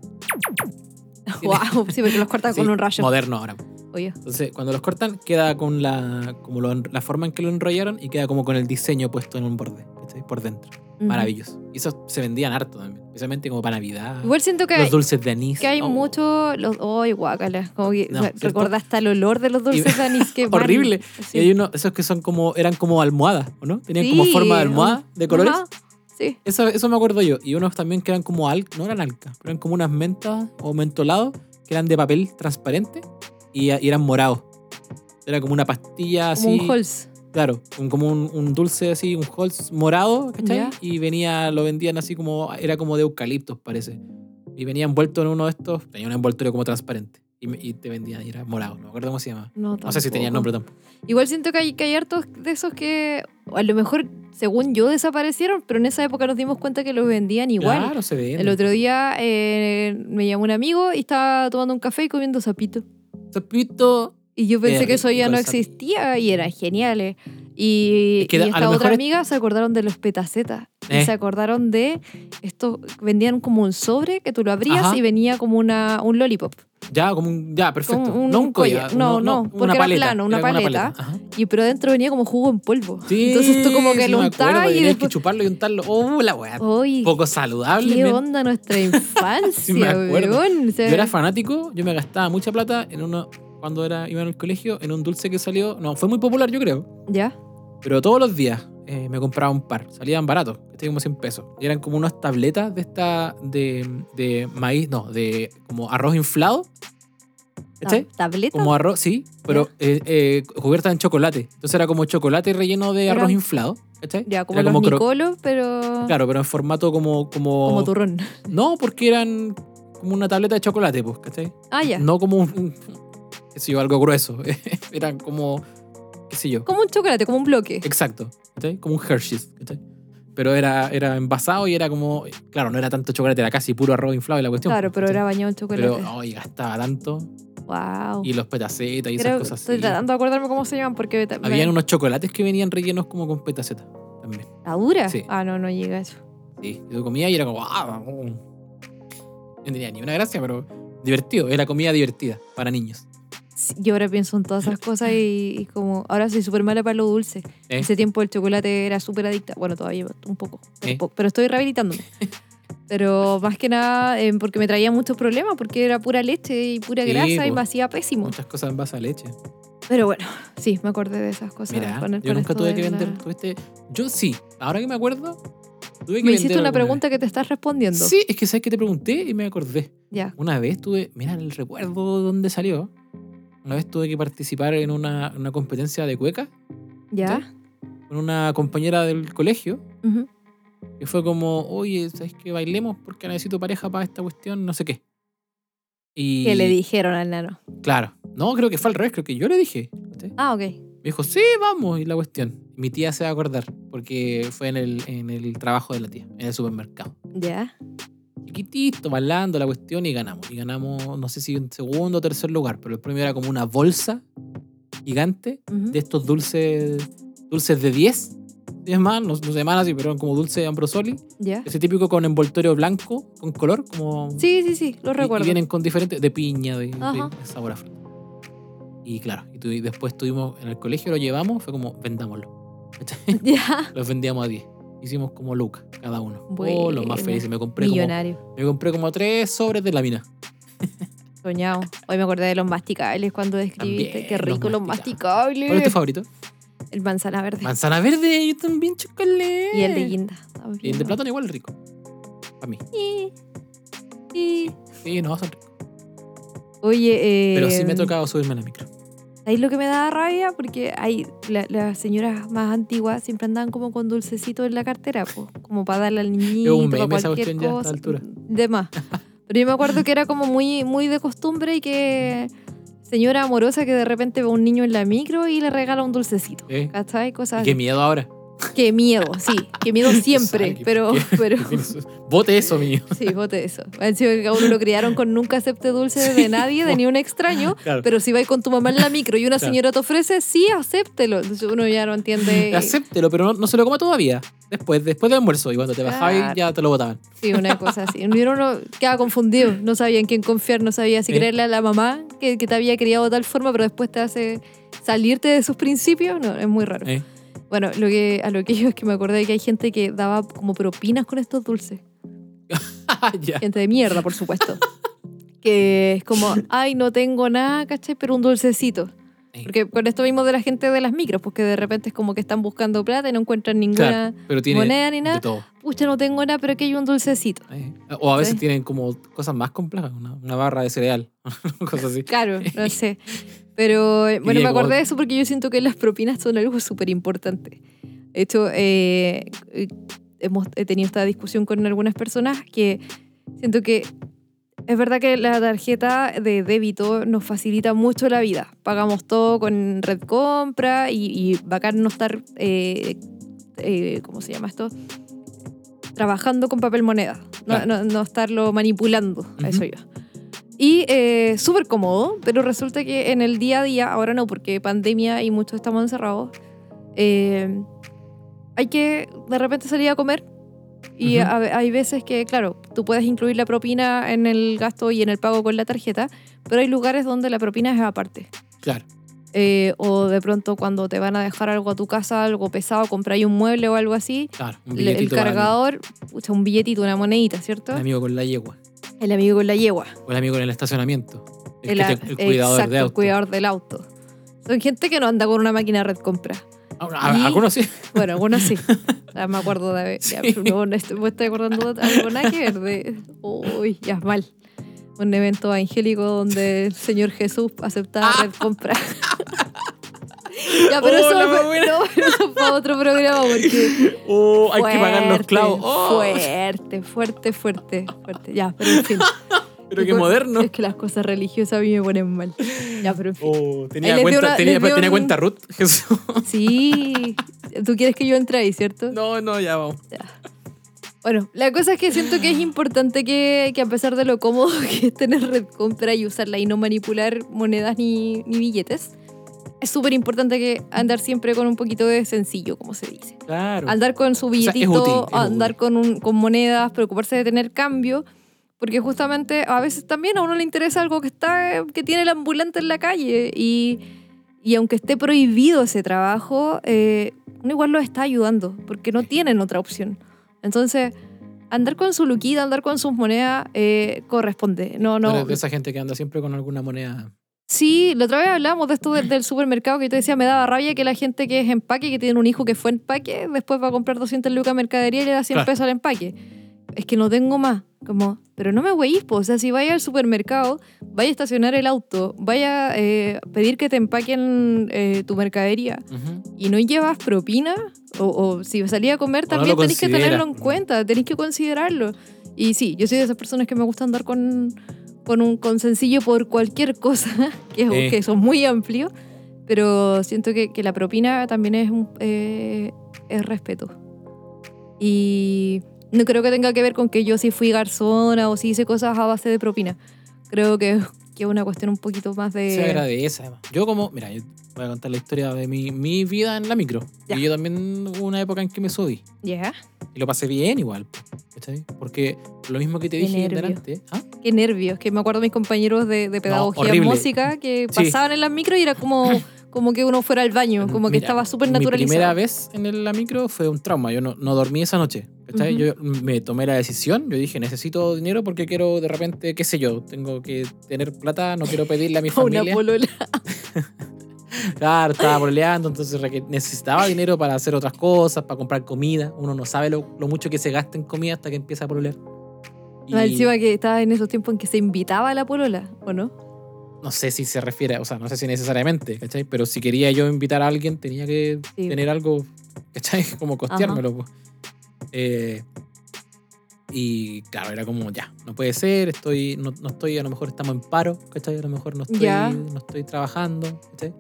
S1: Wow, sí, porque los cortan
S2: así,
S1: con un rayo.
S2: Moderno ahora.
S1: Oye,
S2: Entonces, cuando los cortan, queda con la, como lo en- la forma en que lo enrollaron y queda como con el diseño puesto en un borde, ¿cachai? Por dentro.
S1: ujú.
S2: Maravilloso. Y esos se vendían harto también, especialmente como para Navidad.
S1: Igual siento que,
S2: los dulces de anís.
S1: que hay
S2: Oh,
S1: mucho. Los, ¡Ay, guácala! Como que
S2: No,
S1: me-
S2: ¿cierto?
S1: recordé hasta el olor de los dulces de anís. Que van-
S2: *laughs* Horrible.
S1: Sí.
S2: Y hay unos, esos que son como, eran como almohadas, ¿o no? Tenían como
S1: Sí,
S2: forma de almohada, de colores.
S1: Ajá, Sí.
S2: Eso, eso me acuerdo yo. Y unos también que eran como al, no eran alca, pero eran como unas mentas o mentolados que eran de papel transparente y, y eran morados. Era como una pastilla así.
S1: Como un Halls.
S2: Claro, un- como un, un dulce así, un Holz morado, ¿cachai?
S1: Ya.
S2: Y venía, lo vendían así como, era como de eucaliptos, parece. Y venía envuelto en uno de estos, tenía un envoltorio como transparente. Y, me- y te vendían, y era morado, no me acuerdo cómo se llamaba.
S1: No,
S2: No sé si tenía
S1: tampoco.
S2: nombre tampoco.
S1: Igual siento que hay, que hay hartos de esos que a lo mejor, según yo, desaparecieron, pero en esa época nos dimos cuenta que los vendían igual.
S2: Claro, se venden.
S1: El otro día eh, me llamó un amigo y estaba tomando un café y comiendo sapito.
S2: Zapito.
S1: Y yo pensé
S2: Qué
S1: que eso ya
S2: rico
S1: no
S2: el sapito.
S1: existía y eran geniales. Y,
S2: Es que
S1: y
S2: a lo
S1: esta
S2: mejor
S1: otra
S2: es-
S1: amiga se acordaron de los petacetas. Y
S2: Eh.
S1: se acordaron de estos, vendían como un sobre que tú lo abrías
S2: Ajá.
S1: y venía como una, un lollipop.
S2: Ya, como un. Ya, perfecto.
S1: Como un-
S2: no
S1: un
S2: un collar.
S1: collar. No,
S2: uno-
S1: no, porque era plano, una
S2: como
S1: paleta.
S2: Ajá.
S1: Y pero dentro venía como jugo en polvo.
S2: Sí,
S1: Entonces tú como que
S2: sí
S1: lo
S2: me acuerdo,
S1: untabas y
S2: tenías que
S1: después...
S2: chuparlo y untarlo. ¡Oh, la weá!
S1: ¡Ay,
S2: Poco saludable.
S1: qué
S2: men.
S1: onda
S2: *laughs*
S1: nuestra infancia,
S2: Sí me acuerdo.
S1: weón! O sea,
S2: Yo era fanático, yo me gastaba mucha plata en uno. Cuando era, iba al colegio, en un dulce que salió. No, fue muy popular, yo creo.
S1: ¿Ya?
S2: Pero todos los días eh, me compraba un par. Salían baratos, que como 100 pesos. Y eran como unas tabletas de esta. de, de maíz, no, de como arroz inflado. ¿Cachai?
S1: Ta- ¿Tableta?
S2: Como arroz, sí, pero eh, eh, cubierta en chocolate. Entonces era como chocolate relleno de
S1: Era-
S2: arroz inflado. ¿cachai?
S1: Ya, como
S2: Era
S1: los
S2: cro-
S1: Nicolos, pero
S2: Claro, pero en formato como. como,
S1: como turrón.
S2: No, porque eran como una tableta de chocolate, pues, ¿cachai?
S1: Ah, ya.
S2: No como un. un- qué sé yo, algo grueso. *laughs* eran como. qué sé yo.
S1: Como un chocolate, como un bloque.
S2: Exacto. ¿cachai? Como un Hershey's, ¿cachai? Pero era, era envasado y era como. Claro, no era tanto chocolate, era casi puro arroz inflado y la cuestión.
S1: Claro, pero
S2: ¿cachai?
S1: era bañado en chocolate.
S2: Pero, ay, gastaba tanto.
S1: wow.
S2: Y los petacetas y
S1: Creo-
S2: esas cosas
S1: estoy
S2: así.
S1: tratando de acordarme cómo se llaman porque ta-
S2: Habían
S1: me-
S2: unos chocolates que venían rellenos como con petaceta también.
S1: la dura.
S2: Sí.
S1: Ah, no, no llega a eso.
S2: Sí, y tú comías y era como, ¡ah! mm". No tenía ni una gracia, pero divertido. Era comida divertida para niños.
S1: Sí, Yo ahora pienso en
S2: *laughs*
S1: todas esas cosas y, y como ahora soy súper mala para lo dulce.
S2: ¿Eh?
S1: Ese tiempo el chocolate era súper adicta. Bueno, todavía un poco, un
S2: ¿Eh?
S1: poco, pero estoy rehabilitándome.
S2: *laughs*
S1: Pero más que nada eh, porque me traía muchos problemas, porque era pura leche y pura
S2: Sí,
S1: grasa y
S2: pues.
S1: me hacía pésimo.
S2: Muchas cosas en base a leche.
S1: Pero bueno, sí, me acordé de esas cosas.
S2: Mira,
S1: con el-
S2: yo
S1: con
S2: nunca
S1: esto
S2: tuve
S1: de
S2: que
S1: la-
S2: vender. Tuviste... Yo sí, ahora que me acuerdo, tuve que
S1: Me
S2: vender
S1: hiciste una
S2: alguna vez.
S1: pregunta que te estás respondiendo.
S2: Sí, es que sabes que te pregunté y me acordé.
S1: Ya.
S2: Una vez tuve, mira el recuerdo de dónde salió. Una vez tuve que participar en una, una competencia de cueca
S1: ¿Ya?
S2: con una compañera del colegio.
S1: Ujú.
S2: Que fue como, oye, ¿sabes que bailemos? Porque necesito pareja para esta cuestión, no sé qué. Y,
S1: Que le dijeron al nano.
S2: Claro. No, creo que fue al revés, creo que yo le dije. ¿cachai?
S1: Ah, ok.
S2: Me dijo, sí, vamos, y la cuestión. Mi tía se va a acordar, porque fue en el, en el trabajo de la tía, en el supermercado.
S1: ¿Ya?
S2: Chiquitito, bailando la cuestión y ganamos. Y ganamos, no sé si en segundo o tercer lugar, pero el premio era como una bolsa gigante
S1: Ujú.
S2: de estos dulces, dulces de 10. 10 más, no, no se llaman así, pero eran como dulce de ambrosoli.
S1: ¿Ya?
S2: Ese típico con envoltorio blanco, con color, como...
S1: Sí, sí, sí, lo
S2: Y-
S1: recuerdo.
S2: Y vienen con diferentes, de piña, de, de
S1: Ajá.
S2: sabor a fruta. Y claro, y, tu- y después tuvimos, en el colegio lo llevamos, fue como, vendámoslo. ¿Cachai?
S1: *laughs* *laughs* Ya.
S2: Los vendíamos a 10. Hicimos como lucas cada uno.
S1: Buena.
S2: Oh, los más felices. Me compré, como,
S1: Millonario.
S2: me compré como tres sobres de lámina.
S1: Soñado. Hoy me acordé de los masticables cuando describiste.
S2: También
S1: Qué
S2: los
S1: rico los
S2: masticables. ¿Cuál es tu
S1: masticables.
S2: favorito?
S1: El manzana verde.
S2: Manzana verde, yo también chocolate.
S1: y el de guinda. también.
S2: Y el de plátano igual rico. Para mí.
S1: Sí. Sí.
S2: Sí, no, son ricos.
S1: Oye, eh,
S2: Pero sí me ha tocado subirme a la micro.
S1: ¿Sabéis lo que me da rabia? Porque hay, la- las señoras más antiguas siempre andaban como con dulcecito en la cartera, po, como para darle al niñito,
S2: un
S1: para
S2: meme esa
S1: cualquier
S2: cuestión ya a esta
S1: cosa.
S2: altura.
S1: De más. Pero yo me acuerdo que era como muy, muy de costumbre y que señora amorosa que de repente ve a un niño en la micro y le regala un dulcecito.
S2: Eh.
S1: ¿Cachai? Cosas
S2: Y qué
S1: así.
S2: miedo ahora.
S1: Qué miedo, sí. Qué
S2: *laughs*
S1: miedo siempre.
S2: Sabe,
S1: pero, *laughs*
S2: qué- *laughs*
S1: pero
S2: Bote eso, mío.
S1: sí, vote eso. Encima que a uno lo criaron con nunca acepte dulce de nadie,
S2: *laughs*
S1: de ni un extraño.
S2: Claro.
S1: Pero si vais con tu mamá en la micro y una
S2: Claro.
S1: señora te ofrece, sí, acéptelo. Entonces uno ya no entiende.
S2: Acéptelo, pero no, no se lo coma todavía. Después, después del almuerzo. Y cuando te bajabas
S1: Claro.
S2: ya te lo botaban.
S1: Sí, una cosa así. Y Uno no- queda confundido, no sabía en quién confiar, no sabía si
S2: Sí.
S1: creerle a la mamá que, que te había criado de tal forma, pero después te hace salirte de sus principios. No, es muy raro.
S2: Eh. *laughs*
S1: Bueno, lo que, a lo que yo es que me acordé que hay gente que daba como propinas con estos dulces.
S2: Ah, ya.
S1: Gente de mierda, por
S2: *laughs*
S1: supuesto. que es como, ay, no tengo nada, ¿cachai? Pero un dulcecito.
S2: Sí.
S1: Porque con esto mismo de la gente de las micros, porque de repente es como que están buscando plata y no encuentran ninguna.
S2: Claro, pero tiene
S1: moneda ni nada.
S2: de todo.
S1: Pucha, no tengo nada, pero aquí hay un dulcecito.
S2: Eh. O a veces
S1: Sí.
S2: tienen como cosas más complejas, una, una barra de cereal, *laughs* cosas así.
S1: Claro, no sé. Pero eh, bueno, me
S2: Diría como-
S1: acordé de eso porque yo siento que las propinas son algo súper importante. De hecho, eh, eh, hemos, he tenido esta discusión con algunas personas que siento que es verdad que la tarjeta de débito nos facilita mucho la vida. Pagamos todo con red compra y, y bacán no estar, eh, eh, ¿cómo se llama esto? Trabajando con papel moneda, no,
S2: Claro.
S1: no- no estarlo manipulando, a eso
S2: Ujú.
S1: yo. Y eh, súper cómodo, pero resulta que en el día a día, ahora no, porque pandemia y muchos estamos encerrados, eh, hay que de repente salir a comer. Y
S2: Ujú.
S1: a ve- hay veces que, claro, tú puedes incluir la propina en el gasto y en el pago con la tarjeta, pero hay lugares donde la propina es aparte.
S2: Claro.
S1: Eh, o de pronto cuando te van a dejar algo a tu casa, algo pesado, compráis un mueble o algo así,
S2: Claro, un
S1: le- el
S2: billetito para
S1: cargador, pucha, un billetito, una monedita, ¿cierto?
S2: el amigo con la yegua,
S1: El amigo con la yegua.
S2: o el amigo en el estacionamiento, el,
S1: El,
S2: que te- el cuidador
S1: exacto,
S2: de
S1: el
S2: auto.
S1: cuidador del auto. Son gente que no anda con una máquina red compra.
S2: Ah, a-
S1: Y-
S2: Algunos sí.
S1: Bueno, algunos sí. Ya me acuerdo de. ya,
S2: Sí.
S1: *laughs* no, no estoy, me estoy acordando de algo nada que ver de- Uy, ya es mal. Un evento angélico donde el Señor Jesús aceptaba red compra. *laughs* ya, pero,
S2: Ah. Oh,
S1: eso,
S2: la más
S1: fue,
S2: buena.
S1: *laughs* no, pero eso fue otro programa porque.
S2: *laughs* Oh, *laughs* hay que pagar los
S1: fuerte,
S2: clavos. Oh,
S1: Fuerte, fuerte, fuerte, fuerte. Ya, pero en fin.
S2: *laughs* pero
S1: Y
S2: qué
S1: con-
S2: moderno.
S1: Es que las cosas religiosas a mí me ponen mal. Ya, pero en fin.
S2: Oh,
S1: Ahí
S2: tenía,
S1: les dio
S2: cuenta,
S1: una-
S2: tenía,
S1: les dio
S2: tenía
S1: un-
S2: cuenta Ruth, *laughs* Jesús.
S1: Sí. Tú quieres que yo entre ahí, ¿cierto?
S2: Oh. No, no, ya vamos.
S1: Bueno, la cosa es que siento que es importante que, que a pesar de lo cómodo *laughs* que es tener red compra y usarla y no manipular monedas ni, ni billetes, es súper importante que andar siempre con un poquito de sencillo, como se dice.
S2: Claro.
S1: Andar con su
S2: sea, es
S1: billetito,
S2: útil, es
S1: andar
S2: útil.
S1: con, un- con monedas, preocuparse de tener cambio, porque justamente a veces también a uno le interesa algo que, está, que tiene el ambulante en la calle y, y aunque esté prohibido ese trabajo, eh, uno igual lo está ayudando, porque no tienen otra opción. Entonces, andar con su luquita, andar con sus monedas, eh, corresponde. No,
S2: Tú
S1: no,
S2: eres de esa gente que anda siempre con alguna moneda.
S1: Sí, la otra vez hablábamos de esto de- del supermercado que yo te decía, me daba rabia que la gente que es empaque, que tiene un hijo que fue empaque, después va a comprar 200 lucas de mercadería y le da 100
S2: Claro.
S1: pesos al empaque. Es que no tengo más. Como, pero no me güeyís, po. o sea, si vaya al supermercado, vaya a estacionar el auto, vaya eh, a pedir que te empaquen eh, tu mercadería y no llevas propina, o, o si salís a comer,
S2: no lo
S1: también tenés que
S2: consideras,
S1: tenerlo en
S2: ¿no?
S1: cuenta, tenés que considerarlo. Y sí, yo soy de esas personas que me gusta andar con, con un con sencillo por cualquier cosa, *laughs* que,
S2: Sí.
S1: que son muy amplios, pero siento que, que la propina también es, un- eh, es respeto. Y no creo que tenga que ver con que yo sí fui garzona o sí hice cosas a base de propina. Creo que que es una cuestión un poquito más de...
S2: Se agradece, además. Yo como, mira, yo voy a contar la historia de mi, mi vida en la micro.
S1: Ya.
S2: Y yo también hubo una época en que me subí.
S1: Ya.
S2: Y lo pasé bien igual. po, ¿cachai? Porque lo mismo que te
S1: Qué
S2: dije
S1: nervio.
S2: delante. ¿ah?
S1: Qué nervios, que me acuerdo de mis compañeros de, de pedagogía en
S2: horrible.
S1: música que
S2: Sí.
S1: pasaban en las micro y era
S2: *laughs*
S1: como, como que uno fuera al baño, como que
S2: Mira,
S1: estaba súper
S2: Mi primera
S1: naturalizado.
S2: vez en el- la micro fue un trauma. Yo no, no dormí esa noche. ¿cachai?
S1: Ujú.
S2: Yo me tomé la decisión. Yo dije, necesito dinero porque quiero de repente, qué sé yo, tengo que tener plata, no quiero pedirle a
S1: *laughs*
S2: mi
S1: Una
S2: familia.
S1: polola.
S2: *laughs* Claro, estaba boleando, entonces reque- necesitaba dinero para hacer otras cosas, para comprar comida. Uno no sabe lo, lo mucho que se gasta en comida hasta que empieza a bolear. Y
S1: Más Encima que estaba en esos tiempos en que se invitaba a la polola, ¿o no?
S2: no sé si se refiere, o sea, no sé si necesariamente, ¿cachai? Pero si quería yo invitar a alguien, tenía que
S1: Sí.
S2: tener algo, ¿cachai? *laughs* Como costeármelo. po. Eh, y claro, era como, ya, no puede ser, estoy, no, no estoy, a lo mejor estamos en paro, ¿cachai? A lo mejor no estoy,
S1: Ya.
S2: no estoy trabajando, ¿cachai?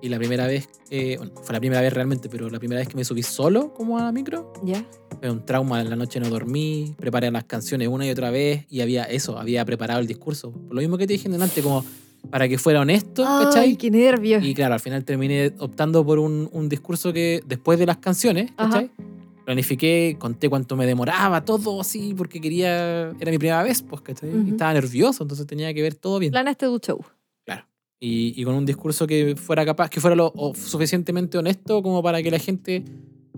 S2: Y la primera vez, eh, bueno, fue la primera vez realmente, pero la primera vez que me subí solo como a la micro,
S1: Ya.
S2: fue un trauma, en la noche no dormí, preparé las canciones una y otra vez y había eso, había preparado el discurso. Por lo mismo que te dije delante, como para que fuera honesto,
S1: Ay,
S2: ¿cachai?
S1: qué nervios.
S2: Y claro, al final terminé optando por un, un discurso que después de las canciones,
S1: Ajá.
S2: ¿cachai? Planifiqué, conté cuánto me demoraba, todo así, porque quería, era mi primera vez, pues, ¿cachai? Y
S1: Ujú.
S2: Estaba nervioso, entonces tenía que ver todo bien.
S1: Planaste este tu show.
S2: Y, y con un discurso que fuera capaz, que fuera lo o suficientemente honesto como para que la gente,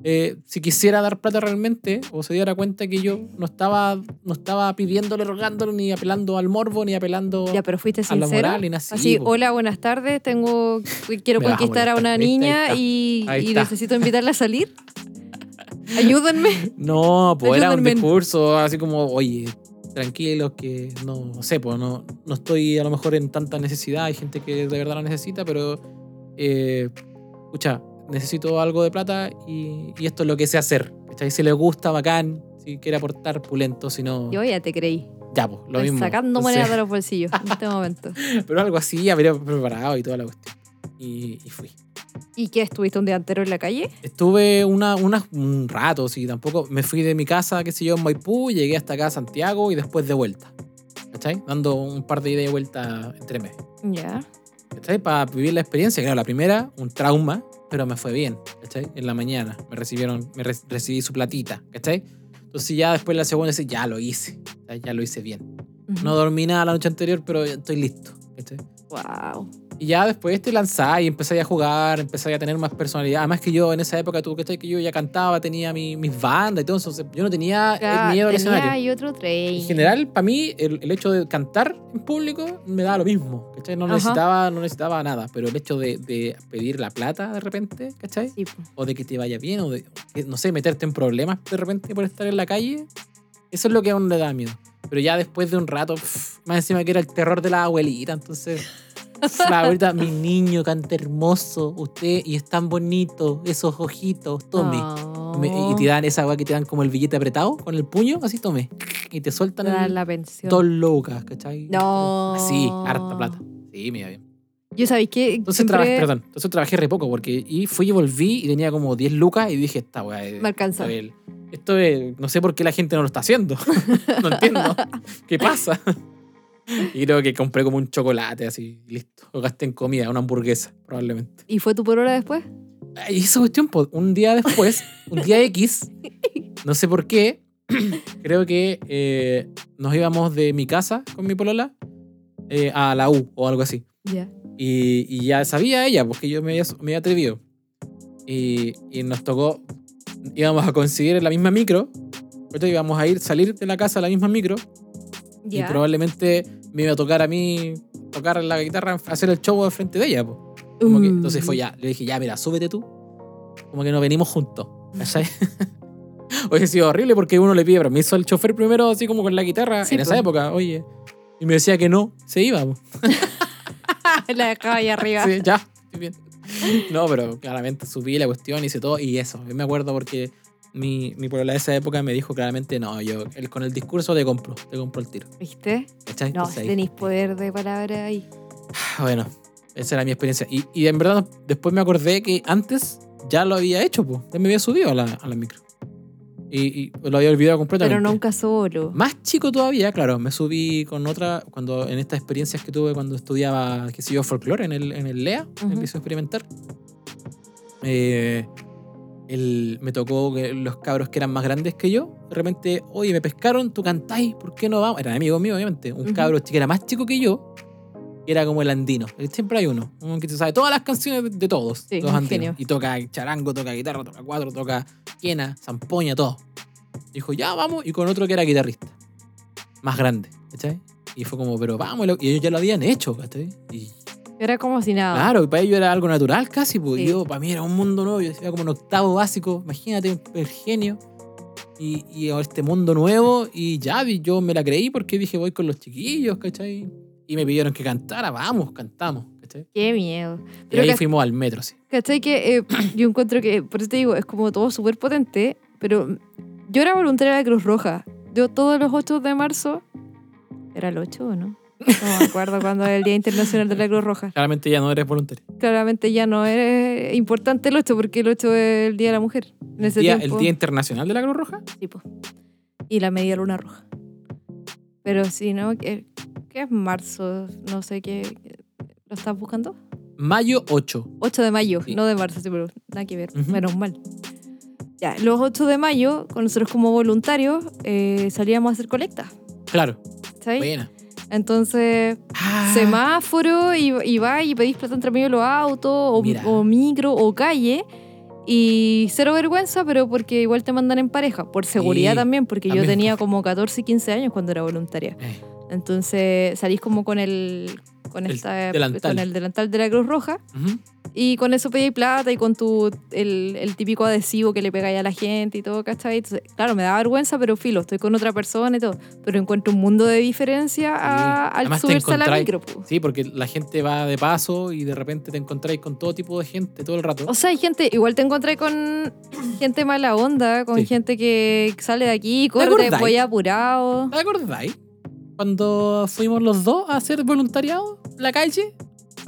S2: eh, si quisiera dar plata realmente, o se diera cuenta que yo no estaba, no estaba pidiéndole, rogándole, ni apelando al morbo, ni apelando
S1: Ya, pero fuiste
S2: a la
S1: sincero.
S2: moral, ni nada pues. así,
S1: Así,
S2: po.
S1: hola, buenas tardes, tengo quiero
S2: *laughs* Me vas a
S1: conquistar a una
S2: molestar, ¿viste? Ahí
S1: niña
S2: está.
S1: y,
S2: Ahí
S1: y
S2: está. *laughs*
S1: necesito invitarla a salir. Ayúdenme.
S2: No, pues era un
S1: Ayúdenme.
S2: discurso así como, oye, tranquilos, que no, no sé, pues no, no estoy a lo mejor en tanta necesidad, hay gente que de verdad lo necesita, pero, eh, escucha, necesito algo de plata y, y esto es lo que sé hacer. ¿cachai? Si le gusta, bacán, si quiere aportar, pulento, si no,
S1: Yo ya te creí.
S2: ya, pues, lo
S1: Estoy
S2: mismo.
S1: Sacando
S2: Entonces,
S1: monedas de los bolsillos en este momento.
S2: *laughs* Pero algo así, habría preparado y toda la cuestión. Y, y fui.
S1: ¿Y qué? ¿Estuviste un día entero en la calle?
S2: Estuve una, una- un rato, sí, tampoco. Me fui de mi casa, qué sé yo, en Maipú, llegué hasta acá a Santiago y después de vuelta. ¿Cachai? Dando un par de idas y vueltas entre mes.
S1: Ya.
S2: ¿Cachai? Para vivir la experiencia. Claro, la primera, un trauma, pero me fue bien. ¿Cachai? En la mañana me recibieron, me re- recibí su platita. ¿Cachai? Entonces ya después la segunda, dice, ya lo hice. ¿cachai? Ya lo hice bien. No dormí nada la noche anterior, pero ya estoy listo. ¿Cachai?
S1: Wow.
S2: Y ya después te lanzáis y empezáis a jugar, empezáis a tener más personalidad. Además que yo en esa época, tú que que yo ya cantaba, tenía mi- mis bandas y todo, entonces yo no tenía eh, miedo al escenario.
S1: y otro tren.
S2: En general, para mí, el, el hecho de cantar en público me daba lo mismo, ¿cachai? No
S1: Ajá.
S2: necesitaba, no necesitaba nada, pero el hecho de, de pedir la plata de repente, ¿cachai?
S1: Sí, po.
S2: O de que te vaya bien, o de, eh, no sé, meterte en problemas de repente por estar en la calle, eso es lo que a uno le da miedo. Pero ya después de un rato, pf, más encima que era el terror de la abuelita, entonces... La abuelita, mi niño canta hermoso, usted y es tan bonito, esos ojitos, tome.
S1: Oh.
S2: Me- y te dan esa agua que te dan como el billete apretado con el puño, así tome. Y te
S1: Te
S2: sueltan
S1: dan
S2: el,
S1: la pensión.
S2: dos lucas, ¿cachai?
S1: No.
S2: Así, harta plata. Sí, mira bien.
S1: Yo sabéis que.
S2: Entonces
S1: siempre
S2: trabajé, perdón, entonces trabajé re poco porque y fui y volví y tenía como 10 lucas y dije, esta weá. es-
S1: Me alcanza.
S2: Esto es, *laughs* esto es- no sé por qué la gente no lo está haciendo. no entiendo. ¿Qué pasa? *laughs* Y creo que compré como un chocolate así, y listo. Lo gasté en comida, una hamburguesa, probablemente.
S1: ¿Y fue tu polola después?
S2: Ah, Y esa cuestión, po, un día después, un día X, no sé por qué, *clears throat* creo que eh, nos íbamos de mi casa con mi polola eh, a la U o algo así.
S1: Ya.
S2: Y, y ya sabía ella, porque yo me había, me había atrevido. Y, y nos tocó, íbamos a conseguir en la misma micro, ¿cachai? íbamos a ir, salir de la casa a la misma micro, y
S1: Ya.
S2: probablemente me iba a tocar a mí, tocar la guitarra, hacer el show enfrente de ella. po. Como que-
S1: Mm.
S2: entonces fue ya, le dije, ya, mira, súbete tú. Como que nos venimos juntos, ¿cachai? *laughs* Oye, ha sido horrible porque uno le pide permiso al chofer primero, así como con la guitarra,
S1: Sí,
S2: en esa
S1: po.
S2: época, oye. Y me decía que no, se iba. po.
S1: *laughs* La dejaba ahí arriba.
S2: *laughs* Sí, ya, estoy bien. No, pero claramente subí la cuestión, hice todo y eso. Yo me acuerdo porque mi, mi polola de esa época me dijo claramente, no, yo el- con el discurso te compro, te compro el tiro.
S1: ¿Viste?
S2: ¿Cachai?
S1: No,
S2: Entonces
S1: si
S2: ahí-
S1: tenéis poder de palabra ahí.
S2: *laughs* Bueno, esa era mi experiencia. Y, y en verdad después me acordé que antes ya lo había hecho, pues. Ya me había subido a la, a la micro. Y, y lo había olvidado completamente.
S1: Pero nunca solo.
S2: Más chico todavía, claro, me subí con otra, cuando en estas experiencias que tuve cuando estudiaba, qué sé yo, folclore en el, en el LEA, en el
S1: Ujú.
S2: Liceo Experimental. Eh, el- me tocó que los cabros que eran más grandes que yo, de repente, oye, me pescaron, tú cantáis, ¿por qué no vamos? Era amigo mío, obviamente, un
S1: Ujú.
S2: cabro que era más chico que yo, que era como el andino. Eh, Siempre hay uno, uno que se sabe todas las canciones de, de todos,
S1: Sí,
S2: todos
S1: un
S2: andinos.
S1: genio.
S2: Y toca charango, toca guitarra, toca cuatro, toca quena, zampoña, todo. Dijo, ya vamos, y con otro que era guitarrista, más grande, ¿cachai? Y fue como, pero vamos, y lo- y ellos ya lo habían hecho, ¿cachai? Y
S1: Era como si nada.
S2: Mm. Claro, y para ellos era algo natural casi, pues.
S1: Ah. Sí.
S2: Yo, para mí era un mundo nuevo, yo decía como en octavo básico, imagínate, un el genio. Y, y ahora este mundo nuevo, y ya, vi, yo me la creí porque dije, voy con los chiquillos, ¿cachai? Y me pidieron que cantara, vamos, cantamos, ¿cachai?
S1: Qué miedo.
S2: Y
S1: Pero
S2: ahí
S1: que-
S2: fuimos al metro, sí.
S1: ¿Cachai? Que eh, *clears throat* yo encuentro que, por eso te digo, es como todo súper potente, pero yo era voluntaria de la Cruz Roja. Yo todos los 8 de marzo, ¿era el 8 o no? No me acuerdo cuando era el Día Internacional de la Cruz Roja.
S2: Claramente ya no eres voluntario.
S1: Claramente ya no es importante el 8 porque el 8 es el Día de la Mujer. En ese
S2: Día-
S1: tiempo,
S2: ¿El Día Internacional de la Cruz Roja?
S1: sí, po. Y la media luna roja. Pero si no, ¿qué, qué es marzo? No sé qué. ¿Lo estás buscando?
S2: Mayo 8.
S1: 8 de mayo,
S2: Sí.
S1: no de marzo, sí, pero nada que ver,
S2: Ujú.
S1: menos mal. Ya, los 8 de mayo, con nosotros como voluntarios, eh, salíamos a hacer colectas,
S2: Claro,
S1: ¿sabes?
S2: buena.
S1: Entonces,
S2: Ah,
S1: semáforo y, y vais y pedís plata entre medio de los autos, o,
S2: Mira.
S1: o micro, o calle. Y cero vergüenza, pero porque igual te mandan en pareja, por seguridad
S2: Sí,
S1: también, porque yo
S2: también.
S1: tenía como 14, 15 años cuando era voluntaria.
S2: eh,
S1: Entonces salís como con el, con
S2: El
S1: esta,
S2: delantal.
S1: con el delantal de la Cruz Roja
S2: ujú.
S1: y con eso pedí plata y con tu, el, el típico adhesivo que le pegáis a la gente y todo, ¿cachai? Entonces, claro, me da vergüenza, pero filo, estoy con otra persona y todo. Pero encuentro un mundo de diferencia a-
S2: Sí.
S1: al
S2: Además te
S1: subirse a la
S2: encontráis-
S1: micro. po.
S2: Sí, porque la gente va de paso y de repente te encontráis con todo tipo de gente todo el rato.
S1: O sea, hay gente, igual te encontré con gente mala onda, con
S2: Sí.
S1: gente que sale de aquí, corre,
S2: acordáis?
S1: voy apurado.
S2: ¿Te acordáis? Cuando fuimos los dos a hacer voluntariado en la calle.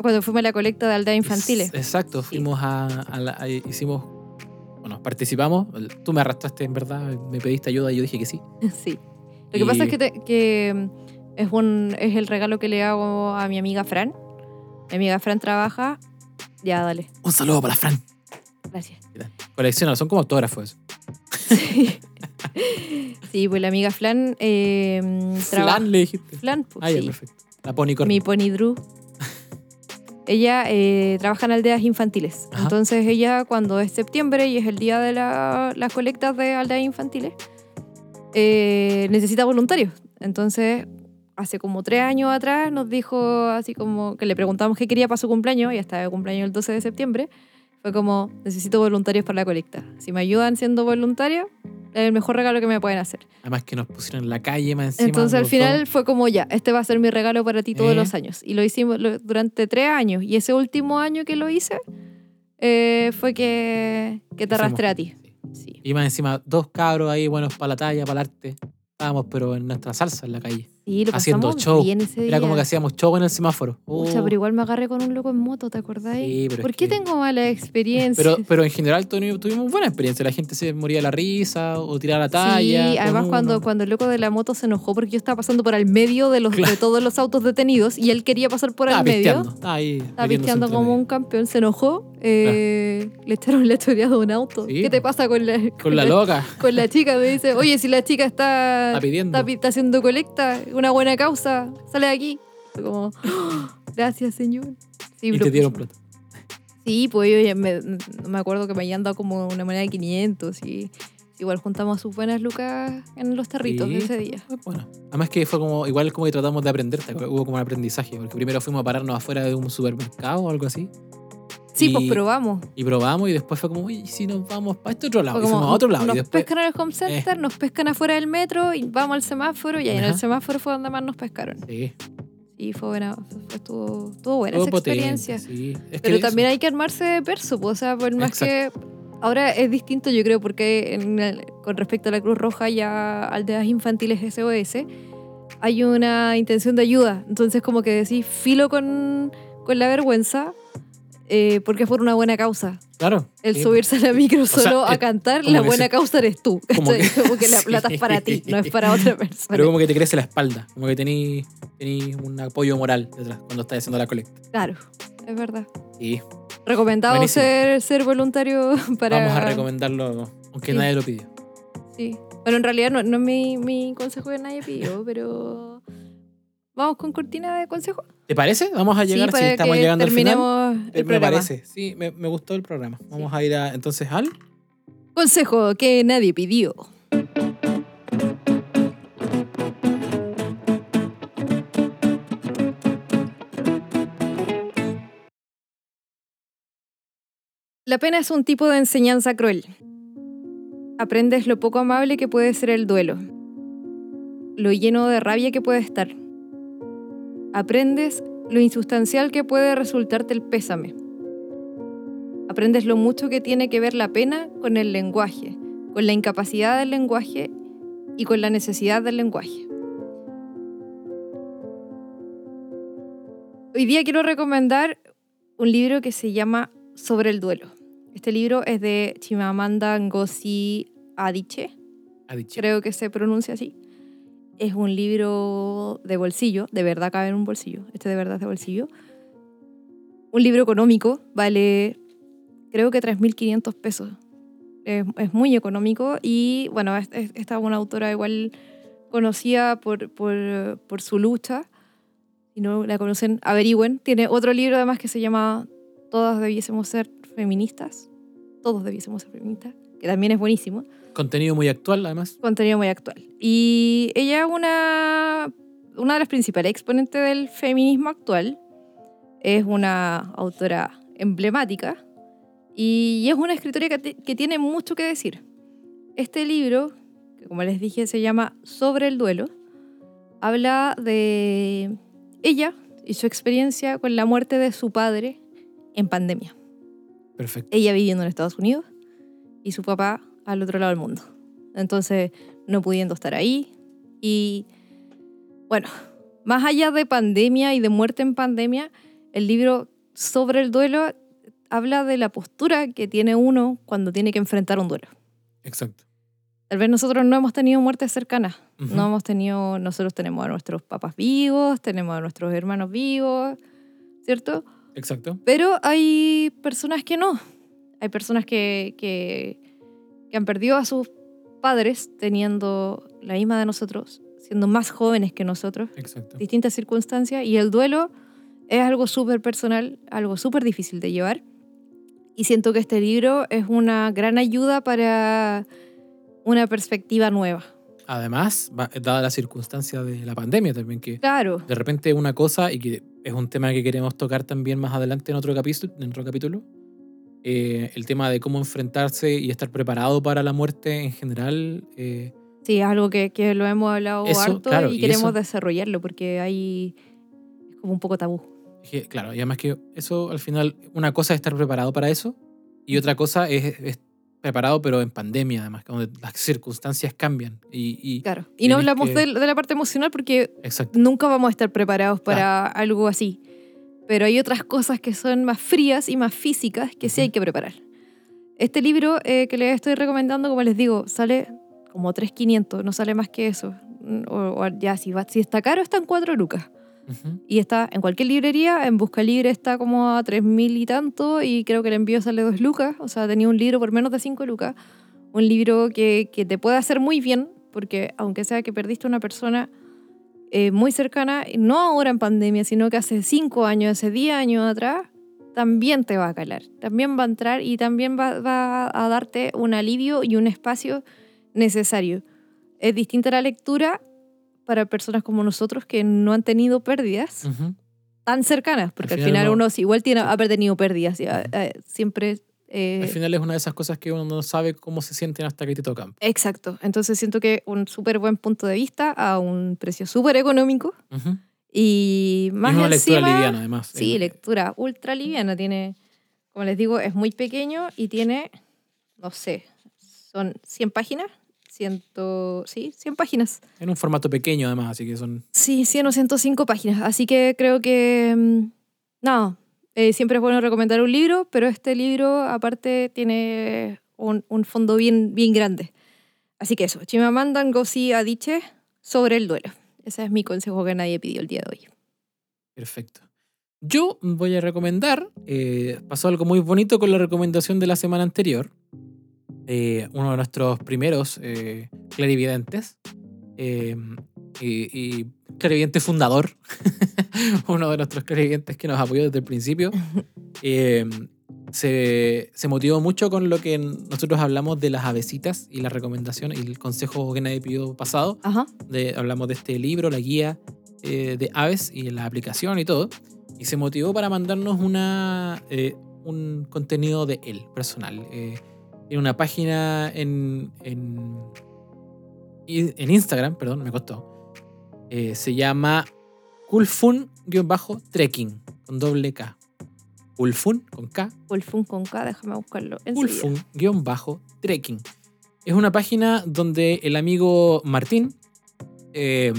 S1: Cuando fuimos a la colecta de aldeas infantiles.
S2: Es- Exacto, fuimos a, a la- a- Hicimos. Bueno, participamos. Tú me arrastraste, en verdad. Me pediste ayuda y yo dije que sí.
S1: *laughs* Sí. Lo que pasa
S2: Y-
S1: es que, te- que, mm, es, un, es el regalo que le hago a mi amiga Fran. Mi amiga Fran trabaja. Ya, dale.
S2: Un saludo para Fran.
S1: Gracias.
S2: Coleccionados, son como autógrafos. eso.
S1: Sí, Sí, pues la amiga Flan eh, trabaja.
S2: Fran le dijiste.
S1: Flan, pues,
S2: Ah, ya,
S1: sí.
S2: perfecto. La ponicorn.
S1: Mi pony Drew. Ella eh, trabaja en aldeas infantiles.
S2: Ajá.
S1: Entonces ella cuando es septiembre y es el día de la- las colectas de aldeas infantiles, eh, necesita voluntarios. Entonces hace como tres años atrás nos dijo así como que le preguntamos qué quería para su cumpleaños y hasta el cumpleaños el 12 de septiembre. Fue como, necesito voluntarios para la colecta. Si me ayudan siendo voluntario, es el mejor regalo que me pueden hacer.
S2: Además que nos pusieron en la calle más encima.
S1: Entonces al
S2: los
S1: final
S2: dos.
S1: fue como ya, este va a ser mi regalo para ti todos
S2: Eh.
S1: los años. Y lo hicimos lo- durante tres años. Y ese último año que lo hice eh, fue que, que te
S2: Hicimos.
S1: arrastré a ti.
S2: Sí.
S1: Sí.
S2: Y más encima, dos cabros ahí buenos para la talla, para el arte. Estábamos, pero en nuestra salsa en la calle.
S1: Sí, lo
S2: haciendo
S1: pasamos
S2: show.
S1: bien ese
S2: Era como que
S1: día.
S2: hacíamos show en el semáforo. Oh,
S1: Pucha, pero igual me agarré con un loco en moto, ¿te acordáis?
S2: Sí, pero
S1: ¿Por
S2: es
S1: qué
S2: que-
S1: tengo
S2: *laughs*
S1: mala experiencia?
S2: pero, pero en general tuvimos tuvimos buena experiencia. La gente se moría de la risa o tiraba la talla.
S1: Sí,
S2: con
S1: además
S2: uno.
S1: cuando, cuando el loco de la moto se enojó porque yo estaba pasando por el medio de, los, de
S2: Claro.
S1: todos los autos detenidos y él quería pasar por
S2: Estaba
S1: el medio.
S2: pisteando. Estaba ahí.
S1: Estaba
S2: metiéndose
S1: pisteando
S2: entre
S1: como
S2: medio. Ah.
S1: un campeón, se enojó, eh, le echaron la historia de un auto.
S2: Sí,
S1: ¿Qué te pasa con la, *laughs*
S2: Con la loca.
S1: con la chica? Me dice, oye, si la chica está,
S2: Está pidiendo.
S1: está pi- está haciendo colecta, una buena causa, sale de aquí. Fue Como, "Ah, gracias, señor. Sí,
S2: Y
S1: lo-
S2: te dieron plata.
S1: Sí, pues yo ya me, me acuerdo que me habían dado como una moneda de 500 y igual juntamos sus buenas lucas en los tarritos de
S2: Sí.
S1: ese día.
S2: Bueno, además que fue como, igual como que tratamos de aprender, ¿te acuerdas? hubo como un aprendizaje, porque primero fuimos a pararnos afuera de un supermercado o algo así,
S1: Sí,
S2: Y-
S1: pues probamos.
S2: y probamos y después fue como, uy, ¿y si nos vamos para este otro lado,
S1: Fue
S2: y fuimos a otro lado,
S1: nos
S2: y después, eh.
S1: pescan en el home center, nos pescan afuera del metro y vamos al semáforo y ahí en el
S2: Ajá.
S1: semáforo fue donde más nos pescaron.
S2: sí,
S1: Y fue buena, fue- estuvo, estuvo buena
S2: todo
S1: esa
S2: potente,
S1: experiencia.
S2: sí. Es que
S1: Pero
S2: eso,
S1: también hay que armarse de perso, pues, o sea, por más que... Ahora es distinto, yo creo, porque en el- con respecto a la Cruz Roja y a aldeas infantiles SOS, hay una intención de ayuda. Entonces, como que decís, filo con, con la vergüenza, eh, porque es por una buena causa.
S2: claro,
S1: El
S2: sí, pues,
S1: subirse a la micro
S2: sea,
S1: solo a
S2: es-
S1: cantar,
S2: como
S1: la
S2: que
S1: buena
S2: se-
S1: causa eres tú.
S2: como
S1: ¿cachai? Como que,
S2: *laughs*
S1: la plata es para ti, no es para otra persona.
S2: Pero como que te crece la espalda, como que tenís tení un apoyo moral detrás cuando estás haciendo la colecta.
S1: Claro, es verdad.
S2: Y
S1: Recomendado
S2: Buenísimo.
S1: ser, ser voluntario *laughs* para...
S2: vamos a recomendarlo, aunque
S1: Sí.
S2: nadie lo pidió.
S1: Sí. Bueno, en realidad no, no es mi, mi consejo que nadie pidió, pero... Vamos con cortina de consejo.
S2: ¿Te parece? Vamos a llegar,
S1: sí,
S2: si
S1: para
S2: estamos
S1: que
S2: llegando al final.
S1: terminemos
S2: Eh,
S1: el
S2: Me
S1: programa.
S2: parece, sí, me, me gustó el programa. Vamos a ir a, entonces al...
S1: Consejo que nadie pidió. La pena es un tipo de enseñanza cruel. Aprendes lo poco amable que puede ser el duelo, lo lleno de rabia que puede estar. Aprendes lo insustancial que puede resultarte el pésame. Aprendes lo mucho que tiene que ver la pena con el lenguaje, con la incapacidad del lenguaje y con la necesidad del lenguaje. Hoy día quiero recomendar un libro que se llama Sobre el duelo. Este libro es de Chimamanda Ngozi Adichie
S2: Adichie.
S1: creo que se pronuncia así. Es un libro de bolsillo, de verdad cabe en un bolsillo, este de verdad es de bolsillo. Un libro económico, vale creo que 3.500 pesos. Es, es muy económico y bueno, es- es- esta es una autora igual conocida por, por, por su lucha. Si no la conocen, averigüen. Tiene otro libro además que se llama Todas debiésemos ser feministas. Todos debiésemos ser feministas, que también es buenísimo
S2: Contenido muy actual, además.
S1: contenido muy actual. Y ella es una, una de las principales exponentes del feminismo actual. Es una autora emblemática y es una escritora que, te- que tiene mucho que decir. Este libro, que como les dije se llama Sobre el duelo, habla de ella y su experiencia con la muerte de su padre en pandemia.
S2: Perfecto.
S1: Ella viviendo en Estados Unidos y su papá al otro lado del mundo. Entonces, no pudiendo estar ahí. Y bueno, más allá de pandemia y de muerte en pandemia, el libro sobre el duelo habla de la postura que tiene uno cuando tiene que enfrentar un duelo.
S2: Exacto.
S1: Tal vez nosotros no hemos tenido muertes cercanas.
S2: Ujú.
S1: No hemos tenido, nosotros tenemos a nuestros papás vivos, tenemos a nuestros hermanos vivos, ¿cierto?
S2: Exacto.
S1: Pero hay personas que no. Hay personas que, que, que han perdido a sus padres teniendo la misma de nosotros, siendo más jóvenes que nosotros,
S2: Exacto.
S1: distintas circunstancias. Y el duelo es algo súper personal, algo súper difícil de llevar. Y siento que este libro es una gran ayuda para una perspectiva nueva.
S2: Además, va- dada la circunstancia de la pandemia también, que
S1: Claro,
S2: de repente una cosa, y que es un tema que queremos tocar también más adelante en otro capítulo, en otro capítulo eh, el tema de cómo enfrentarse y estar preparado para la muerte en general. eh,
S1: Sí, es algo que, que lo hemos hablado
S2: Eso,
S1: harto
S2: claro,
S1: y
S2: y
S1: queremos
S2: eso-
S1: desarrollarlo porque hay es como un poco tabú.
S2: que- claro, y además que eso al final, una cosa es estar preparado para eso, y otra cosa es, es preparado, pero en pandemia además, donde las circunstancias cambian. Y, y-
S1: Claro. Y no
S2: Tienes
S1: hablamos
S2: que-
S1: del- de, la parte emocional porque
S2: exacto.
S1: nunca vamos a estar preparados para algo así. Pero hay otras cosas que son más frías y más físicas que sí hay que preparar. Este libro eh, que les estoy recomendando, como les digo, sale como 3.500, no sale más que eso. Mm, O, o ya, si, va- si está caro, está en 4 lucas.
S2: Ujú.
S1: Y está en cualquier librería, en Busca Libre está como a 3.000 y tanto, y creo que el envío sale 2 lucas, o sea, tenía un libro por menos de 5 lucas. Un libro que, que te puede hacer muy bien, porque aunque sea que perdiste una persona eh, muy cercana, no ahora en pandemia, sino que hace 5 años, hace 10 años atrás, también te va a calar, también va a entrar y también va, va a darte un alivio y un espacio necesario. Es distinta la lectura para personas como nosotros que no han tenido pérdidas
S2: Ujú.
S1: tan cercanas, porque Mm. al
S2: Al
S1: final,
S2: final no-
S1: uno sí, igual tiene, ha tenido pérdidas, ya, eh, siempre... eh,
S2: Al final es una de esas cosas que uno no sabe cómo se sienten hasta que te tocan.
S1: Exacto, entonces siento que un súper buen punto de vista a un precio súper económico
S2: Ujú.
S1: y
S2: Y
S1: más
S2: es una
S1: encima...
S2: lectura liviana además.
S1: Sí,
S2: Eh,
S1: lectura ultra liviana, tiene, como les digo, es muy pequeño y tiene, no sé, son 100 páginas, 100, sí, 100 páginas.
S2: En un formato pequeño además, así que son...
S1: Sí, 100 o 105 páginas. Así que creo que. mm, No, eh, siempre es bueno recomendar un libro, pero este libro, aparte, tiene un, un fondo bien, bien grande. Así que eso, Chimamanda Ngozi Adichie sobre el duelo. Ese es mi consejo que nadie pidió el día de hoy.
S2: Perfecto. Yo voy a recomendar, eh, pasó algo muy bonito con la recomendación de la semana anterior, Eh, uno de nuestros primeros eh, clarividentes, eh, y, y clarividente fundador, *laughs* uno de nuestros clarividentes que nos apoyó desde el principio, eh, se, se motivó mucho con lo que nosotros hablamos de las avesitas y la recomendación y el consejo que nadie pidió pasado
S1: Ajá.
S2: de- hablamos de este libro, la guía eh, de aves y la aplicación y todo. Y se motivó para mandarnos una, eh, un contenido de él, personal. Eh, tiene una página en, en, i- en Instagram, perdón, me costó. Eh, se llama Kulfun-trekking, con doble K. Kulfun, con K,
S1: Wolfun con K, déjame buscarlo. enseguida.
S2: Ulfun-trekking. Es una página donde el amigo Martín eh,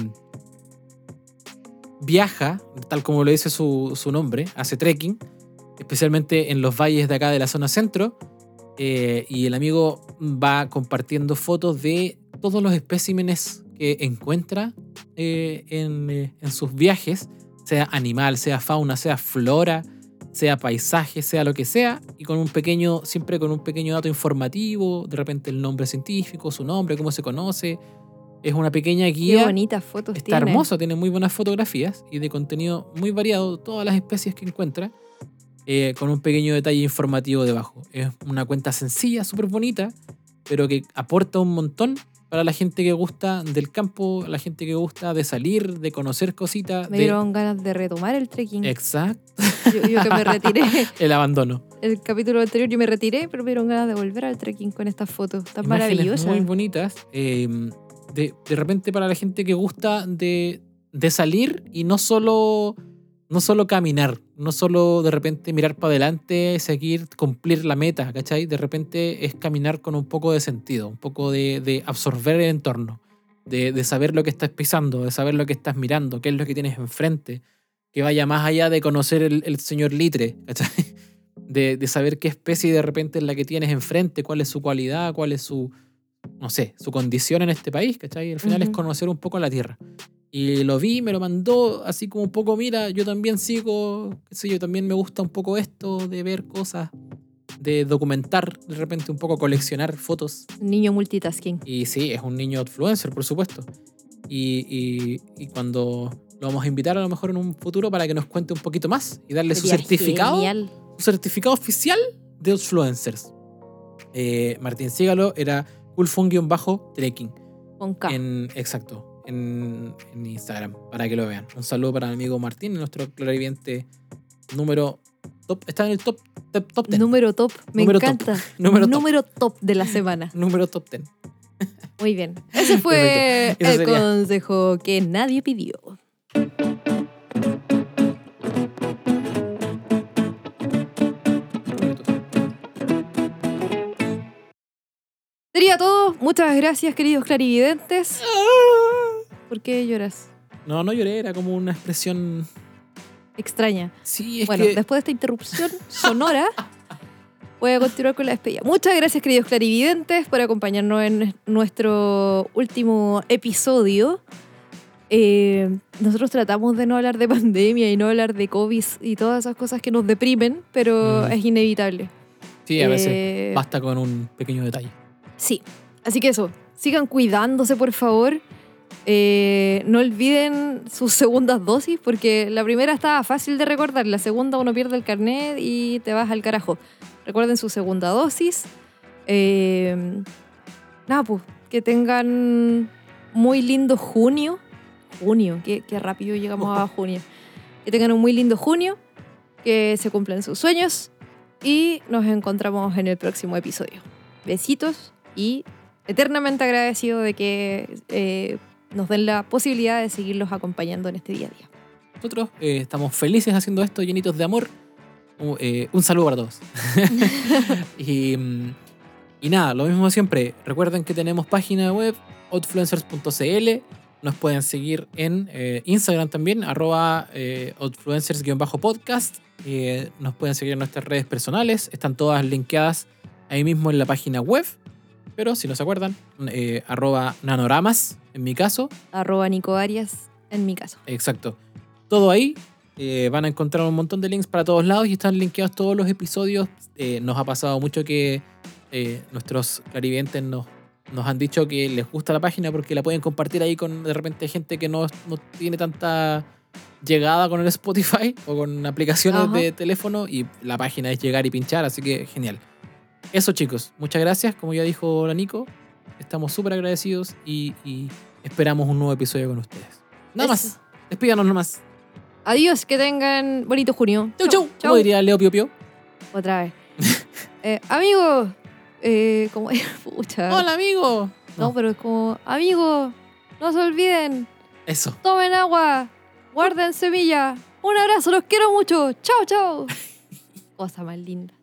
S2: viaja, tal como lo dice su, su nombre, hace trekking, especialmente en los valles de acá de la zona centro. eh, y el amigo va compartiendo fotos de todos los especímenes que encuentra eh, en, eh, en sus viajes, sea animal, sea fauna, sea flora sea paisaje, sea lo que sea, y con un pequeño, siempre con un pequeño dato informativo, de repente el nombre científico, su nombre, cómo se conoce. Es una pequeña
S1: Qué
S2: guía.
S1: bonitas fotos
S2: Está
S1: tiene.
S2: hermoso, tiene muy buenas fotografías y de contenido muy variado, todas las especies que encuentra, eh, con un pequeño detalle informativo debajo. Es una cuenta sencilla, súper bonita, pero que aporta un montón para la gente que gusta del campo, la gente que gusta de salir, de conocer cositas.
S1: Me
S2: de-
S1: dieron ganas de retomar el trekking.
S2: Exacto,
S1: Yo, yo
S2: *laughs*
S1: que me retiré
S2: el abandono.
S1: el capítulo anterior, yo me retiré, pero me dieron ganas de volver al trekking con estas fotos tan
S2: imágenes
S1: maravillosas.
S2: Muy bonitas. eh, de, de repente para la gente que gusta de, de salir y no solo, no solo caminar, no solo de repente mirar para adelante, seguir, cumplir la meta, ¿cachai? De repente es caminar con un poco de sentido, un poco de, de absorber el entorno, de, de saber lo que estás pisando, de saber lo que estás mirando, qué es lo que tienes enfrente, que vaya más allá de conocer el, el señor Litre, *laughs* ¿cachai? de, de saber qué especie de repente es la que tienes enfrente, cuál es su cualidad, cuál es su, no sé, su condición en este país, ¿cachai? Al final es
S1: Ujú.
S2: conocer un poco la tierra. Y lo vi, me lo mandó así como un poco, mira, yo también sigo, qué sé yo, también me gusta un poco esto de ver cosas, de documentar, de repente un poco coleccionar fotos.
S1: Niño multitasking.
S2: Y sí, es un niño influencer, por supuesto. Y, y- y cuando lo vamos a invitar a lo mejor en un futuro para que nos cuente un poquito más y darle su
S1: Sería
S2: certificado
S1: genial.
S2: un certificado oficial de influencers. Eh, Martín Sígalo era Ulfun-trekking.
S1: Con K.
S2: En, exacto, en, en Instagram, para que lo vean. Un saludo para el amigo Martín, nuestro clarividente número top. Está en el top, top, top 10.
S1: Número top. Me
S2: Número top.
S1: encanta.
S2: Número top.
S1: top de la semana.
S2: Número top 10.
S1: Muy bien. Ese fue
S2: *laughs* Perfecto. Eso
S1: el
S2: sería.
S1: consejo que nadie pidió. Muchas gracias, queridos clarividentes. ¿Por qué lloras?
S2: No, no lloré, era como una expresión.
S1: Extraña.
S2: Sí, es
S1: bueno,
S2: que.
S1: después de esta interrupción sonora, voy a continuar con la despedida. Muchas gracias, queridos clarividentes, por acompañarnos en nuestro último episodio. Eh, nosotros tratamos de no hablar de pandemia y no hablar de COVID y todas esas cosas que nos deprimen, pero
S2: Mm.
S1: es inevitable.
S2: Sí, a veces
S1: Eh,
S2: basta con un pequeño detalle.
S1: Sí. Así que eso, sigan cuidándose, por favor. Eh, no olviden sus segundas dosis, porque la primera estaba fácil de recordar, la segunda uno pierde el carnet y te vas al carajo. Recuerden su segunda dosis. Eh, nada, pues, que tengan muy lindo junio. Junio, qué, qué rápido llegamos a junio. Que tengan un muy lindo junio, que se cumplan sus sueños y nos encontramos en el próximo episodio. Besitos y eternamente agradecido de que eh, nos den la posibilidad de seguirlos acompañando en este día a día.
S2: Nosotros eh, estamos felices haciendo esto, llenitos de amor. Uh, eh, un saludo para todos. *laughs* y, mm, y nada, lo mismo siempre. Recuerden que tenemos página web, outfluencers.cl. Nos pueden seguir en eh, Instagram también, arroba eh, outfluencers-podcast. Eh, nos pueden seguir en nuestras redes personales. Están todas linkeadas ahí mismo en la página web. Pero si no se acuerdan, eh, arroba nanoramas, en mi caso,
S1: Arroba Nico Arias, en mi caso.
S2: Exacto. Todo ahí. eh, van a encontrar un montón de links para todos lados y están linkeados todos los episodios. Eh, nos ha pasado mucho que eh, nuestros clarividentes nos, nos han dicho que les gusta la página porque la pueden compartir ahí con de repente gente que no, no tiene tanta llegada con el Spotify o con aplicaciones
S1: Ajá.
S2: de teléfono y la página es llegar y pinchar, así que genial. Eso chicos, muchas gracias. Como ya dijo la Nico, estamos súper agradecidos y, y esperamos un nuevo episodio con ustedes. Nada
S1: Eso.
S2: más. Despídanos nomás.
S1: Adiós, que tengan bonito junio.
S2: Chau, chau. ¿Cómo diría Leo Pio Pio?
S1: Otra
S2: *laughs*
S1: vez. Eh, amigos, eh, como *laughs* pucha.
S2: Hola, amigo.
S1: No, pero es como, amigos, no se olviden,
S2: Eso.
S1: tomen agua,
S2: *laughs*
S1: guarden semillas. Un abrazo, los quiero mucho. Chao, chao. Cosa más linda.